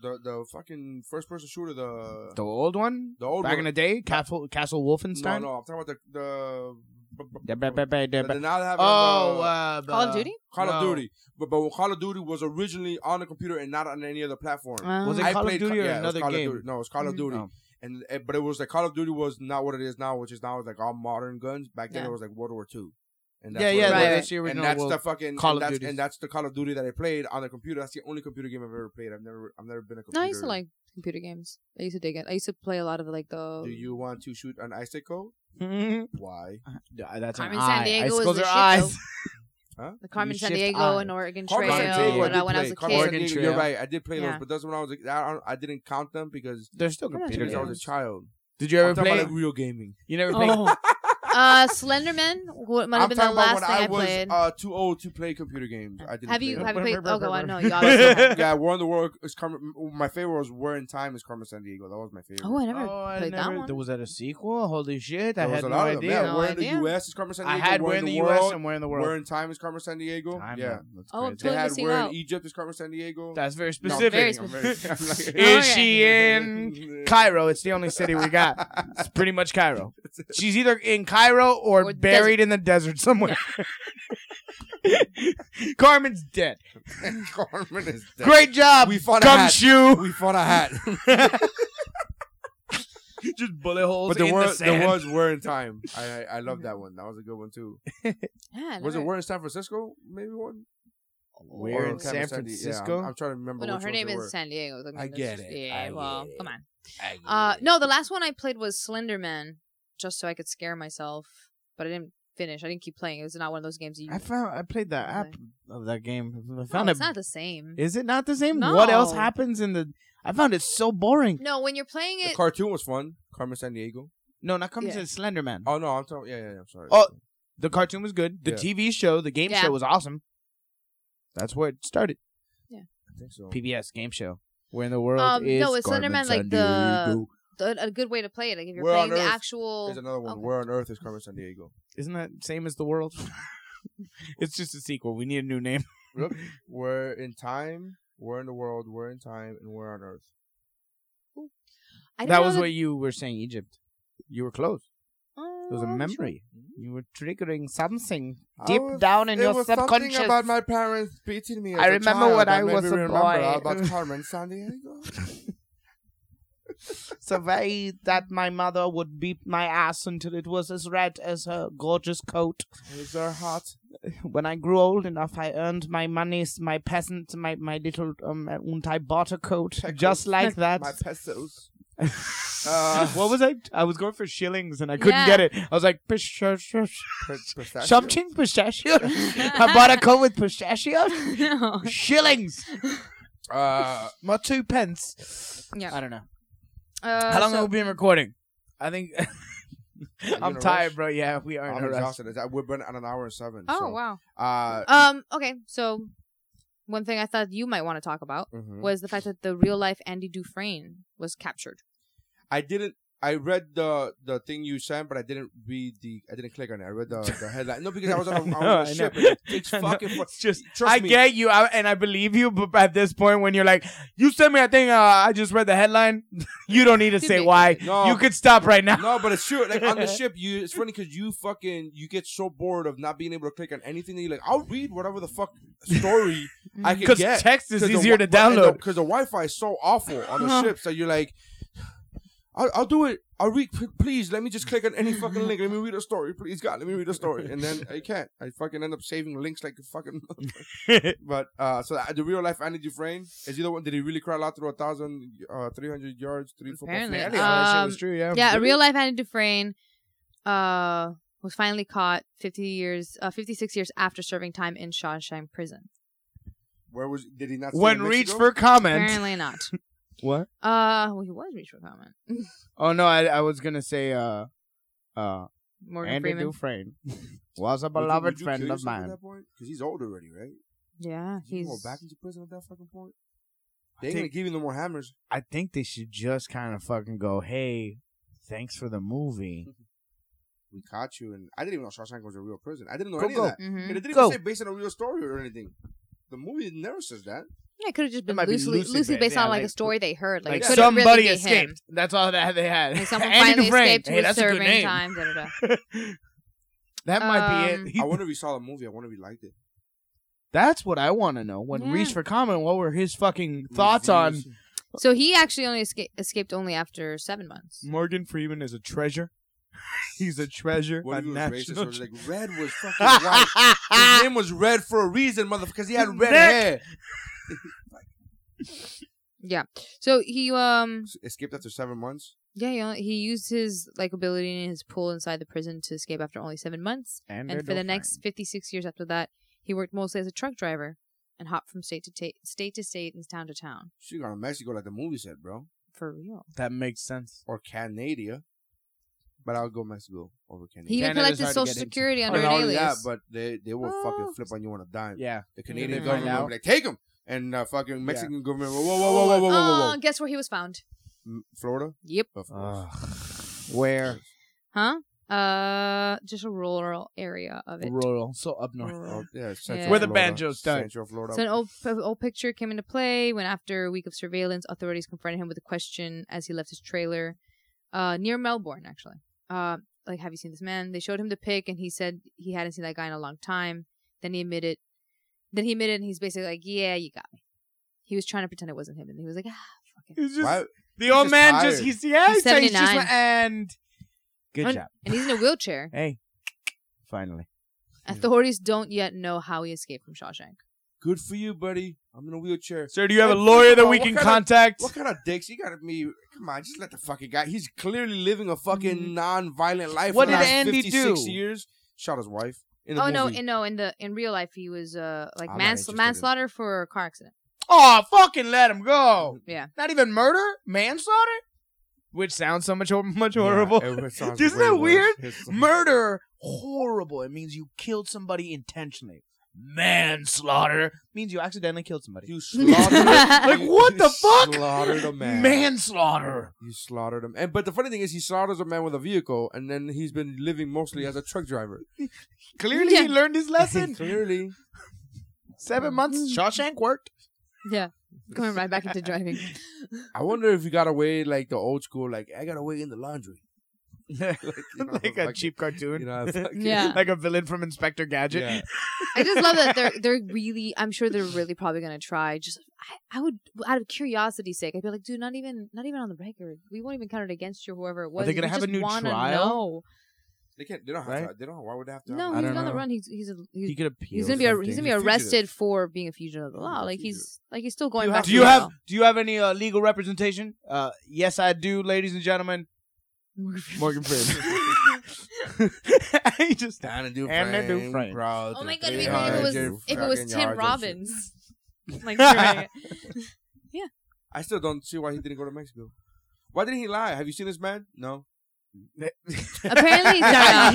S2: the the fucking first person shooter. The
S5: the old one,
S2: the old
S5: back
S2: one.
S5: in the day, Castle, Castle
S2: no,
S5: Wolfenstein.
S2: no, I'm talking about the the. b- b-
S5: Da- ba- ba- ba- da-
S2: the- the-
S5: ba-
S2: now they have,
S5: Oh,
S2: uh,
S5: uh,
S6: Call
S5: the-
S6: of Duty?
S2: Call of
S5: no.
S2: Duty, but but when Call of Duty was originally on the computer and not on any other platform.
S5: Uh, Was it
S2: I
S5: Call of
S2: played
S5: Duty
S2: Ca- yeah,
S5: or
S2: it was
S5: another
S2: Call of
S5: game?
S2: Duty. No, it's Call of
S6: Mhm.
S2: Duty.
S5: Oh.
S2: And eh, but it was like Call of Duty was not what it is now, which is now like all modern guns. Back then
S6: Yeah.
S2: it was like World War Two. And
S5: Yeah, yeah,
S2: what it
S6: right,
S2: was.
S6: that's
S5: the original
S2: And that's
S5: World-
S2: the fucking
S5: Call
S2: and
S5: of
S2: that's,
S5: Duty.
S2: And that's the Call of Duty that I played on the computer. That's the only computer game I've ever played. I've never, I've never been a computer.
S6: No, I used to like computer games. I used to dig it. I used to play a lot of like the.
S2: Do you want to shoot an icicle?
S5: Mhm.
S2: Why?
S5: Uh, That's
S6: Carmen
S5: an eye.
S6: Sandiego is
S5: Icicles
S6: the
S5: are
S6: shit,
S5: eyes.
S6: the Carmen
S5: shift
S6: San Diego
S5: eye.
S6: and Oregon
S2: Carmen
S6: Trail
S2: Sandiego,
S6: when
S2: did
S6: I when I
S2: play.
S6: was a
S2: Carmen
S6: kid.
S5: Oregon
S2: Sandiego,
S5: Trail.
S2: You're right. I did play
S6: Yeah.
S2: those, but those when I was like, I, don't, I didn't count them because
S5: They're still
S6: I'm not
S5: computer
S2: because I
S6: sure.
S5: games.
S2: was a child.
S5: Did you ever
S2: I'm talking
S5: play?
S2: about like real gaming.
S5: You never played.
S6: Oh. uh, Slenderman wh- might have
S2: I'm
S6: been the
S2: talking about
S6: last
S2: when
S6: thing I,
S2: I was
S6: played.
S2: uh, too old to play computer games. I didn't
S6: have
S2: play
S6: you
S2: them.
S6: have you played? Oh god, no, y'all.
S2: yeah, War in the World is Carmen. My favorite was War in Time is Carmen San Diego. That was my favorite.
S6: Oh, I never
S5: Oh, I
S6: played that
S5: never-
S6: one.
S5: Was that a sequel? Holy shit! I
S2: There
S5: had
S2: was a
S5: no
S2: lot of them.
S5: idea.
S2: Yeah, War in
S6: idea.
S2: the U.S. is Carmen San Diego.
S5: I had
S2: War
S5: where
S2: in
S5: in the
S2: world,
S5: U.S. and where in the world.
S2: War in Time is Carmen San Diego.
S5: Time,
S2: yeah,
S5: that's
S6: Oh,
S5: crazy.
S2: they had
S6: Missing
S2: War in
S6: out.
S2: Egypt is Carmen San Diego.
S5: That's very
S2: No, I'm
S5: specific.
S6: very
S2: kidding, I'm very- I'm like-
S5: Is
S6: Okay.
S5: she in Cairo? It's the only city we got. It's pretty much Cairo. She's either in Cairo or,
S6: Or
S5: buried in the desert somewhere. Carmen's dead.
S2: Carmen is dead.
S5: Great job.
S2: We fought a hat.
S5: Gumshoe.
S2: We fought a hat.
S5: Just bullet holes.
S2: But there
S5: in
S2: were
S5: the sand.
S2: there was we're in time. I I, I love that one. That was a good one too.
S6: Yeah,
S2: was it
S6: never-
S2: we're in San Francisco? Maybe one.
S5: Where
S2: Or
S5: in
S2: San
S5: San
S2: Francisco? Yeah,
S5: Francisco?
S2: I'm, I'm trying to remember.
S5: Oh,
S6: But no,
S2: which
S6: her
S2: ones
S6: name
S2: they
S6: is
S2: were.
S6: San Diego. Like,
S2: I
S6: that's
S2: get
S6: just-
S2: it.
S6: Yeah,
S2: I
S6: well,
S2: get it.
S6: come on.
S2: I get
S6: Uh,
S2: it.
S6: no, the last one I played was Slender Man, just so I could scare myself, but I didn't finish. I didn't keep playing. It was not one of those games that you.
S5: I found I played that app of that game. I found it.
S6: no, it's not the same.
S5: Is it not the same? What else
S6: No.
S5: happens in the? I found it so boring.
S6: No, when you're playing
S2: The
S6: it,
S2: cartoon was fun. Carmen San Diego.
S5: No, not coming
S6: Yeah.
S5: to Slender Man.
S2: Oh no, I'm talking. Yeah, yeah, yeah, I'm sorry.
S5: Oh, the cartoon was good. The
S2: Yeah.
S5: TV show, the game
S6: Yeah.
S5: show was awesome. That's where it started.
S2: I think so.
S5: PBS game show. Where in the world
S6: um,
S5: is
S6: no, with Slender
S5: Carmen
S6: Man, like the,
S5: Sandiego?
S6: the a good way to play it. Like if you're
S2: Where on
S6: playing the
S2: Earth
S6: actual.
S2: There's another one.
S6: Okay.
S2: Where on earth is Carmen San Diego?
S5: Isn't that same as the world? it's just a sequel. We need a new name.
S2: Look, we're in time. We're in the world. We're in time, and we're on Earth.
S6: I didn't
S5: That
S6: know
S5: was what you were saying, Egypt. You were close. It was a
S6: Oh,
S5: memory. You were triggering something deep
S2: I was-
S5: down in
S2: it
S5: your
S2: was
S5: subconscious.
S2: Something about my parents beating me. As
S5: I
S2: a
S5: remember
S2: child
S5: when
S2: that
S5: I
S2: made
S5: was
S2: me
S5: a
S2: remember
S5: boy.
S2: about Carmen San Diego.
S5: So very that my mother would beat my ass until it was as red as her gorgeous coat.
S2: Is there hot?
S5: When I grew old enough, I earned my monies, my peasant, my, my little, um, and I bought a coat just like that.
S2: My pesos. Uh,
S5: what was I? I was going for shillings and I couldn't
S6: Yeah.
S5: get it. I was like, pistachio,
S2: Per- pistachio.
S5: something pistachio. I bought a coat with pistachio.
S6: no.
S5: Shillings,
S2: Uh,
S5: my two pence.
S6: Yeah.
S5: I don't know.
S6: Uh,
S5: How long
S6: so-
S5: have we been recording? I think
S2: in
S5: I'm
S2: a
S5: tired,
S2: rush?
S5: bro. Yeah, we are.
S2: I'm
S5: in a rush.
S2: exhausted. Is that- uh, We've been at an hour and seven.
S6: Oh
S2: so,
S6: wow.
S2: Uh,
S6: Um. Okay. So, one thing I thought you might want to talk about
S5: Hmm? Mm-hmm.
S2: mhm.
S6: was the fact that the real life Andy Dufresne was captured.
S2: I didn't. I read the the thing you sent, but I didn't read the. I didn't click on it. I read the, the headline. No, because I was on a, I was on
S5: know,
S2: a
S5: I
S2: ship.
S5: know.
S2: and It takes
S5: I know.
S2: fucking. fo-
S5: It's just,
S2: Trust
S5: I
S2: me.
S5: get you, I, and I believe you. But at this point, when you're like, you sent me, I think uh, I just read the headline. you don't need to say why.
S2: No.
S5: You could stop right now.
S2: No, but it's true. Like on the ship, you it's funny because you fucking you get so bored of not being able to click on anything that you're like, I'll read whatever the fuck story I can
S5: Because
S2: get.
S5: text is easier to download.
S2: because the Wi-Fi is so awful on the ship. So you're like, I'll, I'll do it. I'll read. P- Please let me just click on any fucking link. Let me read a story, please God. Let me read a story, and then I can't. I fucking end up saving links like a fucking. but uh, so the real life Andy Dufresne is he the one? Did he really cry a lot through a thousand, uh, three hundred yards, three football
S6: Apparently.
S2: fields?
S6: Yeah, that shit was Um,
S5: true. Yeah.
S6: Yeah, a real life Andy Dufresne uh, was finally caught 50 years, uh, 56 years after serving time in Shawshank Prison. Uh,
S2: Where was did he not? stay
S5: When
S2: in
S5: reached
S2: Mexico?
S5: for comment.
S6: Apparently not.
S5: What?
S6: Uh, well, he was reached for comment.
S5: Oh no, I, I was gonna say uh, uh,
S6: Morgan
S5: Andy
S6: Freeman.
S5: Dufresne was a
S2: Would you-
S5: beloved
S2: would you
S5: friend
S2: kill
S5: of
S2: yourself at
S5: mine.
S2: that point? 'Cause he's old already, right?
S6: yeah,
S2: He's
S6: he's.
S2: going back into prison at that fucking point.
S5: I
S2: They ain't gonna
S5: think-
S2: give you no more hammers.
S5: I think they should just kind of fucking go, hey, thanks for the movie.
S2: We caught you, and I didn't even know Shawshank was a real prison. I didn't know
S5: Go,
S2: any
S5: go.
S2: of that.
S6: Mhm.
S2: And it didn't
S5: Go.
S2: even say based on a real story or anything. The movie never says that.
S6: Yeah, it could have just been
S5: might be
S6: loosely,
S5: loosely
S6: loosely
S5: based,
S6: based
S5: yeah,
S6: on like, a
S5: like-
S6: story they heard. Like,
S5: Like
S6: it couldn't really
S5: somebody
S6: be him.
S5: escaped. That's all that they had.
S6: Like someone
S5: Andy
S6: finally
S5: Dufresne.
S6: escaped
S5: Hey,
S6: was
S5: that's a good
S6: serving
S5: name.
S6: time. Da, da, da.
S5: That might
S6: Um,
S5: be it. He-
S2: I wonder if he saw the movie. I wonder if he liked it.
S5: that's what I want to know. When
S6: Yeah.
S5: Reach for Comment, what were his fucking thoughts on
S2: Reviews.
S6: So he actually only esca- escaped only after seven months.
S5: Morgan Freeman is a treasure? He's a treasure.
S2: What
S5: a
S2: if he was racist?
S5: national
S2: Or was like red was fucking white. His name was red for a reason, motherfucker. Because he had red hair.
S6: Yeah. So he um
S2: Escaped after seven months.
S6: yeah he, only, he used his like ability and his pull inside the prison to escape after only seven months,
S5: And
S6: and for the next fifty six years after that, he worked mostly as a truck driver and hopped from state to ta- state to state and town to town.
S2: She gone to Mexico like the movie said, bro,
S6: For real.
S5: That makes sense.
S2: or Canada. But I'll go Mexico over Canada.
S6: He even
S5: Canada's
S6: collected
S5: hard to
S6: social
S5: get into.
S6: security under
S2: And
S6: an
S2: all of that,
S6: alias.
S2: but they they will
S6: Oh.
S2: fucking flip on you on a dime.
S5: Yeah.
S2: The Canadian
S6: Mm.
S2: government
S5: Find
S2: will be like, take him, and uh, fucking Mexican government, whoa, whoa, whoa, whoa, whoa, whoa, whoa,
S6: Oh,
S2: whoa.
S6: guess where he was found?
S2: M-
S5: Ah.
S2: Florida,
S6: Yep.
S2: of course.
S5: Ugh. Where?
S6: Huh? Uh, just a rural area of it.
S5: Rural. So up north.
S2: Oh, yeah, Central
S6: Where the
S2: Florida.
S5: banjo's done.
S2: Central Florida.
S6: So an old, an old picture came into play when, after a week of surveillance, authorities confronted him with a question as he left his trailer uh, near Melbourne, actually. Uh, like, have you seen this man? They showed him the pic, and he said he hadn't seen that guy in a long time. Then he admitted. Then he admitted, and he's basically like, "Yeah, you got me." He was trying to pretend it wasn't him, and he was like, "Ah, fuck it."
S5: It's just,
S2: Why-
S5: The old
S2: just
S5: man
S2: tired.
S5: just he's yeah,
S6: He's
S5: he's, he's just
S6: 79.
S5: like, and good
S6: and,
S5: job.
S6: And he's in a wheelchair.
S5: Hey, finally.
S6: Authorities don't yet know how he escaped from Shawshank.
S2: Good for you, buddy. I'm in a wheelchair.
S5: Sir, do you have a lawyer that we
S2: What
S5: can
S2: kind of-
S5: contact?
S2: what kind of dicks? You gotta be. Come on, just let the fucking guy. He's clearly living a fucking non-violent life.
S5: Mm-hmm. What
S2: for the
S5: did
S2: last
S5: Andy
S2: 56
S5: do?
S2: Years shot his wife. In the
S6: Oh no,
S2: movie.
S6: in, no, in the in real life he was uh like
S2: I'm not
S6: mans-
S2: interested in-
S6: manslaughter for a car accident.
S5: Oh, fucking let him go.
S6: Yeah.
S5: Not even murder, manslaughter, which sounds so much much horrible.
S2: it sounds
S5: Isn't
S2: way
S5: that
S2: worse.
S5: weird?
S2: It sounds-
S5: Murder, horrible. It means you killed somebody intentionally. Manslaughter means you accidentally killed somebody.
S2: You slaughtered.
S5: like
S2: you-
S5: what
S2: you
S5: the fuck?
S2: Slaughtered a man.
S5: Manslaughter.
S2: You slaughtered him. And but the funny thing is, he slaughters a man with a vehicle, and then he's been living mostly as a truck driver.
S5: Clearly, he learned his lesson.
S2: Clearly,
S5: Seven months. Shawshank worked.
S6: Yeah. Coming right back into driving.
S2: I wonder if he got away like the old school, like I got away in the laundry,
S5: like,
S2: you know,
S5: a
S2: fucking-
S5: cheap cartoon.
S2: you know, fucking-
S6: Yeah.
S5: like a villain from Inspector Gadget.
S2: Yeah.
S6: I just love that they're they're really. I'm sure they're really probably gonna try. Just I, I would out of curiosity's sake, I'd be like, dude, not even not even on the record. We won't even count it against you, whoever it was.
S5: they gonna
S6: We
S5: have a
S6: just
S5: new
S6: wanna
S5: trial?
S6: Know.
S2: They can't. They don't have. To,
S5: Right?
S2: they don't. Why would they have to?
S6: No,
S2: have
S6: he's
S5: don't
S6: on the
S5: know.
S6: run. He's he's a, he's,
S5: He could appeal.
S6: he's gonna be a,
S5: something.
S6: he's gonna be
S2: He's a fugitive.
S6: arrested for being a fugitive of the
S2: a
S6: law. Like
S2: fugitive.
S6: he's like he's still going
S2: You
S6: back.
S2: have
S6: to
S5: Do you
S6: jail.
S5: have do you have any uh, legal representation? Uh, yes, I do, ladies and gentlemen. Morgan Freeman. he just
S2: Anna Dufresne.
S5: Anna Dufresne.
S2: Bro,
S6: Oh my god! It'd be
S2: three
S6: great if it was
S2: hundred
S6: if it was
S2: fucking yards
S6: Tim
S2: of shit.
S6: Robbins. like trying it.
S2: I still don't see why he didn't go to Mexico. Why didn't he lie? Have you seen this man? No.
S6: Apparently he's not.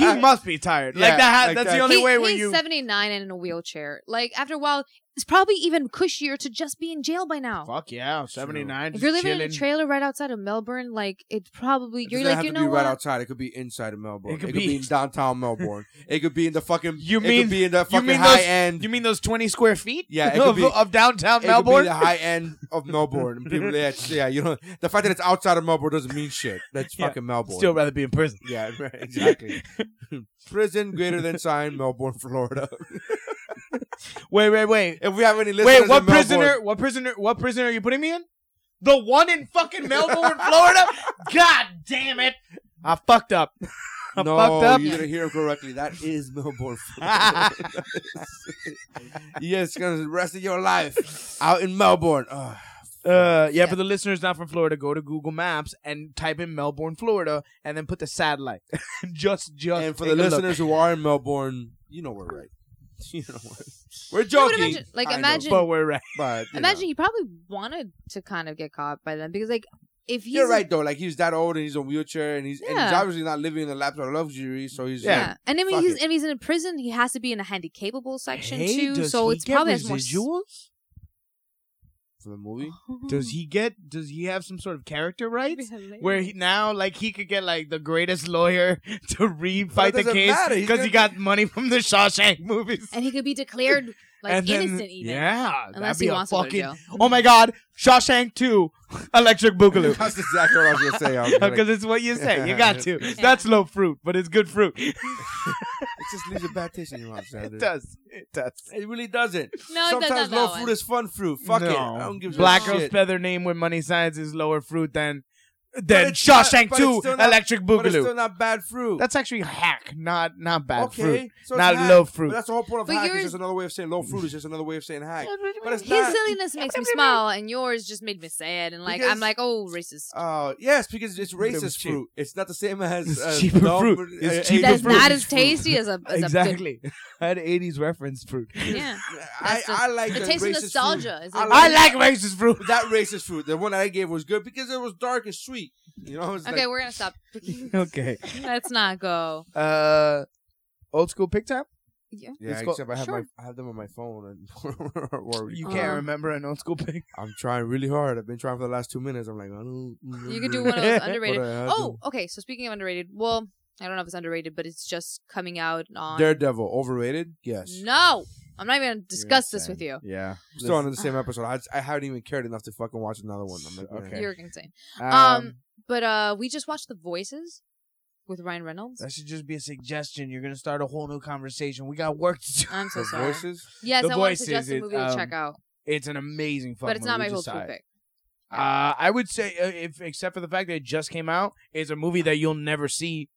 S5: he must be tired.
S2: Yeah,
S5: like that. ha-
S2: like
S5: that's
S2: that.
S5: the only
S6: He-
S5: way where
S6: he's
S5: you.
S6: 79 and in a wheelchair. Like after a while, it's probably even cushier to just be in jail by now.
S5: Fuck yeah, seventy nine.
S6: If you're living in a trailer right outside of Melbourne, like it probably
S2: It
S6: you're
S2: doesn't
S6: like
S2: have
S6: you
S2: to
S6: know
S2: be
S6: what?
S2: right outside. It could be inside of Melbourne. It could, be,
S5: be-
S2: in downtown Melbourne. it could be in the fucking.
S5: You
S2: it
S5: mean-
S2: could be in the
S5: you
S2: fucking
S5: mean
S2: high
S5: those?
S2: end.
S5: You mean those twenty square feet?
S2: Yeah, it could
S5: of,
S2: be-
S5: of downtown
S2: it could
S5: Melbourne.
S2: be the high end of Melbourne. People, yeah, yeah, you know the fact that it's outside of Melbourne doesn't mean shit. That's
S5: Yeah.
S2: fucking Melbourne.
S5: Still rather be in prison.
S2: yeah, right, exactly. Prison greater than sign, Melbourne, Florida.
S5: Wait, wait, wait.
S2: If we have any listeners,
S5: Wait, what
S2: in Melbourne-
S5: prisoner? What prisoner? What prisoner are you putting me in? The one in fucking Melbourne, Florida. God damn it! I fucked up. I
S2: no,
S5: fucked up.
S2: you didn't hear him correctly. That is Melbourne.
S5: Uh,
S2: yes, gonna the rest of your life out in Melbourne. Ah, Ugh.
S5: Uh, yeah, for the listeners not from Florida, go to Google Maps and type in Melbourne, Florida, and then put the satellite. just, just.
S2: and for the
S5: take a look.
S2: listeners who are in Melbourne, you know we're right. You know we're, we're
S6: No, but
S2: joking.
S6: imagine- like,
S2: I know,
S6: imagine-
S5: but we're right.
S2: but, you
S6: Imagine
S2: know.
S6: he probably wanted to kind of get caught by then because like if he's
S2: You're right though. Like he's that old and he's in a wheelchair and he's and he's
S6: Yeah.
S2: obviously not living in a lap of luxury. So he's
S6: yeah,
S2: yeah. Like,
S6: and I mean
S2: fuck
S6: he's
S2: it.
S6: and he's in prison, he has to be in a handicapable section
S5: Hey,
S6: too.
S5: does
S6: So
S5: he
S6: it's
S5: get
S6: probably has more.
S5: residuals.
S2: for the movie.
S5: Does
S6: Mm-hmm.
S5: he get? Does he have some sort of character rights?
S6: Really?
S5: Where he now, like, he could get like the greatest lawyer to refight the
S2: doesn't
S5: case
S2: matter. He's
S5: because he
S2: gonna-
S5: got money from the Shawshank movies.
S6: and he could be declared like
S5: And then-
S6: innocent even.
S5: Yeah,
S6: Unless
S5: that'd be
S6: he
S5: a
S6: wants to go to
S5: fucking.
S6: jail.
S5: Oh my God, Shawshank Two, Electric Boogaloo.
S2: That's exactly what I was gonna say. I was gonna-
S5: Because it's what you say. You got to. That's low fruit, but it's good fruit.
S2: it just leaves a bad taste in your mouth. Sandra.
S5: It does. It does.
S2: It really doesn't.
S6: No, it does
S2: Sometimes
S6: not
S2: low
S6: that
S2: fruit
S6: one.
S2: is fun fruit. Fuck it.
S5: No.
S2: I don't give a
S5: Black
S2: shit.
S5: girl's feather name with money signs is lower fruit than than
S2: it's not-
S5: Shawshank
S2: but it's
S5: Two,
S2: still not-
S5: Electric
S2: But it's still
S5: Boogaloo.
S2: not bad fruit.
S5: That's actually hack, not not bad
S2: okay.
S5: fruit,
S2: so it's
S5: not
S2: hack.
S5: low
S2: But
S5: fruit.
S2: that's the whole point of
S6: But
S2: hack. Is
S6: yours-
S2: just another way of saying low fruit is just another way of saying hack. But it's
S6: His
S2: not.
S6: silliness makes me smile, and yours just made me sad. And like I'm
S2: Because-
S6: like, oh, racist.
S2: Oh yes, because it's
S5: was
S2: racist
S5: cheap.
S2: fruit. It's not the same as
S5: It's
S2: uh,
S5: cheaper
S2: dumb-
S5: fruit. It's
S2: uh,
S5: cheaper
S6: That's
S5: fruit.
S6: not as tasty as a as A
S5: exactly. I had '80s reference fruit.
S6: good, yeah.
S2: I,
S6: That's
S2: I like
S6: the
S2: that
S6: taste of
S2: racist
S6: nostalgia.
S2: Fruit.
S6: It's like-
S5: I like racist fruit.
S2: that racist fruit. The one that I gave was good because it was dark and sweet. You know. It's
S6: Okay,
S2: Like,
S6: we're gonna stop.
S5: Okay.
S6: Let's not go.
S5: Uh, old school pick tap.
S6: Yeah.
S2: yeah,
S5: it's called-
S2: except I have
S6: Sure.
S2: my I have them on my phone and or
S5: You
S6: can't
S5: can't
S6: Uh.
S5: remember an old school pick.
S2: I'm trying really hard. I've been trying for the last two minutes. I'm like, I don't.
S6: You could do one of those underrated.
S2: What I had
S6: Oh, okay. So speaking of underrated, well, I don't know if it's underrated, but it's just coming out on.
S2: Daredevil overrated? Yes.
S6: No, I'm not even gonna discuss this with you.
S5: Yeah.
S2: Still on the
S5: uh,
S2: same episode. I, I haven't even cared enough to fucking watch another one. I'm like,
S5: Okay.
S6: You're insane.
S5: Um,
S6: But uh, we just watched The Voices with Ryan Reynolds.
S5: that should just be a suggestion. You're gonna start a whole new conversation. We got work to do.
S6: I'm so
S2: The
S6: sorry.
S2: voices.
S6: Yes,
S5: The
S6: I want to
S5: Voices
S6: suggest a
S5: is,
S6: movie to
S5: um,
S6: check out,
S5: It's an amazing fucking
S6: but it's not
S5: movie.
S6: my
S5: We
S6: whole
S5: just
S6: school
S5: saw it.
S6: pick.
S5: Uh, I would say, uh, if except for the fact that it just came out, it's a movie that you'll never see.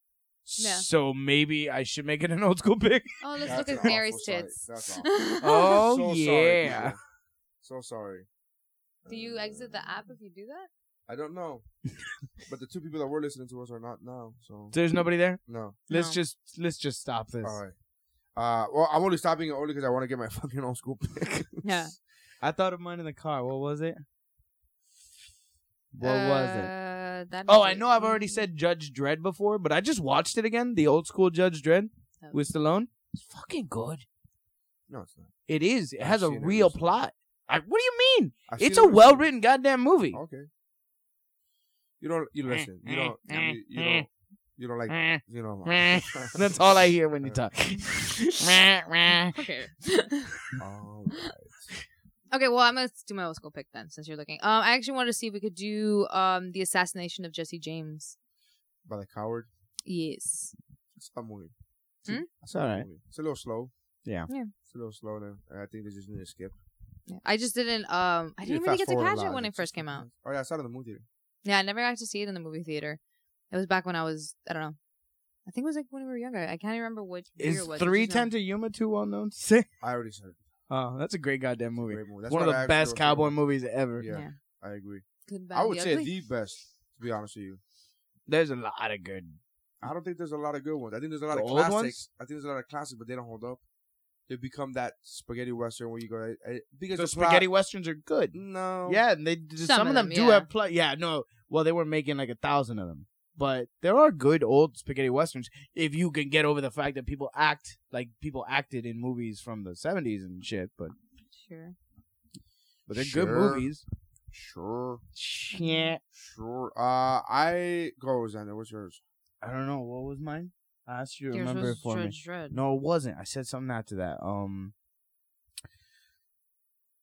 S6: Yeah.
S5: So maybe I should make it an old school pick.
S6: Oh, let's
S2: That's
S6: look at
S2: awful
S6: Mary's
S2: sorry.
S6: tits.
S2: That's
S5: Oh
S2: So sorry,
S5: yeah.
S2: people. So sorry.
S6: Do you exit the app if you do that?
S2: I don't know. but the two people that were listening to us are not now. So
S5: There's nobody there.
S2: No.
S5: Let's just let's just stop this.
S2: All right. Uh, well, I'm only stopping it only because I want to get my fucking old school pick.
S6: Yeah.
S5: I thought of mine in the car. What was it? What was it?
S2: Uh,
S6: it? Uh, That
S5: Oh, I know I've already said Judge Dredd before, but I just watched it again. The old school Judge Dredd with Stallone. It's fucking good.
S2: No, it's not.
S5: It is. It has a
S2: seen it
S5: real plot. I, what do you mean?
S2: I've
S5: it's
S2: seen it
S5: a
S2: recently. Oh,
S5: well written goddamn movie.
S2: Okay. You don't. You
S5: Eh,
S2: listen. You don't. You, you don't. You don't like. You know.
S5: Eh. That's all I hear when
S2: uh,
S5: you talk.
S6: Okay.
S2: All
S6: Okay, well, I'm gonna do my old school pick then, since you're looking. Um, I actually wanted to see if we could do um the assassination of Jesse James.
S2: By the coward.
S6: Yes.
S2: It's a movie.
S6: Hmm?
S2: It's a-
S5: It's all right.
S2: movie. It's a little slow.
S5: Yeah.
S6: Yeah.
S2: It's a little slow. Then and I think they just need to skip.
S6: I just didn't. Um, I
S2: You
S6: didn't
S2: fast
S6: really get to
S2: forward a
S6: catch it
S2: lot,
S6: when
S2: it
S6: it first came out.
S2: Oh yeah, I saw it in the movie theater.
S6: Yeah, I never got to see it in the movie theater. It was back when I was, I don't know. I think it was like when we were younger. I can't even remember which year
S5: Is
S6: it was. I
S5: Three
S6: just know-
S5: Ten to Yuma too well known?
S2: I already said.
S5: oh, that's a great goddamn movie.
S2: great movie. That's
S5: One of
S2: what I
S5: the
S2: asked
S5: best
S2: you about.
S5: cowboy movies ever.
S2: Yeah,
S6: Yeah.
S2: I agree.
S6: Good, bad,
S2: I would
S6: the
S2: say
S6: ugly.
S2: the best, to be honest with you.
S5: There's a lot of good.
S2: I don't think there's a lot of good ones. I think there's a lot
S5: The
S2: of
S5: old
S2: classics.
S5: ones?
S2: I think there's a lot of classics, but they don't hold up. They become that spaghetti western where you go eh, eh, because
S5: The
S2: the plot-
S5: spaghetti westerns are good.
S2: No.
S5: Yeah, and they some, some of them, do
S6: yeah.
S5: have plot. Yeah, no. Well, they were making like a thousand of them, but there are good old spaghetti westerns if you can get over the fact that people act like people acted in movies from the seventies and shit. But
S6: Sure.
S5: but they're good
S2: Sure.
S5: movies.
S2: Sure.
S5: Yeah.
S2: Sure. Uh, I go Xander. What's yours?
S5: I don't know what was mine. I asked you to
S6: Yours
S5: remember it
S6: was
S5: for
S6: Judge
S5: me.
S6: Dredd.
S5: No, it wasn't. I said something after that. Um,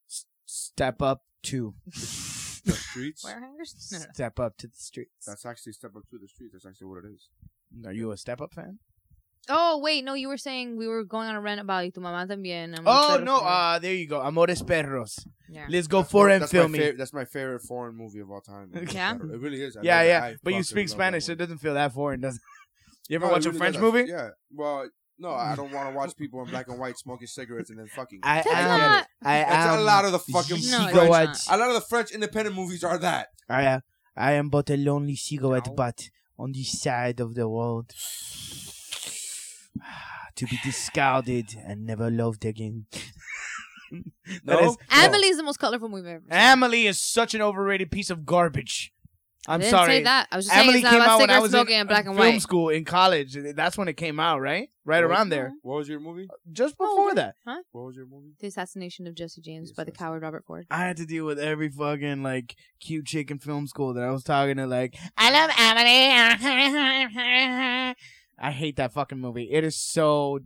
S5: s- step up to
S2: The streets.
S6: Warehangers? No, no, no.
S5: step up to the streets.
S2: That's actually step up to the streets. That's actually what it is.
S5: Are you a step up fan?
S6: Oh, wait. No, you were saying we were going on a rant about Y tu mamá también.
S2: Mm,
S6: I'm
S5: Oh
S6: excited
S5: no!
S6: for it.
S5: Uh, there you go. Amores Perros.
S6: Yeah.
S5: Let's go foreign
S2: that's
S5: film
S2: my
S5: me.
S2: favorite, That's my favorite foreign movie of all time.
S6: Yeah?
S2: It really is. I
S5: yeah,
S2: love it.
S5: yeah.
S2: I
S5: but
S2: fucking
S5: you speak
S2: love that
S5: Spanish, so it
S2: movie.
S5: doesn't feel that foreign, does it? You ever
S2: No, it
S5: watch a
S2: really
S5: French
S2: doesn't.
S5: movie?
S2: Yeah. Well, no, I don't want to watch people in black and white smoking cigarettes and then fucking.
S5: I
S6: That's
S5: am.
S6: not-
S5: I
S2: That's
S5: am.
S2: a lot of the fucking
S6: No, it's
S2: French.
S5: cigarette.
S6: not.
S2: A lot of the French independent movies are that.
S5: I am. I am but a lonely cigarette butt on the side of the world, to be discarded and never loved again. That
S2: No?
S5: is-
S6: Amelie is the most colorful movie I've ever. seen.
S5: Amelie is such an overrated pice of garbage. I'm
S6: I didn't
S5: sorry.
S6: say that. I was just
S5: Amelie
S6: saying it's not
S5: came
S6: about
S5: out when I
S6: cigarette
S5: was in
S6: smoking and black and
S5: film
S6: white.
S5: school in college. That's when it came out, right? Right
S2: What was-
S5: around there.
S2: What was your movie?
S5: Just
S6: Oh,
S5: before that.
S6: Huh?
S2: What was your movie?
S6: The assassination of Jesse James
S2: The
S6: by the coward Robert Ford.
S5: I had to deal with every fucking like cute chick in film school that I was talking to. Like, I love Emily. I hate that fucking movie. It is so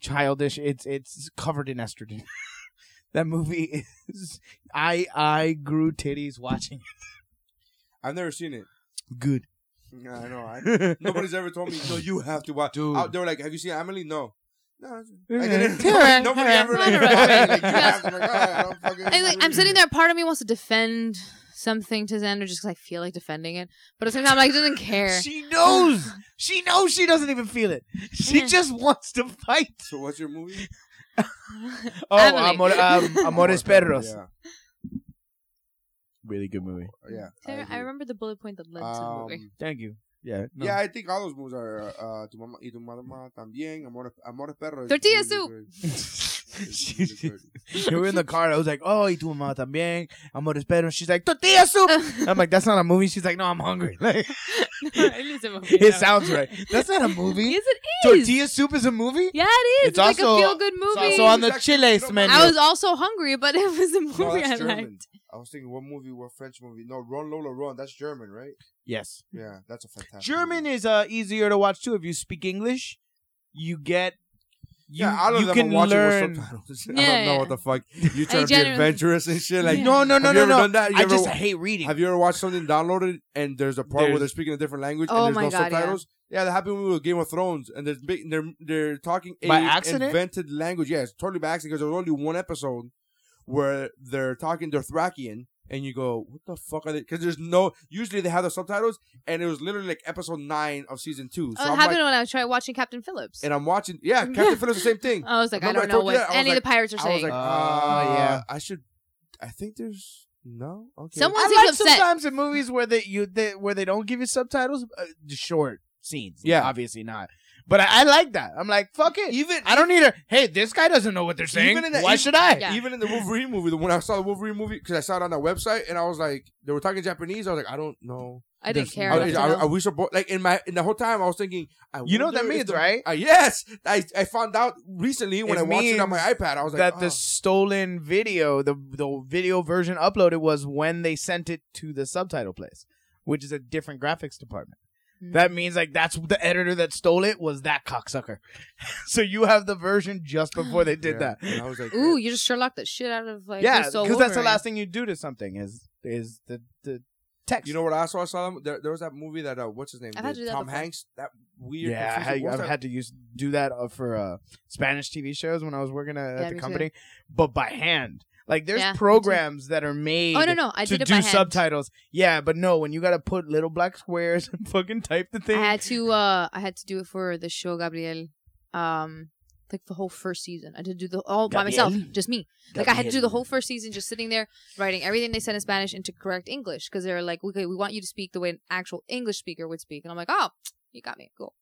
S5: childish. It's it's covered in estrogen. that movie is. I I grew titties watching
S2: I've never seen it.
S5: it. Good.
S2: Yeah, I know. I, nobody's ever told me. No, you have to watch.
S5: Dude.
S2: Out there, like, have you seen Emily? No. No.
S5: Yeah.
S2: Like, nobody, nobody ever like,
S6: Yeah.
S2: recommended, like, you have to, like, all right, I don't fucking-
S6: I, like, I'm sitting there. Part of me wants to defend something to Xander just 'cause I feel like defending it, but at the same time, like, doesn't care.
S5: She knows. She knows she doesn't even feel it. She
S6: Yeah.
S5: just wants to fight.
S2: So what's your movie?
S5: Oh,
S6: Emily.
S5: amor, um, Amores Perros.
S2: Yeah.
S5: Really good movie.
S2: Yeah.
S6: Sarah, I,
S2: agree.
S6: remember the bullet point that led to the movie.
S2: Um,
S5: Thank you. Yeah. no.
S2: Yeah, I think all those movies are. Uh, tu mamá y tu mamá también. Amores, Amores Perros. is
S6: Tortilla
S2: really
S6: soup.
S2: good. It's really
S5: She-
S2: good.
S5: we were in the car. I was like, "Oh, y tu mamá también, amores perros." She's like, "Tortilla soup." I'm like, "That's not a movie." She's like, "No, I'm hungry." Like,
S6: it is a movie.
S5: it sounds right. That's not a movie.
S6: Yes, it is.
S5: Tortilla soup is a movie.
S6: Yeah, it
S5: It's
S6: is. It's, like
S5: also-
S6: a feel good
S5: It's
S6: movie.
S5: also on the
S2: Exactly.
S5: chiles
S2: No,
S5: menu.
S6: I was also hungry, but it was a
S2: No,
S6: movie I
S2: that's German.
S6: liked.
S2: I was thinking, what movie? What French movie? No, Run Lola Run. That's German, right?
S5: yes,
S2: Yeah, that's a fantastic.
S5: German
S2: movie.
S5: is uh, easier to watch too if you speak English. You get. You,
S2: yeah, all of
S5: you
S2: them
S5: can
S2: are watching
S5: learn.
S2: with subtitles. I
S6: Yeah,
S2: don't know
S6: yeah.
S2: what the fuck you trying to be
S6: genuinely-
S2: adventurous and shit. Like,
S5: No, no, no,
S2: have
S5: no,
S2: you ever
S5: no.
S2: done that? You
S5: I
S2: ever-
S5: just hate reading.
S2: Have you ever watched something downloaded and there's a part where
S5: There's-
S2: they're speaking a different language
S6: Oh
S2: and
S6: my
S2: there's no
S6: God, yeah.
S2: subtitles? Yeah. that happened with Game of Thrones and there's big, they're they're talking a
S5: By accident?
S2: invented language. Yeah, it's totally by accident because there was only one episode where they're talking Dothrakian and you go, what the fuck are they? Because there's no. Usually they have the subtitles, and it was literally like episode nine of season two.
S6: Oh, it
S2: I'm
S6: happened
S2: like-
S6: when I was trying watching Captain Phillips.
S2: and I'm watching. Yeah, Captain Phillips, the same thing.
S6: I was like, I
S2: Remember
S6: don't know
S2: told
S6: what
S2: you that? I was
S6: any of
S2: like-
S6: the pirates are
S2: I was
S6: saying.
S2: like,
S5: Oh,
S2: uh,
S5: yeah.
S2: yeah, I should. I think there's no. Okay.
S6: Someone
S5: I
S6: seems
S5: like
S6: upset.
S5: sometimes in movies where they you they, where they don't give you subtitles, uh, the short scenes.
S2: Yeah.
S5: obviously not. But I, I like that. I'm like, fuck it.
S2: Even
S5: I don't need a. Hey, this guy doesn't know what they're saying.
S2: Even in the-
S5: Why
S2: even-
S5: should I?
S2: Even in the Wolverine movie, the when I saw the Wolverine movie, because I saw it on that website, and I was like, they were talking Japanese. I was like, I don't know.
S6: I didn't
S2: This-
S6: care
S2: I,
S6: enough to
S2: I,
S6: know.
S2: I wish I bought- like in my in the whole time I was thinking. I
S5: You know what that
S2: wonder if
S5: means,
S2: the-
S5: right?
S2: Uh, yes, I, I found out recently when
S5: It
S2: I watched it on my
S5: means
S2: iPad. I was like,
S5: that
S2: oh.
S5: the stolen video, the the video version uploaded was when they sent it to the subtitle place, which is a different graphics department. That means like that's the editor that stole it was that cocksucker. so you have the version just before they did
S2: Yeah,
S5: that.
S2: and I was like,
S6: Ooh, you just Sherlock the shit out of like.
S5: yeah,
S6: who stole
S5: because that's the
S6: Wolverine.
S5: last thing you do to something is is the the text.
S2: You know what I saw? I saw them. There, there was that movie that uh, what's his name?
S6: I've had
S2: did?
S6: to do that
S2: Tom
S6: before.
S2: Hanks. That weird.
S5: yeah, I
S2: confusing-
S5: had,
S2: what's
S5: I've
S2: that-
S5: had to use do that uh, for uh, Spanish TV shows when I was working at, at
S6: Yeah, me
S5: the
S6: too.
S5: company, but by hand. Like there's
S6: Yeah, me too.
S5: programs that are made.
S6: Oh, no, no, I
S5: to
S6: did it
S5: do
S6: by hand.
S5: subtitles. Yeah, but no, when you gotta put little black squares and fucking type the thing.
S6: I had to. Uh, I had to do it for the show Gabriel. Um, like the whole first season, I did do the all by myself,
S5: Gabriel.
S6: just me. Like I had to do the whole first season, just sitting there writing everything they said in Spanish into correct English because they're like, okay, we want you to speak the way an actual English speaker would speak, and I'm like, oh, you got me, cool.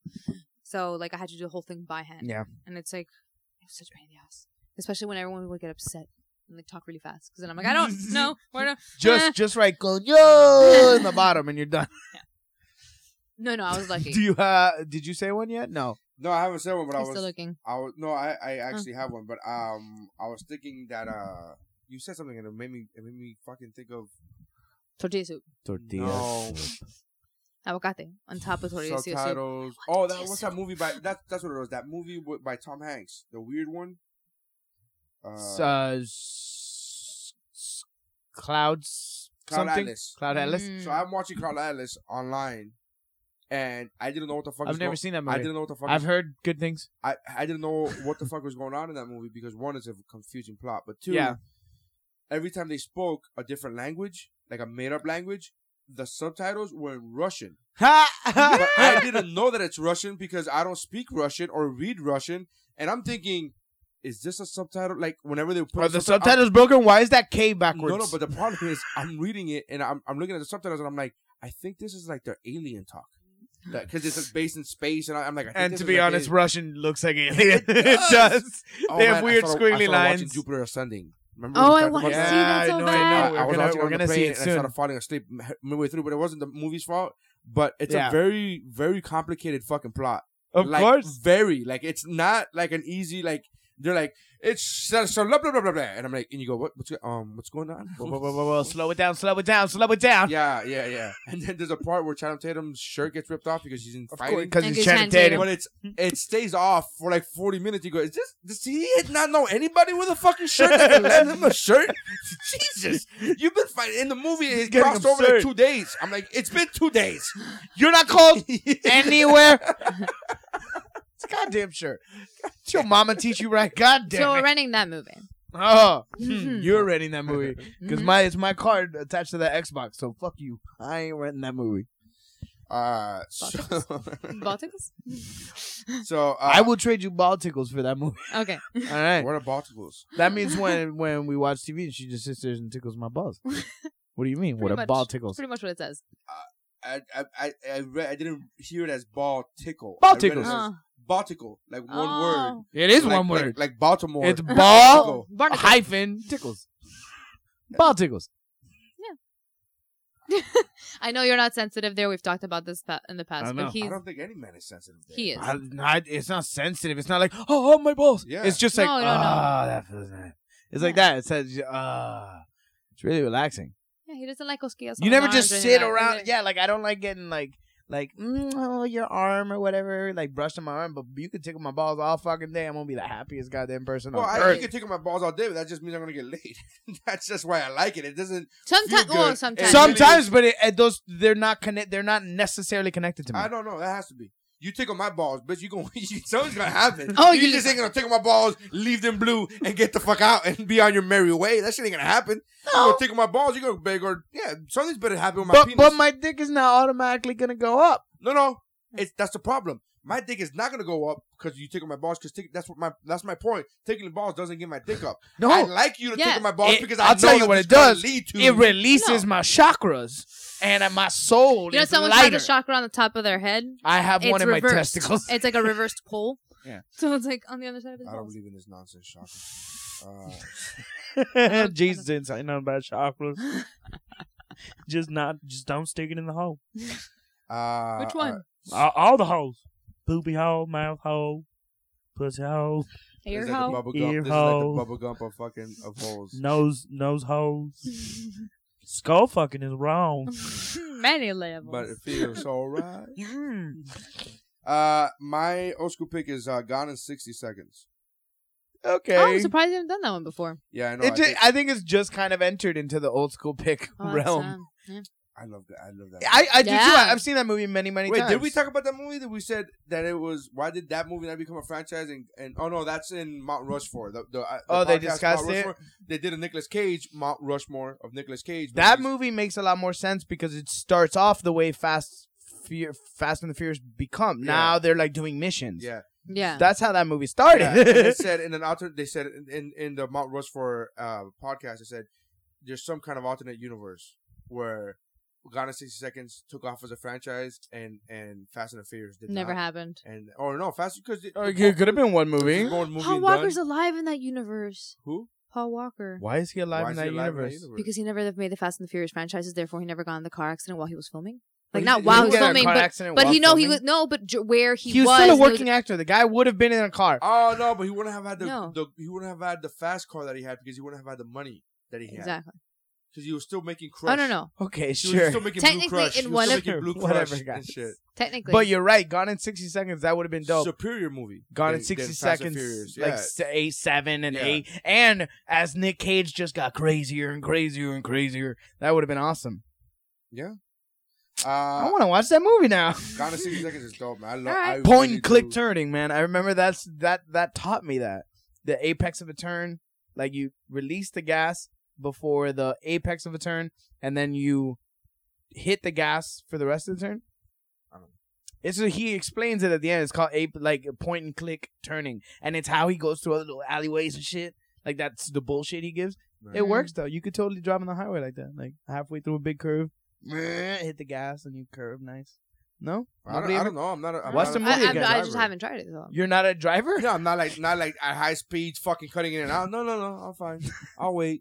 S6: So like I had to do the whole thing by hand.
S5: Yeah.
S6: and it's like it was such a pain in the ass, especially when everyone would get upset and like talk really fast because then I'm like, I don't know where to.
S5: Just just right, coño in the bottom, and you're done.
S6: No, no, I was lucky.
S5: Do you uh did you say one yet? No.
S2: No, I haven't said one, but I
S6: I'm
S2: was.
S6: still looking.
S2: I was no, I, I actually have one, but um, I was thinking that uh, you said something and it made me it made me fucking think of
S6: Tortilla soup,
S5: Tortillas.
S2: no
S6: avocate on top of tortilla soup.
S2: subtitles. Oh, that what's that movie by that's that's what it was. That movie wi- by Tom Hanks, the weird one. Uh,
S5: S- uh, s- s- clouds
S2: Cloud
S5: something?
S2: Atlas.
S5: Cloud Atlas.
S6: Mm.
S2: so I'm watching Cloud Atlas online, and I didn't know what the fuck.
S5: I've
S2: is
S5: never
S2: go-
S5: seen that
S2: I
S5: movie.
S2: didn't know what the fuck.
S5: I've
S2: is-
S5: heard good things.
S2: I I didn't know what the fuck was going on in that movie because one is a confusing plot, but two,
S5: Yeah.
S2: every time they spoke a different language, like a made up language, the subtitles were in Russian. But I didn't know that it's Russian because I don't speak Russian or read Russian, and I'm thinking, is this a subtitle? Like whenever they put
S5: Are
S2: a
S5: the
S2: subtitle- I'm-
S5: subtitles broken? Why is that K backwards?
S2: No, no. But the problem is, I'm reading it and I'm I'm looking at the subtitles and I'm like, I think this is like their alien talk. Because it's like, based in space, and I- I'm like, I think
S5: and
S2: this
S5: to
S2: is
S5: be
S2: like
S5: honest,
S2: alien.
S5: Russian looks like alien.
S2: It
S5: it does.
S2: Oh,
S5: they have
S2: man, I
S5: weird
S2: started- I
S5: squiggly
S2: started watching
S5: lines.
S2: Jupiter Ascending. Remember
S6: Oh,
S2: we
S6: I
S2: talked
S6: want
S2: about
S6: to
S2: that?
S6: see
S5: Yeah,
S6: that so
S5: I know, I
S6: bad.
S5: know.
S2: I was
S5: gonna-
S2: watching
S5: we're
S2: it on
S5: gonna
S2: the
S5: see
S2: plane
S5: it
S2: and I
S5: soon.
S2: started falling asleep m- midway through, but it wasn't the movie's fault. But it's
S5: Yeah.
S2: a very, very complicated fucking plot.
S5: Of
S2: Like,
S5: course.
S2: very like it's not like an easy like. They're like it's so so blah blah blah blah blah, and I'm like, and you go, what, what's go- um, what's going on?
S5: Whoa, whoa, whoa, whoa, whoa. Slow it down, slow it down, slow it down.
S2: yeah, yeah, yeah. And then there's a part where Channing Tatum's shirt gets ripped off because he's in
S5: Of course,
S2: fighting.
S5: because
S6: And
S5: he's
S6: Channing
S5: Channing
S6: Tatum.
S5: Tatum.
S2: But it's it stays off for like 40 minutes. You go, is this does he not know anybody with a fucking shirt? They lend him a shirt. Jesus, you've been fighting in the movie. It
S5: getting
S2: crossed over like
S5: absurd.
S2: two days. I'm like, it's been two days.
S5: You're not called anywhere. it's a goddamn shirt. Did your mama teach you right? Goddamn.
S6: So
S5: it.
S6: we're renting that movie.
S5: Oh, hmm,
S6: Mhm.
S5: you're renting that movie because
S6: Mhm.
S5: my it's my card attached to that Xbox. So fuck you. I ain't renting that movie.
S2: Uh, so,
S6: Baltics?
S2: so uh,
S5: I will trade you ball tickles for that movie.
S6: Okay.
S5: All right.
S2: What are Balticles?
S5: That means when when we watch TV and she just sits there and tickles my balls. What do you mean? what
S6: Pretty
S5: a ball
S6: much.
S5: tickles?
S6: Pretty much what it says.
S2: I I I I, read, I didn't hear it as ball tickle.
S5: Ball
S2: I read it
S5: tickles.
S2: as
S6: Oh.
S2: Baltical, like one word.
S6: Oh.
S5: It is
S2: like,
S5: one
S2: like-
S5: word.
S2: Like, Baltimore.
S5: it's ball
S6: Barnacle.
S5: hyphen tickles. Ball tickles.
S6: I know you're not sensitive there. We've talked about this pa- in the
S5: I
S6: past,
S5: know.
S6: but
S2: I
S6: he's
S2: don't think any man is sensitive. There.
S6: he is.
S5: I, I- it's not sensitive. It's not like oh, oh, my balls.
S2: Yeah.
S5: It's just like
S6: No,
S5: oh
S6: no, no.
S5: that feels nice. It's like that. It says ah. it's really relaxing.
S6: Yeah, he doesn't like cosquillas.
S5: You
S6: on
S5: never
S6: my
S5: just
S6: arms or
S5: sit
S6: anything like
S5: around.
S6: that.
S5: Yeah, like I don't like getting like like mm, oh, your arm or whatever, like brushed on my arm. But you could tickle my balls all fucking day. I'm gonna be the happiest goddamn person
S2: Well,
S5: on
S2: I,
S5: earth.
S2: you can tickle my balls all day, but that just means I'm gonna get laid. That's just why I like it. It doesn't
S6: Sometimes,
S2: Feel good.
S6: well, oh, sometimes.
S2: Some-
S5: Sometimes, but it, it- those they're not connect. They're not necessarily connected to me.
S2: I don't know. That has to be. You tickle my balls, bitch. You going to something's gonna happen.
S6: Oh,
S2: you
S6: you-
S2: just ain't gonna tickle my balls, leave them blue, and get the fuck out and be on your merry way. That shit ain't gonna happen. You gonna tickle my balls? You gonna beg or yeah, something's better happen with my
S5: but
S2: penis.
S5: but my dick is not automatically gonna go up.
S2: No, no, it's that's the problem. My dick is not gonna go up because you tickle my balls. Because that's what my that's my point. Tickling balls doesn't get my dick up.
S5: No.
S2: I like you to
S5: Yeah.
S2: tickle my balls
S5: It-
S2: because I
S5: I'll
S2: know
S5: tell you
S2: that
S5: what
S2: it's
S5: it
S2: gonna
S5: does.
S2: Lead to
S5: It releases my chakras and uh, my soul.
S6: You know,
S5: is
S6: someone
S5: lighter.
S6: has a chakra on the top of their head.
S5: I have one
S6: It's
S5: in my
S6: reversed.
S5: testicles.
S6: It's like a reversed pole.
S5: Yeah.
S6: So it's like on the other side of his
S2: I don't
S6: balls.
S2: believe in this nonsense, Shaka.
S11: Jesus didn't say nothing about chakras. just not, just don't stick it in the hole.
S2: Uh, uh,
S11: Which
S6: one?
S11: All, all the holes: booby hole, mouth hole, pussy hole,
S6: Ear
S2: It's like the bubble gump.
S11: ear
S2: This is like the
S11: hole,
S2: bubble gump of fucking of holes.
S11: nose nose holes. Skull fucking is wrong.
S6: Many levels.
S2: But it feels alright. uh, my old school pick is uh, gone in sixty seconds.
S5: Okay.
S6: Oh, I'm surprised you haven't done that one before.
S2: Yeah, I know.
S5: It
S2: I,
S5: ju-
S2: did-
S5: I think it's just kind of entered into the old school pick
S6: Oh, that's,
S5: realm.
S6: um, yeah.
S2: I love that. I love that.
S5: I, I do too.
S6: Yeah.
S5: I, have seen that movie many, many
S2: Wait,
S5: times.
S2: did we talk about that movie that we said that it was? Why did that movie not become a franchise? And, and oh no, that's in Mount Rushmore. The, the, uh, the
S5: Oh, they
S2: podcast,
S5: discussed
S2: Mount
S5: it?
S2: Rushmore. They did a Nicolas Cage Mount Rushmore of Nicolas Cage.
S5: That
S2: movies.
S5: movie makes a lot more sense because it starts off the way Fast Fear, Fast and the Furious become.
S2: Yeah.
S5: Now they're like doing missions.
S2: Yeah.
S6: Yeah.
S5: That's how that movie started.
S2: Yeah, and uh, they said in an alter, they said in, in, in the Mount Rushmore uh, podcast, they said there's some kind of alternate universe where Ghana 60 Seconds took off as a franchise and and Fast and the Furious did
S6: Never
S2: not.
S6: happened.
S2: And or no, Fast because
S5: it could have been one movie.
S2: one movie
S6: Paul
S2: and
S6: Walker's
S2: done.
S6: alive in that universe.
S2: Who?
S6: Paul Walker.
S5: Why is he alive,
S2: Why
S5: in,
S2: is he
S5: that
S2: alive in that
S5: universe?
S2: universe?
S6: Because he never made the Fast and the Furious franchises, therefore he never got in the car accident while he was filming. Like
S5: he-
S6: not
S5: he
S6: while
S5: didn't
S6: he was
S5: get in a
S6: filming,
S5: car
S6: but,
S5: accident
S6: but
S5: while
S6: he know he
S5: filming?
S6: was no, but j- where he,
S5: He was still a
S6: and he was-
S5: working actor. The guy would have been in a car.
S2: Oh no, but he wouldn't have had the,
S6: No.
S2: the he wouldn't have had the fast car that he had because he wouldn't have had the money that he had.
S6: Exactly.
S2: Because he was still making crush.
S6: Oh no no.
S5: Okay,
S2: He
S5: sure.
S2: was still making
S6: Technically,
S2: blue crush.
S6: in
S2: he was
S6: one
S2: still
S6: of-
S2: making blue
S5: Whatever,
S2: crush and
S5: guys.
S2: shit.
S6: Technically.
S5: But you're right. Gone in 60 seconds, that would have been dope.
S2: Superior movie.
S5: Gone in
S2: than-
S5: 60
S2: than Fast and
S5: seconds.
S2: Furious,
S5: Like
S2: yeah.
S5: s- 8, 7, and
S2: Yeah.
S5: 8. And as Nick Cage just got crazier and crazier and crazier, that would have been awesome.
S2: Yeah. Uh,
S5: I want to watch that movie now.
S2: Gone in 60 Seconds is dope, man. I love I
S5: Point
S2: really
S5: and click
S2: do-
S5: turning, man. I remember that's that that taught me that the apex of a turn, like you release the gas before the apex of a turn, and then you hit the gas for the rest of the turn. It's a, he explains it at the end. It's called ape like point and click turning, and it's how he goes through other little alleyways and shit. Like that's the bullshit he gives. It
S6: Right.
S5: works though. You could totally drive on the highway like that, like halfway through a big curve, hit the gas and you curve nice. No,
S2: I don't,
S5: Nobody
S2: I
S5: ever-
S2: don't know. I'm not. A, I'm
S5: What's
S2: not
S5: the
S2: a-
S5: movie
S6: I,
S5: again?
S6: I, I just
S2: Driver.
S6: haven't tried it though.
S5: You're not a driver?
S2: No, I'm not like not like at high speed, fucking cutting in and out. No, no, no. I'm fine. I'll wait.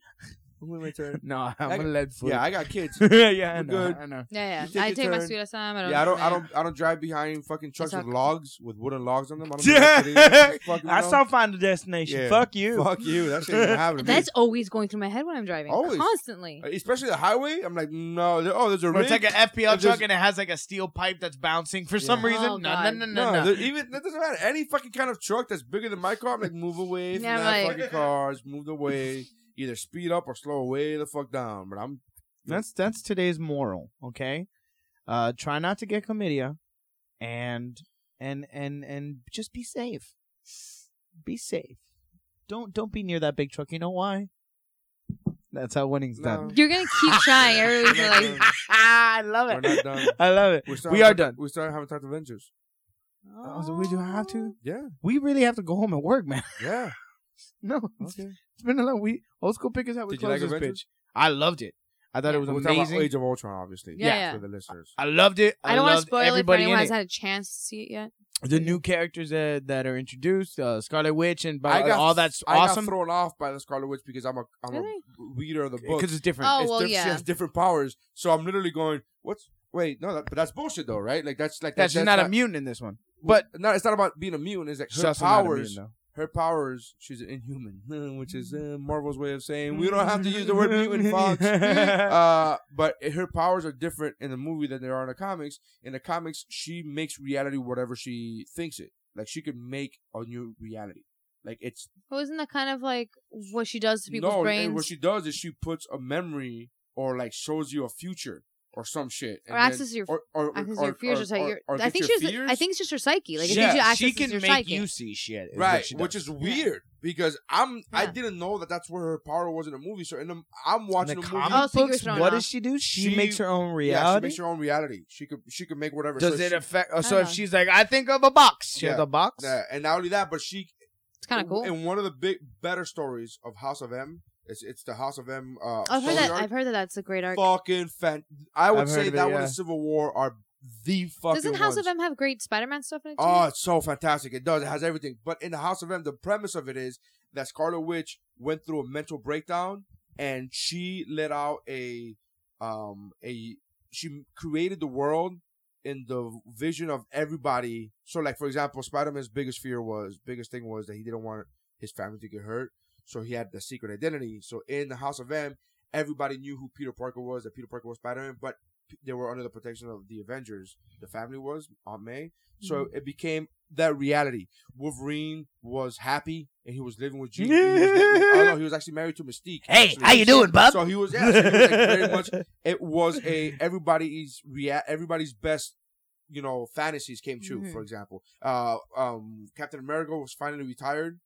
S2: I'm gonna turn.
S5: No, I'm
S2: I-
S5: a lead foot.
S2: Yeah, I got kids.
S5: yeah, I
S2: We're
S5: know.
S2: good.
S5: I know.
S6: Yeah,
S2: You take
S6: yeah. I
S2: your
S6: take my
S2: turn.
S6: sweet time. I don't.
S2: Yeah, I don't, I
S6: yeah.
S2: don't, I don't drive behind fucking trucks
S6: It's
S2: with
S6: okay.
S2: logs with wooden logs on them. I don't. do that shit either.
S11: I
S2: Just fucking, you know?
S11: saw Find the Destination.
S2: Yeah.
S11: Fuck you.
S2: Fuck you. That shit ain't happening.
S6: That's always going through my head when I'm driving.
S2: Always.
S6: Constantly.
S2: Uh, especially the highway. I'm like, no. there- Oh, there's a
S5: Or it's
S2: rig.
S5: like an FPL
S2: If there's-
S5: truck and it has like a steel pipe that's bouncing for some
S2: Yeah.
S5: reason.
S6: Oh,
S5: no, no,
S6: God.
S2: No,
S5: no, no, no.
S2: there- even that doesn't matter. Any fucking kind of truck that's bigger than my car, I'm like, move away from
S6: Yeah,
S2: that
S6: like-
S2: fucking cars, move away. Either speed up or slow way the fuck down. But I'm
S5: That's that's today's moral, okay? Uh try not to get chlamydia and and and and just be safe. Be safe. Don't don't be near that big truck. You know why? That's how winning's
S2: no,
S5: done.
S6: You're gonna keep trying. Everyone's
S2: We're
S6: gonna
S2: not
S6: like,
S2: done.
S5: I love
S2: We're not done.
S5: I love it.
S2: We're
S5: We are done.
S2: We started having talked adventures.
S5: Oh, so we do have to.
S2: Yeah,
S5: We really have to go home and work, man.
S2: yeah.
S5: No,
S2: Okay.
S5: it's been a long week. Old school pickers how we
S2: Did you
S5: close
S2: like
S5: this
S2: Avengers?
S5: bitch. I loved it. I thought it was
S2: We're talking about
S5: amazing.
S2: Age of Ultron, obviously.
S6: Yeah, yeah.
S2: for the listeners.
S5: I loved it. I,
S6: I don't want to
S5: loved
S6: spoil it for
S5: everybody
S6: anyone who
S5: in
S6: hasn't
S5: it.
S6: had a chance to see it yet.
S5: The new characters that, that are introduced, uh, Scarlet Witch, and by,
S2: I got
S5: all that's
S2: I got
S5: awesome
S2: thrown off by the Scarlet Witch because I'm a I'm
S6: Really?
S2: a reader of the book.
S5: because it's different.
S6: Oh
S2: It's
S6: well,
S2: diff- She
S6: yeah.
S2: has different powers, so I'm literally going, "What's? Wait, no, that, but that's bullshit, though, right? Like that's like
S5: that she's not a mutant in this one, but
S2: no, it's not about being a mutant. It's like
S5: she's
S2: her
S5: also not a
S2: powers.
S5: mutant,
S2: her powers. She's an inhuman, which is uh, Marvel's way of saying we don't have to use the word mutant, Fox. uh, but her powers are different in the movie than they are in the comics. In the comics, she makes reality whatever she thinks it. Like she could make a new reality. Like it's
S6: Wasn't that kind of like what she does to people's
S2: no, and
S6: brains?
S2: what she does is she puts a memory or like shows you a future. or some shit.
S6: Or access to your-
S2: or, or, or,
S6: access to
S2: or,
S6: your fears or
S2: or,
S6: something. Your-
S2: or
S6: I
S2: get
S6: think
S2: your
S6: she's.
S2: fears.
S6: I think it's just her psyche. Like I think
S5: Yeah,
S6: you access
S5: she can
S6: your
S5: make
S6: psyche.
S5: you see shit, is what
S2: right?
S5: she
S2: Which is weird because I'm I didn't know that that's where her power was in the movie. So in the, I'm watching
S5: the
S2: the,
S5: comic
S2: movie.
S5: Oh, so you're books, thrown what off. does she do? She makes her own
S2: Yeah, she
S5: reality?
S2: makes her own reality. She could she could make whatever.
S5: Does
S2: So
S5: it
S2: she-
S5: affect? uh, So if she's like, I think of a box. She has a box.
S2: Yeah, and not only that, but she.
S6: It's kind of cool.
S2: And one of the big better stories of House of M. It's, it's the House of M. Uh,
S6: I've heard
S2: story
S6: that.
S2: arc.
S6: I've heard that that's a great arc.
S2: fucking fan. I would
S5: I've heard
S2: say
S5: of it,
S2: that one
S5: yeah.
S2: and Civil War are the fucking.
S6: Doesn't House
S2: ones.
S6: of M have great Spider-Man stuff in it too?
S2: Oh, it's so fantastic. It does. It has everything. But in the House of M, the premise of it is that Scarlet Witch went through a mental breakdown and she let out a um a she created the world in the vision of everybody. So like for example, Spider-Man's biggest fear was biggest thing was that he didn't want his family to get hurt. So he had the secret identity. So in the House of M, everybody knew who Peter Parker was, that Peter Parker was Spider-Man, but they were under the protection of the Avengers. The family was Aunt May. So
S5: Mm-hmm.
S12: Mhm.
S2: it became that reality. Wolverine was happy and he was living with Jean. he was living- oh, no, he was actually married to Mystique.
S5: Hey,
S2: actually.
S5: how you doing, bub?
S2: So he was, yeah, so he was like very much. It was a everybody's rea- everybody's best, you know, fantasies came true.
S5: Mm-hmm.
S12: Mhm.
S2: For example, uh, um, Captain America was finally retired.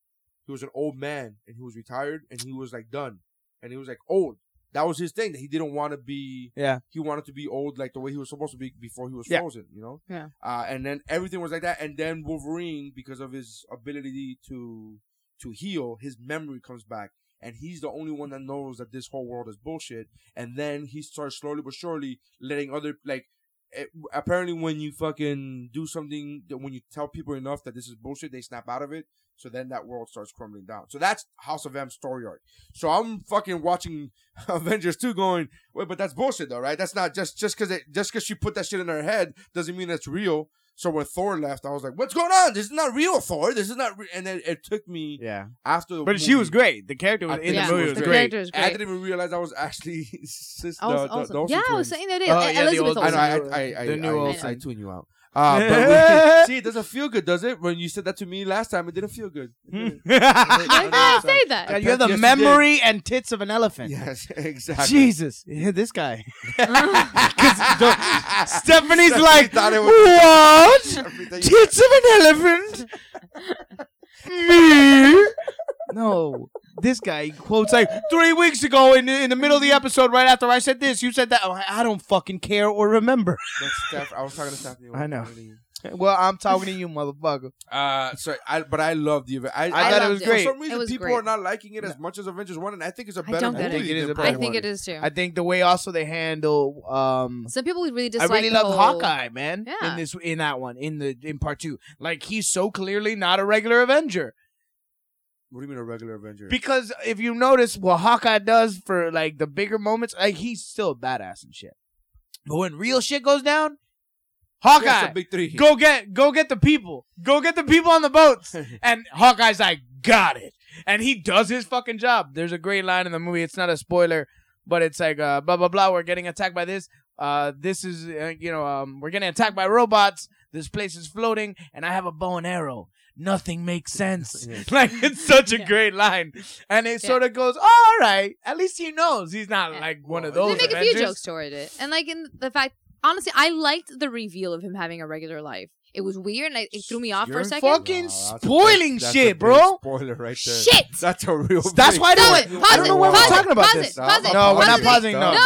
S2: He was an old man and he was retired and he was like done, and he was like old. That was his thing that he didn't want to be.
S5: Yeah.
S2: he wanted to be old like the way he was supposed to be before he was
S5: Yeah.
S2: frozen. You know.
S5: Yeah.
S2: Uh, and then everything was like that, and then Wolverine, because of his ability to to heal, his memory comes back, and he's the only one that knows that this whole world is bullshit. And then he starts slowly but surely letting other like. It, apparently, when you fucking do something, that when you tell people enough that this is bullshit, they snap out of it. So then that world starts crumbling down. So that's House of M story arc. So I'm fucking watching Avengers 2 going, wait, but that's bullshit though, right? That's not just just cause it just cause she put that shit in her head doesn't mean it's real. So when Thor left, I was like, what's going on? This is not real, Thor. This is not re-. and then it took me
S5: Yeah.
S2: after the
S5: But she was great. The character
S2: I
S5: was in
S2: think
S5: the
S2: she
S5: movie
S2: was
S5: was
S2: great.
S5: great.
S6: character was
S2: I
S6: great.
S2: didn't even realize I was actually sis-
S6: I was
S2: the- the-
S6: also-
S2: the Olsen
S6: yeah, I was
S2: twins.
S6: saying that it- Oh, yeah, the Elizabeth old-
S2: I, know, I,
S6: Olsen.
S2: I, I,
S5: The new
S2: I, I, I
S5: Olsen.
S2: tune you out. Uh, but we, see, it doesn't feel good, does it? When you said that to me last time, it didn't feel good.
S5: Why
S6: did I say that?
S5: God, you have the
S2: Yes, you did.
S5: memory and tits of an elephant.
S2: Yes, exactly.
S5: Jesus, Yeah, this guy. 'Cause the- Stephanie's
S2: Stephanie
S5: like,
S2: thought it was-
S5: what?
S2: Everything-
S5: Tits of an elephant? Me? No, this guy he quotes like three weeks ago in the, in the middle of the episode, right after I said this, you said that. Oh, I- I don't fucking care or remember.
S2: That's Steph- I was talking to Stephanie.
S5: I know. Well, I'm talking to you, motherfucker.
S2: Uh, so I, but I love the event. I,
S5: I thought it
S2: loved
S5: was great.
S2: For some reason,
S6: It was
S2: people
S6: great.
S2: are not liking it as much as Avengers One, and I think it's a better
S6: don't
S2: movie.
S6: get it.
S2: than
S5: a
S2: Part
S6: I think
S2: One.
S6: it is too.
S5: I think the way also they handle um
S6: Some people would really
S5: I
S6: dislike.
S5: really
S6: the
S5: love
S6: whole-
S5: Hawkeye, man.
S6: Yeah.
S5: In this in that one, in the in part 2. Like he's so clearly not a regular Avenger.
S2: What do you mean a regular Avenger?
S5: Because if you notice what Hawkeye does for like the bigger moments, like he's still a badass and shit. But when real shit goes down, Hawkeye,
S2: Yeah, it's a big three.
S5: go get go get the people, go get the people on the boats, and Hawkeye's like, got it, and he does his fucking job. There's a great line in the movie. It's not a spoiler, but it's like uh, blah blah blah. We're getting attacked by this. Uh, this is uh, you know um, we're getting attacked by robots. This place is floating, and I have a bow and arrow. Nothing makes sense. Like it's such a great line, and it sort of goes, all right. At least he knows he's not like one of
S6: They
S5: those.
S6: make a few
S5: Avengers.
S6: jokes toward it, and like in the fact, honestly, I liked the reveal of him having a regular life. It was weird, and I, it threw me off for
S5: You're
S6: a second.
S5: fucking
S2: Wow, that's a
S5: spoiling
S2: big- that's a
S5: shit,
S2: big
S5: bro.
S2: Spoiler right there.
S6: Shit!
S2: That's a real.
S5: That's
S2: big
S5: why I don't,
S6: Stop it.
S5: I don't
S6: Pause
S5: know
S6: it.
S5: why
S6: Pause
S5: we're
S6: it.
S5: talking about
S6: Pause
S5: this.
S6: it. Pause it.
S5: No, we're
S6: Pause
S5: not
S6: it.
S5: pausing. No.
S6: No, no, pause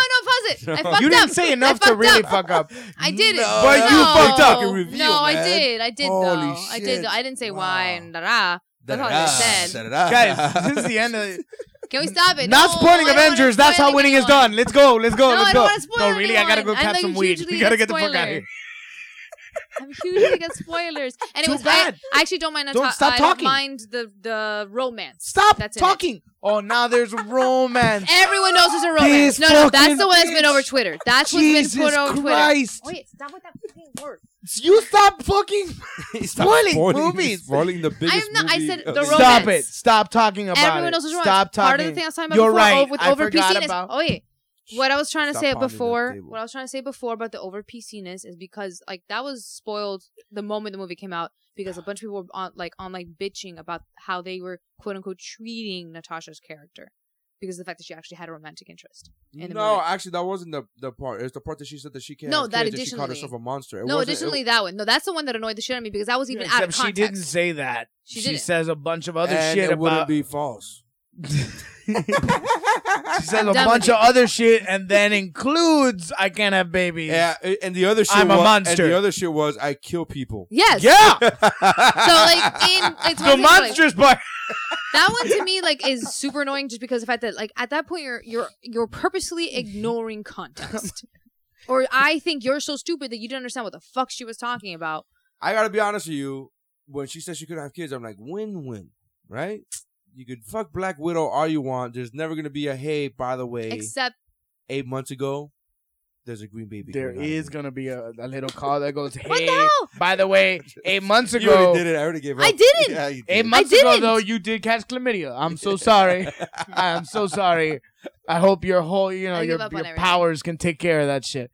S6: it. I fucked
S5: You didn't
S6: up.
S5: say
S6: I
S5: enough to
S6: fucked
S5: really
S6: up.
S5: fuck up.
S6: I did it.
S5: But you fucked up.
S2: Fucking reveal,
S6: no, I
S2: man.
S6: did. I did
S2: Holy
S6: though. I
S2: shit.
S6: did though. I didn't say why and da da. That's all
S2: Da-da-da.
S6: I said.
S2: Da-da-da.
S5: Guys, this is the end of
S6: Can we stop it?
S5: Not
S6: No,
S5: spoiling
S6: I don't wanna
S5: Avengers. That's
S6: spoil
S5: how winning is
S6: anyone.
S5: done. Let's go. Let's go.
S6: No,
S5: let's
S6: I don't
S5: go.
S6: wanna spoil
S5: no, really, I gotta go
S6: anyone.
S5: cap
S6: I'm
S5: some
S6: a
S5: weed.
S6: hugely
S5: We gotta get the fuck
S6: spoiler.
S5: out of here.
S6: I'm huge against spoilers. Anyways,
S5: bad.
S6: I, I actually don't mind.
S5: Don't
S6: ta-
S5: stop
S6: I
S5: talking.
S6: Don't mind the the romance.
S5: Stop
S6: That's in it.
S5: talking. Oh, now there's romance.
S6: Everyone knows there's a romance.
S5: This
S6: no, no, that's
S5: fucking
S6: the one that's been
S5: bitch.
S6: over Twitter. That's what's
S5: Jesus
S6: been put over
S5: Christ.
S6: Twitter. Oh, Wait, stop with that fucking word.
S5: You stop fucking spoiling, movies.
S2: Spoiling the biggest.
S6: not- I
S2: movie
S6: said
S2: of
S6: the
S2: this-
S6: romance.
S5: Stop it. Stop talking about
S6: Everyone
S5: it.
S6: knows there's a romance.
S5: Stop talking.
S6: Part of the thing I was talking about
S5: You're
S6: before
S5: right.
S6: o- with
S5: I
S6: over
S5: forgot
S6: PC-ness.
S5: about-
S6: Oh wait, what I was trying to
S2: Stop
S6: say
S2: pounding the
S6: before,
S2: table.
S6: what I was trying to say before about the over PC-ness is because like that was spoiled the moment the movie came out because a bunch of people were on like on like bitching about how they were quote unquote treating Natasha's character because of the fact that she actually had a romantic interest. In the
S2: No,
S6: movie.
S2: actually, that wasn't the, the part. It's the part that she said that she can't.
S6: no,
S2: have
S6: that
S2: kids and she called
S6: additionally.
S2: herself a monster. It
S6: no,
S2: wasn't- it-
S6: additionally that one. No, that's the one that annoyed the shit out of me because that was even out of
S5: Except she
S6: context.
S5: didn't say that. She,
S6: didn't.
S5: says a bunch of other
S2: And
S5: shit
S2: it wouldn't
S5: about.
S2: be false.
S5: she says
S6: I'm
S5: a
S6: done
S5: bunch
S6: with
S5: of other shit, and then includes I can't have babies.
S2: Yeah, a- and the other shit.
S5: I'm a
S2: wa-
S5: monster.
S2: And the other shit was I kill people.
S6: Yes.
S5: Yeah.
S6: So like in it's one
S5: the
S6: of these, like-
S5: monstrous part.
S6: that one to me like is super annoying just because the fact that like at that point you're you're you're purposely
S5: Mm-hmm.
S6: ignoring context or i think you're so stupid that you didn't understand what the fuck she was talking about
S2: I gotta be honest with you. When she said she couldn't have kids, I'm like, win win, right? You could fuck Black Widow all you want. There's never gonna be a hey. By the way,
S6: except
S2: eight months ago, there's a green baby.
S5: There
S2: going on.
S5: is gonna be a, a little call that goes,
S6: What
S5: "Hey,
S6: the hell?
S5: by the way, eight months
S2: You already
S5: ago,
S2: did it. I already gave up.
S6: i didn't
S2: Yeah, you did.
S5: eight months
S6: I
S5: ago
S6: didn't.
S5: though, you did catch chlamydia. I'm so sorry. I am so sorry. I hope your whole, you know,
S6: I give
S5: your,
S6: up on
S5: your
S6: everything.
S5: powers can take care of that shit.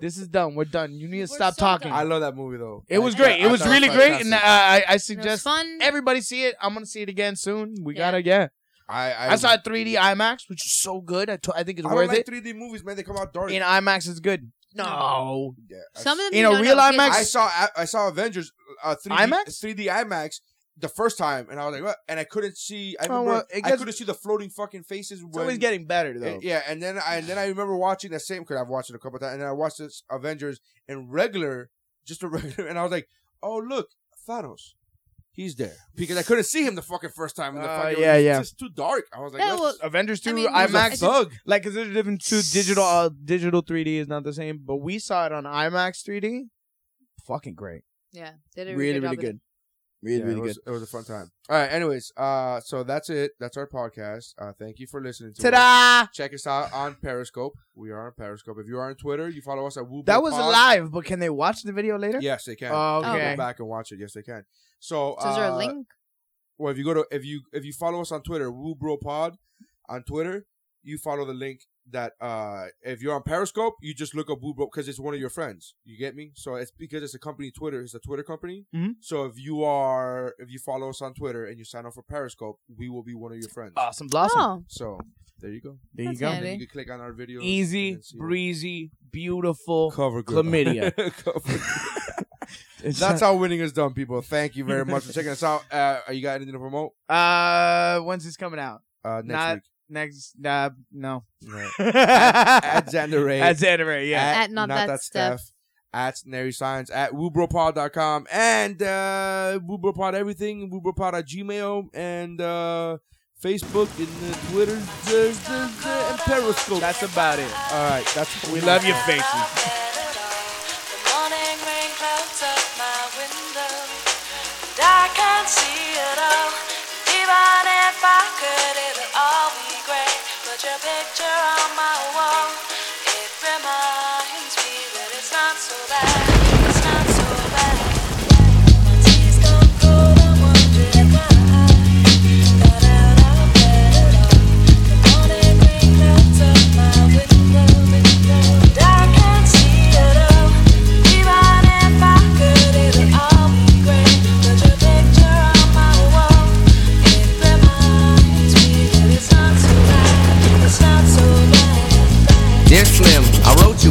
S5: This is done. We're done. You need to stop
S6: so
S5: talking.
S2: I love that movie though.
S5: It was
S2: I-
S5: great.
S2: I-
S5: It
S2: I
S5: was
S2: thought
S5: really great, and
S2: fantastic.
S5: I, I- I
S6: it was
S5: suggest
S6: fun
S5: everybody see it. I'm gonna see it again soon. We
S6: Yeah.
S5: gotta yeah.
S2: I I,
S5: I saw it 3D IMAX, which is so good. I to- I think it's
S2: I don't
S5: worth
S2: like
S5: it.
S2: 3D movies, man. They come out dark.
S5: In IMAX, it's good. No,
S6: No.
S2: yeah, I-
S6: uh, some of them
S5: in
S6: you
S5: a
S6: don't
S5: real
S6: know. It's-
S5: IMAX
S2: I saw I- I saw Avengers uh, 3D
S5: IMAX?
S2: 3D IMAX the first time, and I was like, what? And I couldn't see. I
S5: Oh,
S2: remember
S5: well, it
S2: I
S5: gets-
S2: couldn't see the floating fucking faces.
S5: it's always
S2: When,
S5: getting better though.
S2: Uh, yeah, and then I and then I remember watching the same because I've watched it a couple times, and then I watched this Avengers in regular, just a regular, and I was like, oh look, Thanos. He's there because I couldn't see him the fucking first time. In the
S5: Uh,
S2: fucking,
S5: yeah,
S2: it's
S5: yeah.
S2: just too dark. I was like,
S6: Yeah,
S2: that's
S6: well,
S5: Avengers
S6: I
S5: two
S6: mean,
S5: IMAX.
S6: I
S2: thug.
S5: Like, cause there's a difference to digital. Uh, digital 3D is not the same, but we saw it on IMAX 3D. Fucking great.
S6: yeah they did a
S5: Really,
S6: good job
S5: really
S6: with it.
S5: good. Really,
S2: Yeah,
S5: really
S2: it was, It
S5: good.
S2: was a fun time. All right. Anyways, uh, so that's it. That's our podcast. Uh, thank you for listening. to us.
S5: Ta-da!
S2: Check us out on Periscope. We are on Periscope. If you are on Twitter, you follow us at Woo.
S5: That was
S2: Pod.
S5: live, but can they watch the video later?
S2: Yes, they can.
S5: Oh,
S2: They can
S5: okay.
S2: Go back and watch it. Yes, they can. So,
S6: so is there a
S2: uh,
S6: link
S2: Well, if you go to if you if you follow us on Twitter, Woo Bro Pod, on Twitter, you follow the link that uh if you're on Periscope, you just look up Woo Bro because it's one of your friends. You get me? So it's because it's a company Twitter. It's a Twitter company.
S5: Mhm.
S2: So if you are if you follow us on Twitter and you sign up for Periscope, we will be one of your friends.
S5: Awesome, blossom.
S6: oh
S2: So there you go.
S5: there you
S6: that's
S5: go.
S6: handy.
S2: And then
S6: Ready?
S2: you can click on our video.
S5: Easy, breezy, beautiful.
S2: cover
S5: girl. Chlamydia. It's
S2: That's how winning is done, people. Thank you very much for checking us out. Uh, are you got anything to promote
S5: Uh, when's this coming out?
S2: uh, next
S5: Not-
S2: week?
S5: Next, uh, no.
S2: Right. at
S5: That's
S2: Xander Ray.
S5: Xander, yeah.
S6: At Not That Steph.
S2: At Nary Science. At WooBroPod.com. And uh, WooBroPod everything. WooBroPod at Gmail. And uh, Facebook and uh, Twitter. uh, uh, uh, and Periscope.
S5: That's about it.
S2: All right. That's
S5: We love your faces.
S13: Dear Slim, I wrote you,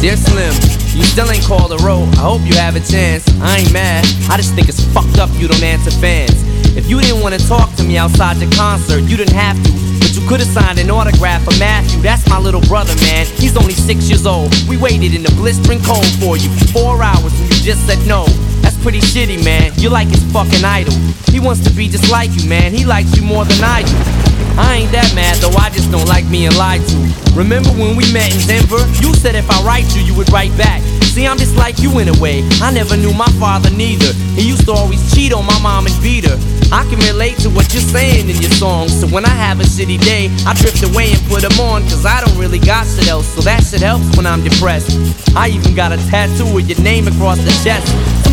S13: Dear Slim, you Still ain't called a roll. I hope you have a chance. I ain't mad. I just think it's fucked up you don't answer fans. If you didn't want to talk to me outside the concert, you didn't have to. But you could have signed an autograph for Matthew. That's my little brother, man. He's only six years old. We waited in the blistering cold for you for four hours and you just said no. That's pretty shitty, man. You're like his fucking idol. He wants to be just like you, man. He likes you more than I do. I ain't that mad though, I just don't like being lied to. Remember when we met in Denver? You said if I write you, you would write back. See, I'm just like you in a way. I never knew my father neither. He used to always cheat on my mom and beat her. I can relate to what you're saying in your songs. So when I have a shitty day, I drift away and put 'em on. Cause I don't really got shit else, so that shit helps when I'm depressed. I even got a tattoo of your name across the chest.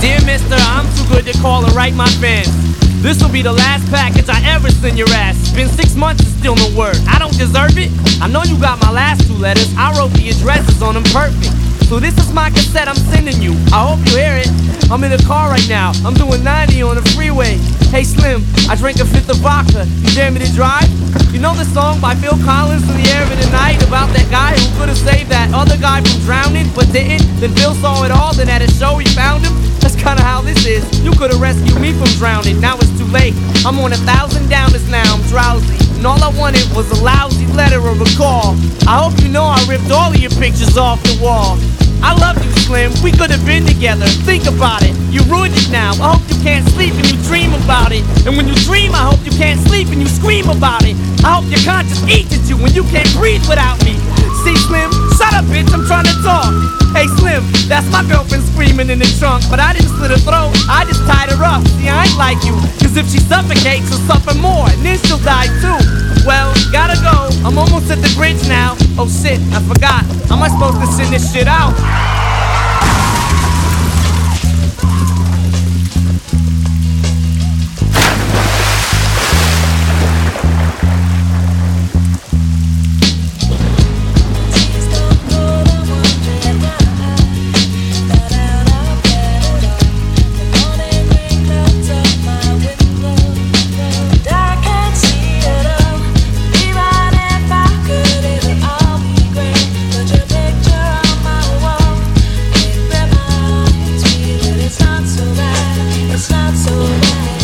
S13: Dear mister, I'm too good to call and write my fans. This will be the last package I ever send your ass. It's been six months and still no word. I don't deserve it. I know you got my last two letters. I wrote the addresses on them perfect. So this is my cassette I'm sending you. I hope you hear it. I'm in the car right now. I'm doing 90 on the freeway. Hey Slim, I drank a fifth of vodka. You dare me to drive? You know the song by Phil Collins in the air of the night about that guy who could have saved that other guy from drowning but didn't? Then Phil saw it all, then at a show he found him. That's kinda how this is. You could've rescued me from drowning, now it's too late. I'm on a thousand downers now, I'm drowsy. And all I wanted was a lousy letter or a call. I hope you know I ripped all of your pictures off the wall. I love you, Slim. We could have been together. Think about it. You ruined it now. I hope you can't sleep and you dream about it. And when you dream, I hope you can't sleep and you scream about it. I hope your conscience eats at you when you can't breathe without me. See, Slim, shut up, bitch. I'm trying to talk. Hey, Slim, that's my girlfriend screaming in the trunk. But I didn't slit her throat. I just tied her up. See, I ain't like you. Cause if she suffocates, she'll suffer more. And then she'll die too. Well, gotta go. I'm almost at the bridge now. Oh shit, I forgot. How am I supposed to send this shit out?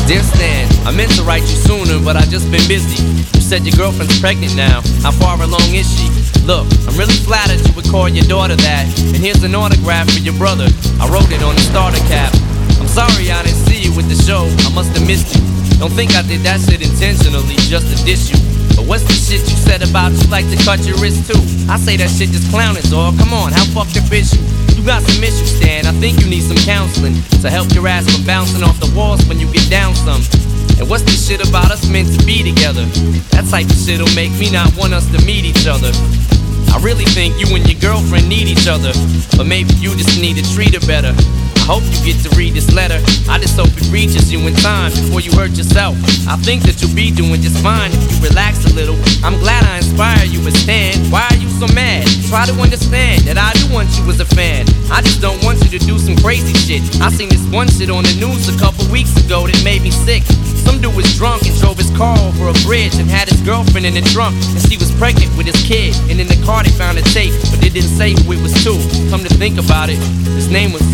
S13: Dear Stan, I meant to write you sooner, but I just been busy. You said your girlfriend's pregnant now. How far along is she? Look, I'm really flattered you would call your daughter that. And here's an autograph for your brother. I wrote it on the starter cap. I'm sorry I didn't see you with the show. I must have missed you. Don't think I did that shit intentionally just to diss you. But what's the shit you said about you like to cut your wrist too? I say that shit just clowning, dog. Come on, how fucked up is you? You got some issues, Stan. I think you need some counseling to help your ass from bouncing off the walls when you get down some. And what's this shit about us meant to be together? That type of shit'll make me not want us to meet each other. I really think you and your girlfriend need each other, but maybe you just need to treat her better. I hope you get to read this letter. I just hope it reaches you in time before you hurt yourself. I think that you'll be doing just fine if you relax a little. I'm glad I inspire you, but stand. Why are you so mad? Try to understand that I do want you as a fan. I just don't want you to do some crazy shit. I seen this one shit on the news a couple weeks ago that made me sick. Some dude was drunk and drove his car over a bridge and had his girlfriend in the trunk, and she was pregnant with his kid. And in the car they found a tape, but they didn't say who it was to. Come to think about it, his name was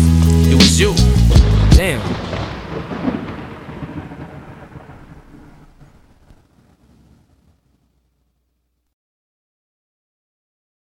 S13: it was you. Damn.